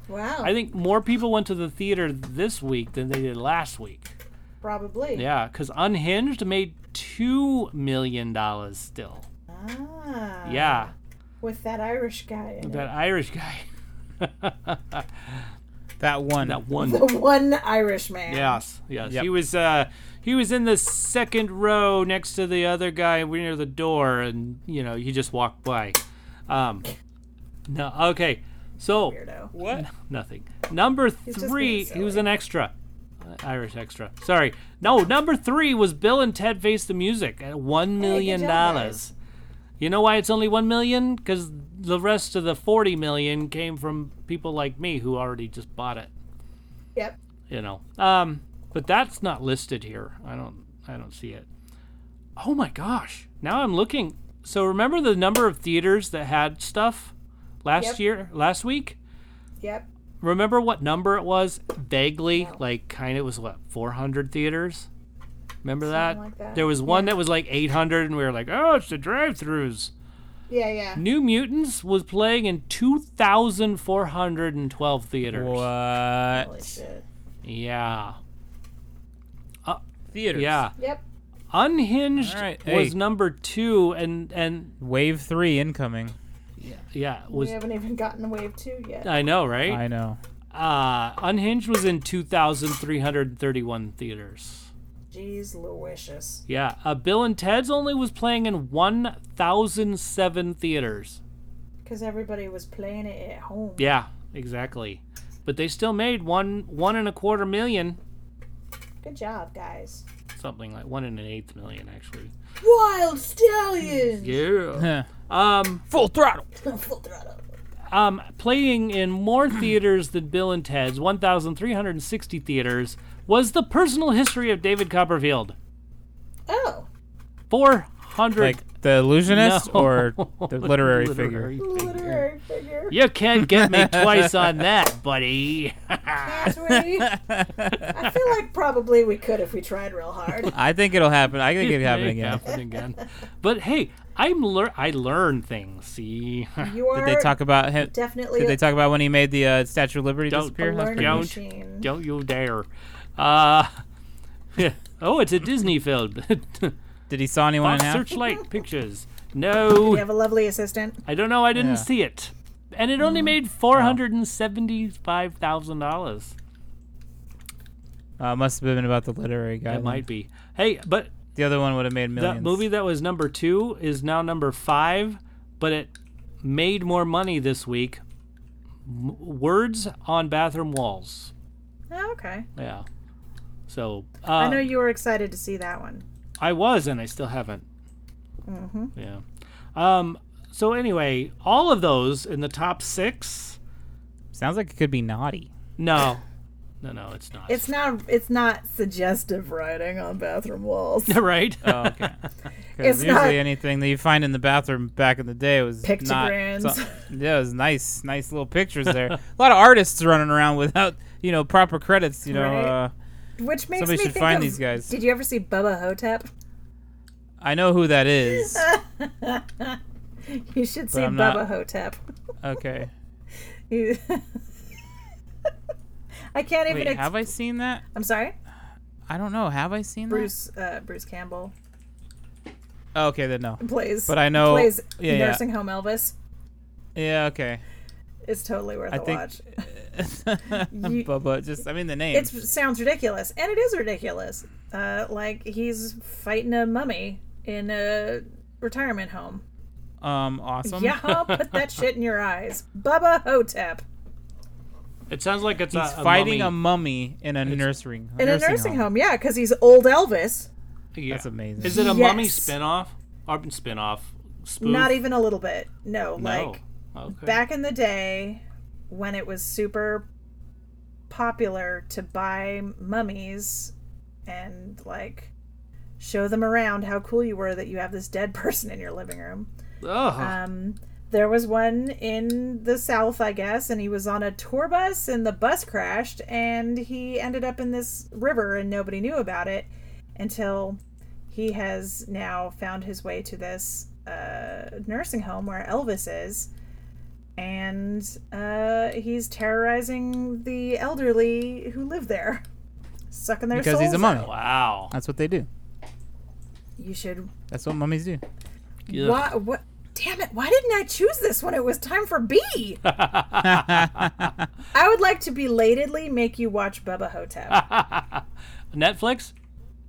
Speaker 4: Wow.
Speaker 2: I think more people went to the theater this week than they did last week.
Speaker 4: Probably.
Speaker 2: Yeah, because Unhinged made two million dollars still.
Speaker 4: Ah.
Speaker 2: Yeah.
Speaker 4: With that Irish guy. In
Speaker 2: That Irish guy. <laughs>
Speaker 3: that one.
Speaker 2: that one.
Speaker 4: it. <laughs> The one Irish man.
Speaker 2: Yes, yes.
Speaker 3: Yep.
Speaker 2: He was uh he was in the second row next to the other guy near the door and you know, he just walked by. Um No, okay. So
Speaker 4: Weirdo.
Speaker 3: What?
Speaker 2: nothing. Number
Speaker 4: just
Speaker 2: three,
Speaker 4: being
Speaker 2: he was
Speaker 4: silly.
Speaker 2: an extra. Uh, Irish extra. Sorry. No, number three was Bill and Ted Face the Music at one million
Speaker 4: job,
Speaker 2: dollars.
Speaker 4: guys.
Speaker 2: You know why it's only one million? Because the rest of the forty million came from people like me who already just bought it.
Speaker 4: Yep.
Speaker 2: You know. Um, but that's not listed here. I don't. I don't see it. Oh my gosh! Now I'm looking. So remember the number of theaters that had stuff last
Speaker 4: Yep.
Speaker 2: year, last week?
Speaker 4: Yep.
Speaker 2: remember what number it was vaguely like kind of was what 400 theaters remember that?
Speaker 4: like that.
Speaker 2: there was one that was like 800 and we were like oh it's the drive-throughs
Speaker 4: Yeah, yeah.
Speaker 2: new mutants was playing in 2412 theaters
Speaker 4: Holy
Speaker 3: What?
Speaker 4: shit.
Speaker 2: yeah
Speaker 3: Theaters.
Speaker 2: yeah
Speaker 4: Yep.
Speaker 2: unhinged
Speaker 3: All right,
Speaker 2: was
Speaker 3: hey.
Speaker 2: number two and and
Speaker 3: Wave three incoming.
Speaker 2: yeah was
Speaker 4: we haven't even gotten wave two yet.
Speaker 2: i know right
Speaker 3: I know.
Speaker 2: Uh, Unhinged was in 2,331 theaters.
Speaker 4: Jeez Louisius.
Speaker 2: Yeah, uh, Bill and Ted's only was playing in 1,007 theaters.
Speaker 4: Because everybody was playing it at home.
Speaker 2: Yeah, exactly. But they still made one one and a quarter million,
Speaker 4: Good job, guys.
Speaker 2: something like one and an eighth million actually.
Speaker 4: Wild Stallions!
Speaker 2: Yeah.
Speaker 3: Huh.
Speaker 2: Um,
Speaker 3: Full throttle.
Speaker 4: <laughs> Full throttle.
Speaker 2: <laughs> um, playing in more theaters than Bill and Ted's, 1,360 theaters, was the personal history of David Copperfield.
Speaker 4: Oh.
Speaker 2: 400
Speaker 3: Like the illusionist
Speaker 2: No. <laughs>
Speaker 3: or the literary, figure.
Speaker 4: Literary figure.
Speaker 2: You can't get me twice on that, buddy.
Speaker 4: Can't
Speaker 3: <laughs>
Speaker 4: we? I feel like probably we could if we tried
Speaker 3: <laughs>
Speaker 4: real hard.
Speaker 3: I think it'll happen. I think it'll happen
Speaker 2: It
Speaker 3: again.
Speaker 2: happened again. But hey, I'm lear- I learn things. See, <laughs>
Speaker 4: You are
Speaker 3: Did they talk about him?
Speaker 4: definitely
Speaker 3: Did they talk about when he made the uh, Statue of Liberty
Speaker 2: Don't-
Speaker 4: a
Speaker 3: disappear? That's
Speaker 4: learning
Speaker 3: pretty
Speaker 2: Don't-
Speaker 3: good.
Speaker 4: machine.
Speaker 2: don't you dare. Uh, <laughs> oh, it's a Disney film. <laughs>
Speaker 3: Did he saw anyone
Speaker 2: Fox
Speaker 3: in half?
Speaker 2: Searchlight Pictures.
Speaker 4: We
Speaker 2: No,
Speaker 4: have a lovely assistant.
Speaker 2: I don't know. I didn't
Speaker 3: Yeah. Mm.
Speaker 2: see it. And it only made four hundred and seventy-five thousand dollars.
Speaker 3: Uh, must have been about the literary guy.
Speaker 2: That
Speaker 3: then.
Speaker 2: might be. Hey, but
Speaker 3: The other one would have made millions.
Speaker 2: That movie that was number two is now number five, but it made more money this week. M- words on bathroom walls.
Speaker 4: Oh, okay.
Speaker 2: Yeah. So uh,
Speaker 4: I
Speaker 2: I,
Speaker 4: know you were excited to see that one.
Speaker 2: was, and I still haven't. Mm-hmm. Yeah. Um. So anyway, all of those in the top six.
Speaker 3: sounds like it could be
Speaker 2: <laughs>
Speaker 3: naughty.
Speaker 2: No, no, no, it's not.
Speaker 4: It's not. It's not suggestive writing on bathroom
Speaker 3: <laughs>
Speaker 4: walls.
Speaker 2: <laughs> right.
Speaker 3: Oh, okay. <laughs> 'Cause
Speaker 4: It's
Speaker 3: usually
Speaker 4: not-
Speaker 3: anything that you find in the bathroom back in the day was
Speaker 4: Pictograms.
Speaker 3: Not, so- yeah, it was nice, nice little pictures there. <laughs> a lot of artists running around without you know proper credits. You know,
Speaker 4: Right.
Speaker 3: uh,
Speaker 4: Which makes
Speaker 3: Somebody
Speaker 4: me
Speaker 3: should
Speaker 4: think
Speaker 3: find
Speaker 4: of-
Speaker 3: these guys.
Speaker 4: Did you ever see Bubba Hotep? <laughs>
Speaker 3: I know who that is.
Speaker 4: You should see
Speaker 3: I'm
Speaker 4: Bubba
Speaker 3: not-
Speaker 4: Hotep.
Speaker 3: okay.
Speaker 4: You- <laughs> I can't even.
Speaker 3: Wait,
Speaker 4: ex-
Speaker 3: have I seen that?
Speaker 4: I'm sorry,
Speaker 3: I don't know. Have I seen
Speaker 4: Bruce. Uh, Bruce Campbell
Speaker 3: that? Oh, okay, then no.
Speaker 4: plays.
Speaker 3: But I know-
Speaker 4: plays
Speaker 3: yeah, yeah.
Speaker 4: nursing home Elvis.
Speaker 3: Yeah, okay.
Speaker 4: It's totally worth
Speaker 3: I
Speaker 4: a
Speaker 3: think-
Speaker 4: watch. <laughs>
Speaker 3: <laughs>
Speaker 4: You-
Speaker 3: Bubba, just I mean the name.
Speaker 4: It sounds ridiculous, and it is ridiculous. Uh, like he's fighting a mummy in a retirement home.
Speaker 3: um, awesome.
Speaker 4: <laughs> Yeah, put that shit in your eyes. Bubba Hotep.
Speaker 2: It sounds like it's
Speaker 3: He's
Speaker 2: a, a
Speaker 3: fighting a
Speaker 2: mummy.
Speaker 3: mummy in a nursing
Speaker 4: In a nursing home, yeah, because he's old Elvis.
Speaker 2: Yeah.
Speaker 3: That's amazing.
Speaker 2: Is it a mummy
Speaker 4: Yes.
Speaker 2: spinoff? Or spin-off? Spoof?
Speaker 4: Not even a little bit. No,
Speaker 2: No.
Speaker 4: like
Speaker 2: okay.
Speaker 4: back in the day when it was super popular to buy mummies and like show them around how cool you were that you have this dead <laughs> person in your living room.
Speaker 2: Ugh.
Speaker 4: Um, there was one in the South, I guess, and he was on a tour bus, and the bus crashed, and he ended up in this river, and nobody knew about it until he has now found his way to this uh, nursing home where Elvis is, and uh, he's terrorizing the elderly who live there, sucking their
Speaker 3: because
Speaker 4: souls
Speaker 3: he's a mummy.
Speaker 4: out.
Speaker 2: wow.
Speaker 3: That's what they do.
Speaker 4: You should
Speaker 3: That's what mummies do.
Speaker 2: Ugh.
Speaker 4: Why, what? Damn it! Why didn't I choose this when it was time for
Speaker 3: <laughs>
Speaker 4: B? I would like to belatedly make you watch Bubba Hotep.
Speaker 3: <laughs>
Speaker 2: Netflix?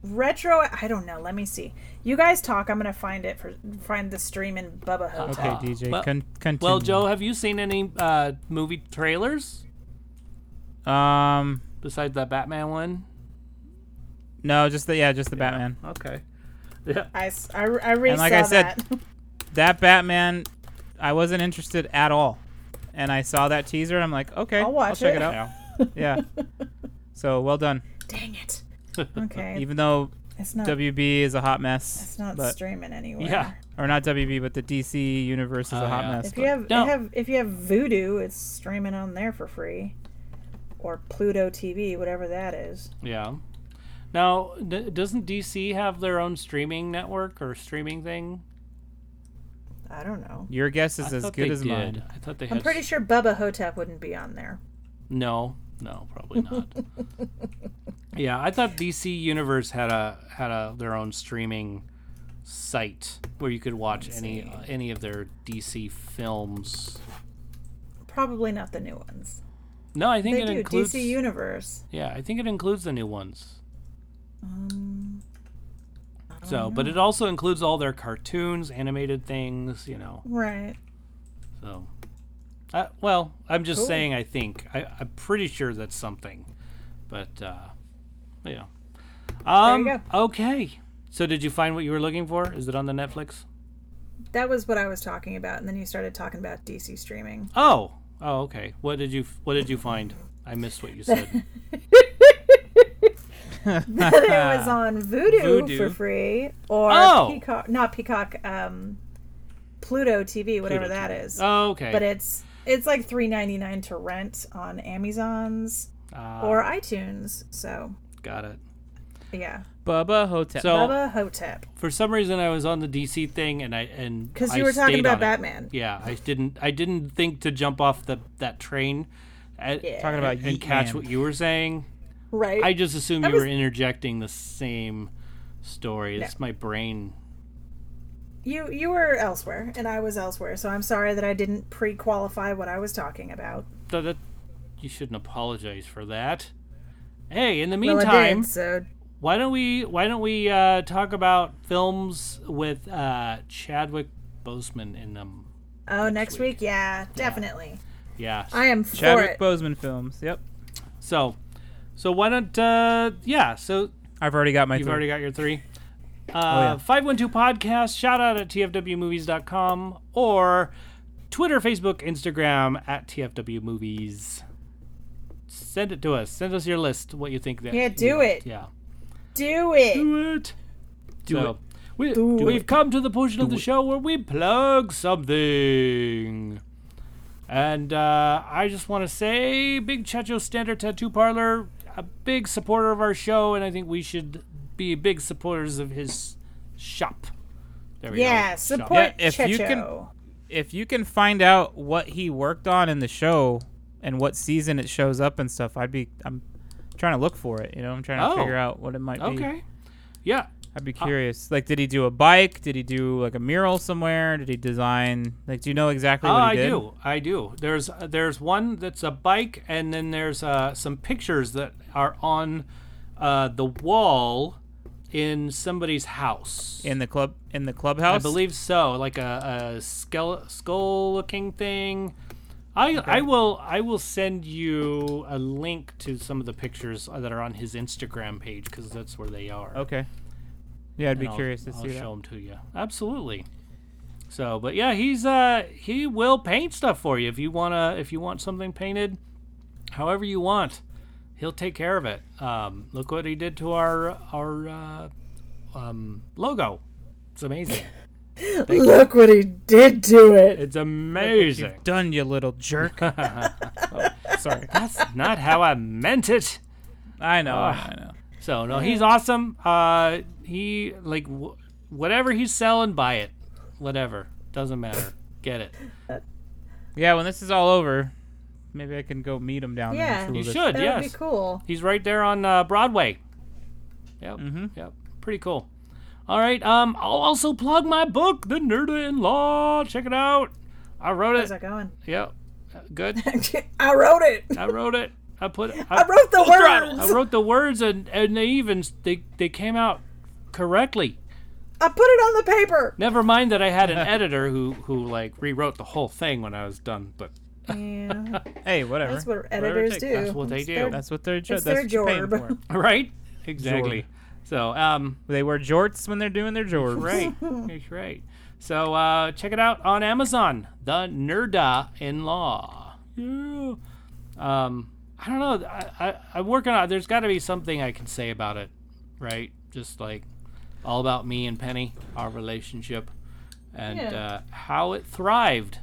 Speaker 4: Retro. I don't know. Let me see. You guys talk. I'm gonna find it for find the stream in Bubba Hotep.
Speaker 3: Okay, DJ.
Speaker 2: well-
Speaker 3: con- continue.
Speaker 2: Well, Joe, have you seen any uh, movie trailers
Speaker 3: Um,
Speaker 2: besides that Batman one?
Speaker 3: no, just the yeah, just the Batman.
Speaker 2: Okay. Yeah.
Speaker 4: I s- I, I re-
Speaker 3: And like
Speaker 4: saw
Speaker 3: I said- <laughs>
Speaker 4: that.
Speaker 3: That Batman, I wasn't interested at all, and I saw that teaser. and I'm like, okay,
Speaker 4: I'll watch
Speaker 3: check
Speaker 4: it.
Speaker 3: it, out. yeah. So well done.
Speaker 4: Dang
Speaker 3: <laughs>
Speaker 4: it. Okay.
Speaker 3: Even though
Speaker 4: it's not.
Speaker 3: WB is a hot mess,
Speaker 4: it's not
Speaker 3: but,
Speaker 4: streaming anywhere.
Speaker 2: Yeah.
Speaker 3: or not WB, but the DC universe is
Speaker 2: Oh,
Speaker 3: a hot
Speaker 2: yeah.
Speaker 3: mess.
Speaker 4: If
Speaker 3: but-
Speaker 4: you have,
Speaker 2: No.
Speaker 4: if you have if you have Voodoo, it's streaming on there for free. or Pluto TV, whatever that is.
Speaker 2: Yeah. Now, d- doesn't DC have their own streaming network or streaming thing?
Speaker 4: I don't know.
Speaker 3: Your guess is
Speaker 2: I
Speaker 3: as
Speaker 2: thought
Speaker 3: good
Speaker 2: they
Speaker 3: as
Speaker 2: did.
Speaker 3: mine.
Speaker 2: I thought they had.
Speaker 4: I'm pretty sure Bubba Hotep wouldn't be on there.
Speaker 2: No, no, probably
Speaker 4: <laughs>
Speaker 2: not. yeah, I thought DC Universe had a had a their own streaming site where you could watch any any of their DC films.
Speaker 4: Probably not the new ones.
Speaker 2: No, I think
Speaker 4: They
Speaker 2: it
Speaker 4: do
Speaker 2: includes.
Speaker 4: DC Universe.
Speaker 2: yeah, I think it includes the new ones.
Speaker 4: Um,
Speaker 2: So, but it also includes all their cartoons, animated things, you know.
Speaker 4: right.
Speaker 2: So, I, well, I'm just
Speaker 4: Cool.
Speaker 2: saying. I think I, I'm pretty sure that's something, but uh, yeah. Um,
Speaker 4: go.
Speaker 2: Okay. So, did you find what you were looking for? Is it on the Netflix?
Speaker 4: That was what I was talking about, and then you started talking about DC streaming.
Speaker 2: Oh. Oh, okay. What did you What did you find? I missed what you
Speaker 4: <laughs>
Speaker 2: said.
Speaker 4: Whether it was on Voodoo,
Speaker 3: Voodoo.
Speaker 4: for free or
Speaker 2: Ah. Oh.
Speaker 4: Peacock, not Peacock, um, Pluto TV, whatever that is.
Speaker 2: oh, okay.
Speaker 4: But it's it's like three ninety nine to rent on Amazon's
Speaker 2: Ah,
Speaker 4: or iTunes. So
Speaker 2: got it.
Speaker 4: yeah,
Speaker 3: Bubba Hotep.
Speaker 2: So,
Speaker 4: Bubba Hotep,
Speaker 2: for some reason, I was on the DC thing, and I and
Speaker 4: because
Speaker 2: I
Speaker 4: you were talking
Speaker 2: stayed
Speaker 4: about
Speaker 2: on it.
Speaker 4: Batman.
Speaker 2: Yeah, I didn't. I didn't think to jump off the that train. At,
Speaker 4: Yeah.
Speaker 3: Talking about
Speaker 2: and
Speaker 3: Yeet
Speaker 2: catch
Speaker 3: Man.
Speaker 2: what you were saying.
Speaker 4: Right.
Speaker 2: I just assumed
Speaker 4: I
Speaker 2: you
Speaker 4: was-
Speaker 2: were interjecting the same story. It's my brain.
Speaker 4: you you were elsewhere, and I was elsewhere. So I'm sorry that I didn't pre qualify what I was talking about.
Speaker 2: Th- that- you shouldn't apologize for that. Hey, in the
Speaker 4: Well, I did,
Speaker 2: meantime,
Speaker 4: so
Speaker 2: why don't we why don't we uh, talk about films with uh, Chadwick Boseman in them?
Speaker 4: oh, next, week, yeah, definitely.
Speaker 2: Yeah.
Speaker 4: I am for
Speaker 3: Chadwick
Speaker 4: it.
Speaker 3: Boseman films. Yep.
Speaker 2: So, so why don't uh, yeah? So
Speaker 3: I've already got my.
Speaker 2: You've
Speaker 3: three. Oh,
Speaker 2: already got your three.
Speaker 3: yeah.
Speaker 2: Uh, 512 podcast, shout out at tfwmovies.com or Twitter, Facebook, Instagram at tfwmovies. Send it to us. Send us your list, what you think. That,
Speaker 4: Yeah, do
Speaker 2: you-
Speaker 4: it.
Speaker 2: Yeah.
Speaker 4: Do it.
Speaker 2: Do it. Do
Speaker 3: it.
Speaker 2: We,
Speaker 4: Do
Speaker 2: we've come to the portion of the show where we plug something. And uh, I just want to say, Big Chacho Standard Tattoo Parlor, a big supporter of our show, and I think we should be big supporters of his shop. There we
Speaker 4: Yeah,
Speaker 2: go. Shop.
Speaker 4: support
Speaker 3: Yeah, if you can-
Speaker 4: Checho.
Speaker 3: if you can find out what he worked on in the show and what season it shows up and stuff, I'd be I'm trying to look for it. You know, I'm trying to
Speaker 2: Oh.
Speaker 3: figure out what it might be.
Speaker 2: Okay. Yeah.
Speaker 3: I'd be curious. like, did he do a bike? Did he do like a mural somewhere? Did he design? Like, do you know exactly
Speaker 2: Oh,
Speaker 3: what he
Speaker 2: I
Speaker 3: did?
Speaker 2: do. I do. There's uh, there's one that's a bike, and then there's uh, some pictures that are on uh, the wall in somebody's house.
Speaker 3: In the club, in the clubhouse.
Speaker 2: I believe so, like a, a skull skull looking thing. I I will I will send you a link to some of the pictures that are on his Instagram page because that's where they are.
Speaker 3: Okay. Yeah, I'd be
Speaker 2: And I'll-
Speaker 3: curious to
Speaker 2: I'll
Speaker 3: see that.
Speaker 2: show them to you. Absolutely. So, but yeah, he's uh he will paint stuff for you if you wanna if you want something painted, however you want, he'll take care of it. Um, look what he did to our our uh, um, logo. It's
Speaker 4: <laughs>
Speaker 2: amazing.
Speaker 4: Look what he did to it.
Speaker 2: It's amazing.
Speaker 3: You've done, you little
Speaker 2: <laughs>
Speaker 3: jerk. Oh, sorry.
Speaker 2: That's not how I meant it.
Speaker 3: I know.
Speaker 2: Ah.
Speaker 3: I know.
Speaker 2: So no, he's awesome. Uh, he like w- whatever he's selling, buy it. Whatever doesn't matter. Get it.
Speaker 3: Yeah, when this is all over, maybe I can go meet him down
Speaker 4: Yeah.
Speaker 3: there. and
Speaker 2: You
Speaker 3: see what
Speaker 2: should.
Speaker 4: That
Speaker 2: yes.
Speaker 4: would be cool.
Speaker 2: He's right there on uh, Broadway. Yep.
Speaker 4: Mm-hmm.
Speaker 2: Yep. Pretty cool. All right. Um, I'll also plug my book, The Nerd in Law. Check it out. I wrote
Speaker 4: How's
Speaker 2: it.
Speaker 4: that going? <laughs>
Speaker 2: Yep. Uh, Good.
Speaker 4: I wrote it.
Speaker 2: I wrote it. I
Speaker 4: <laughs>
Speaker 2: put.
Speaker 4: I wrote the words.
Speaker 2: I wrote the words, and and they even they they came out correctly.
Speaker 4: I put it on the paper.
Speaker 2: Never mind that I had an <laughs> editor who who like rewrote the whole thing when I was done. But <laughs>
Speaker 4: Yeah,
Speaker 3: it- Hey, whatever.
Speaker 4: that's what
Speaker 3: Whatever it
Speaker 4: editors
Speaker 3: takes.
Speaker 4: do.
Speaker 2: That's what they
Speaker 4: It's
Speaker 2: do.
Speaker 4: their-
Speaker 3: That's what they're. Jo-
Speaker 4: It's
Speaker 3: that's
Speaker 4: their
Speaker 3: what you're paying
Speaker 4: jorb.
Speaker 3: for. <laughs>
Speaker 2: right. Exactly. So um.
Speaker 3: They wear jorts when they're doing their jorts.
Speaker 2: Right. That's right. So uh, check it out on Amazon, The Nerda in Law. Yeah. Um, I don't know. I, I, I'm working on. There's got to be something I can say about it, right? Just like all about me and Penny, our relationship, and
Speaker 4: Yeah.
Speaker 2: uh, how it thrived,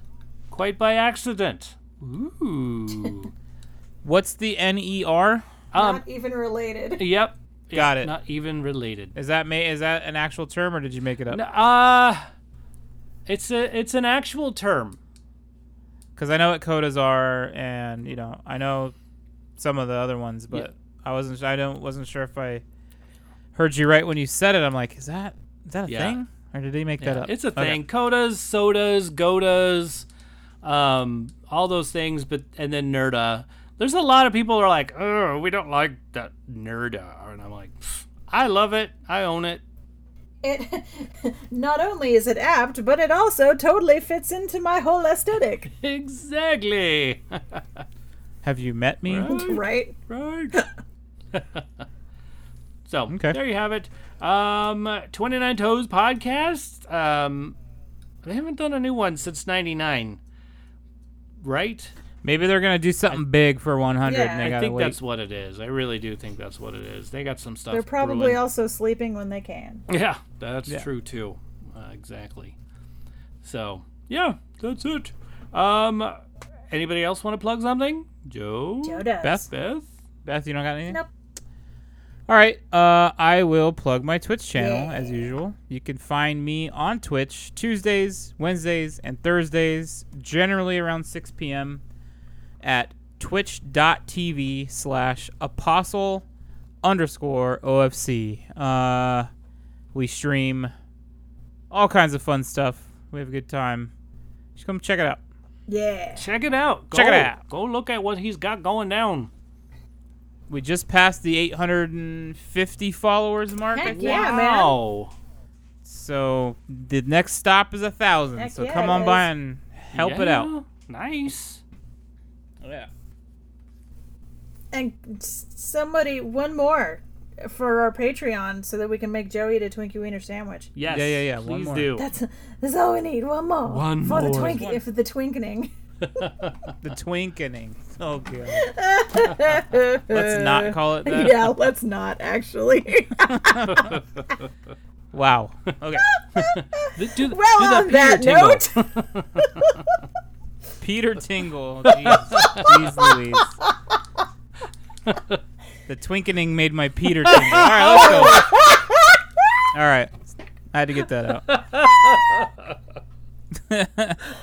Speaker 2: quite by accident. Ooh.
Speaker 3: What's the E NER?
Speaker 2: Um,
Speaker 4: Not even related. <laughs>
Speaker 2: yep.
Speaker 3: Got it.
Speaker 2: Not even related.
Speaker 3: Is that ma- is that an actual term or did you make it up?
Speaker 2: Uh it's a it's an actual term.
Speaker 3: Because I know what codas are, and you know I know some of the other ones, but I wasn't I don't wasn't sure if I heard you right when you said it. I'm like, is that is that a
Speaker 2: Yeah.
Speaker 3: thing or did he make that
Speaker 2: Yeah,
Speaker 3: up?
Speaker 2: It's a
Speaker 3: Okay.
Speaker 2: thing. Codas, sodas, godas, um, all those things, but and then nerda. There's a lot of people who are like, oh, we don't like that nerda, and I'm like, "Pfft, I love it. I own it.
Speaker 4: It <laughs> not only is it apt, but it also totally fits into my whole aesthetic.
Speaker 2: Exactly.
Speaker 3: Have you met me?
Speaker 4: Right?
Speaker 2: right. <laughs> so
Speaker 3: Okay.
Speaker 2: there you have it. Um, 29 Toes podcast. Um, they haven't done a new one since '99, right?
Speaker 3: Maybe they're gonna do something big for 100. and
Speaker 4: Yeah.
Speaker 3: they
Speaker 4: I
Speaker 3: gotta
Speaker 2: I think
Speaker 3: wait.
Speaker 2: that's what it is. I really do think that's what it is. They got some stuff.
Speaker 4: They're probably
Speaker 2: brewing.
Speaker 4: also sleeping when they can.
Speaker 2: <laughs> Yeah, that's
Speaker 3: Yeah.
Speaker 2: true too. Uh, exactly. So yeah, that's it. Um, anybody else want to plug something? Joe,
Speaker 4: Joe does.
Speaker 3: Beth?
Speaker 2: Beth.
Speaker 3: Beth, you don't got anything?
Speaker 4: Nope.
Speaker 3: All right. Uh, I will plug my Twitch channel as usual. You can find me on Twitch Tuesdays, Wednesdays, and Thursdays, generally around 6 p.m. at twitch.tv slash apostle underscore OFC. Uh, we stream all kinds of fun stuff. We have a good time. Just come check it out.
Speaker 4: Yeah.
Speaker 2: Check it out. Go,
Speaker 3: Check it out.
Speaker 2: Go look at what he's got going down.
Speaker 3: We just passed the 850 followers mark. I
Speaker 4: Heck
Speaker 3: think.
Speaker 4: Yeah, man.
Speaker 2: wow.
Speaker 3: So the next stop is a thousand.
Speaker 4: Heck
Speaker 3: so
Speaker 4: yeah,
Speaker 3: come
Speaker 4: it
Speaker 3: on
Speaker 4: is.
Speaker 3: by and help it
Speaker 2: Yeah,
Speaker 3: out.
Speaker 2: Nice.
Speaker 3: Yeah.
Speaker 4: And s- somebody, one more for our Patreon so that we can make Joe eat a Twinkie Wiener sandwich.
Speaker 2: Yes.
Speaker 3: Yeah, yeah, yeah, one
Speaker 2: Please
Speaker 3: more.
Speaker 2: do.
Speaker 4: That's, that's all we need. One more.
Speaker 2: One
Speaker 4: for The
Speaker 2: more.
Speaker 4: twink- for the twinkening. <laughs>
Speaker 3: The twinkening. Oh god. Let's not call it that.
Speaker 4: yeah, let's not, actually. <laughs>
Speaker 3: Wow. Okay.
Speaker 2: Th- do,
Speaker 4: well,
Speaker 2: do the
Speaker 4: on
Speaker 2: Peter
Speaker 4: that
Speaker 2: tingle.
Speaker 4: note.
Speaker 3: Peter Tingle. <laughs> Jeez, Jeez Louise. the twinkening made my Peter tingle. All right, let's
Speaker 4: <laughs>
Speaker 3: go. All right. I had to get that out.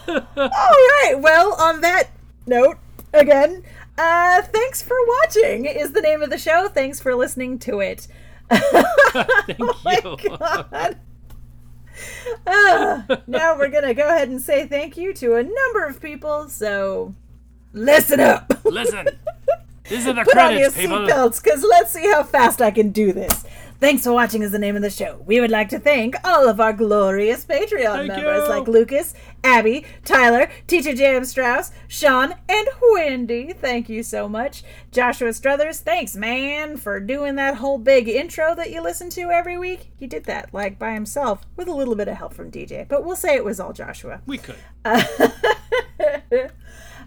Speaker 4: All right. Well, on that note, again, uh, thanks for watching is the name of the show. Thanks for listening to it. <laughs> Oh
Speaker 2: Thank you.
Speaker 4: God. Ah, now we're gonna go ahead and say thank you to a number of people. So listen up.
Speaker 2: <laughs> Listen. These are the
Speaker 4: <laughs> Put on your
Speaker 2: credits, people.
Speaker 4: seatbelts, because let's see how fast I can do this. Thanks for watching is the name of the show. We would like to thank all of our glorious
Speaker 2: Thank
Speaker 4: Patreon
Speaker 2: you.
Speaker 4: members like Lucas, Abby, Tyler, Teacher J.M. Strauss, Sean, and Wendy. Thank you so much. Joshua Struthers, thanks, man, for doing that whole big intro that you listen to every week. He did that, like, by himself, with a little bit of help from DJ, but we'll say it was all Joshua.
Speaker 2: We could.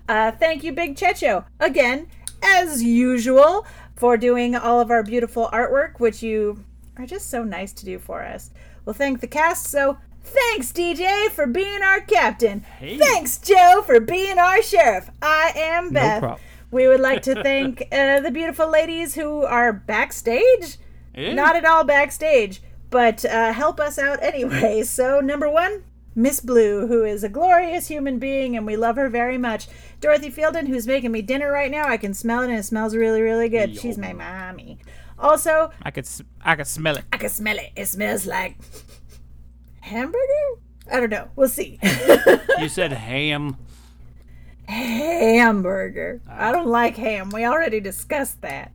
Speaker 4: Uh, thank you, Big Checho, again, as usual, for doing all of our beautiful artwork, which you are just so nice to do for us. We'll thank the cast, so thanks, DJ, for being our captain. Thanks, Joe, for being our sheriff. I am Beth.
Speaker 3: problem.
Speaker 4: we would like to thank uh, the beautiful ladies who are backstage
Speaker 2: Eh?
Speaker 4: not at all backstage, but uh, help us out anyway. <laughs> So, number one, Miss Blue, who is a glorious human being and we love her very much. Dorothy Fielden, who's making me dinner right now. I can smell it and it smells really, really good. She's my mommy. Also,
Speaker 3: I could s- I could smell it.
Speaker 4: I can smell it. It smells like <laughs> hamburger? I don't know. We'll see. <laughs>
Speaker 2: You said ham.
Speaker 4: hamburger. I don't like ham. We already discussed that.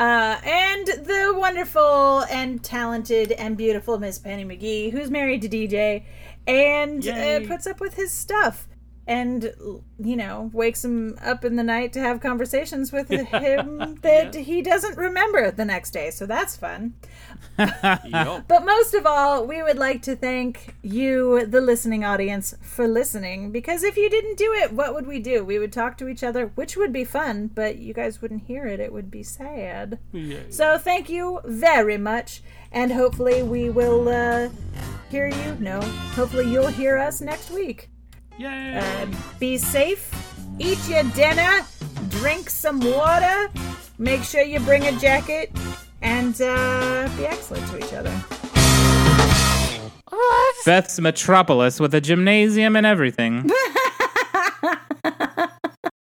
Speaker 4: Uh, and the wonderful and talented and beautiful Miss Penny McGee, who's married to DJ and uh,
Speaker 2: Yay.
Speaker 4: puts up with his stuff and, you know, wakes him up in the night to have conversations with him that he doesn't remember the next day. So that's fun.
Speaker 2: Yup.
Speaker 4: But most of all, we would like to thank you, the listening audience, for listening. Because if you didn't do it, what would we do? We would talk to each other, which would be fun, but you guys wouldn't hear it. It would be sad. So thank you very much, and hopefully we will uh, hear you. No, hopefully you'll hear us next week.
Speaker 2: Yay.
Speaker 4: Uh, be safe, eat your dinner, drink some water, make sure you bring a jacket, and uh, be excellent to each other.
Speaker 3: Beth's metropolis with a gymnasium and everything.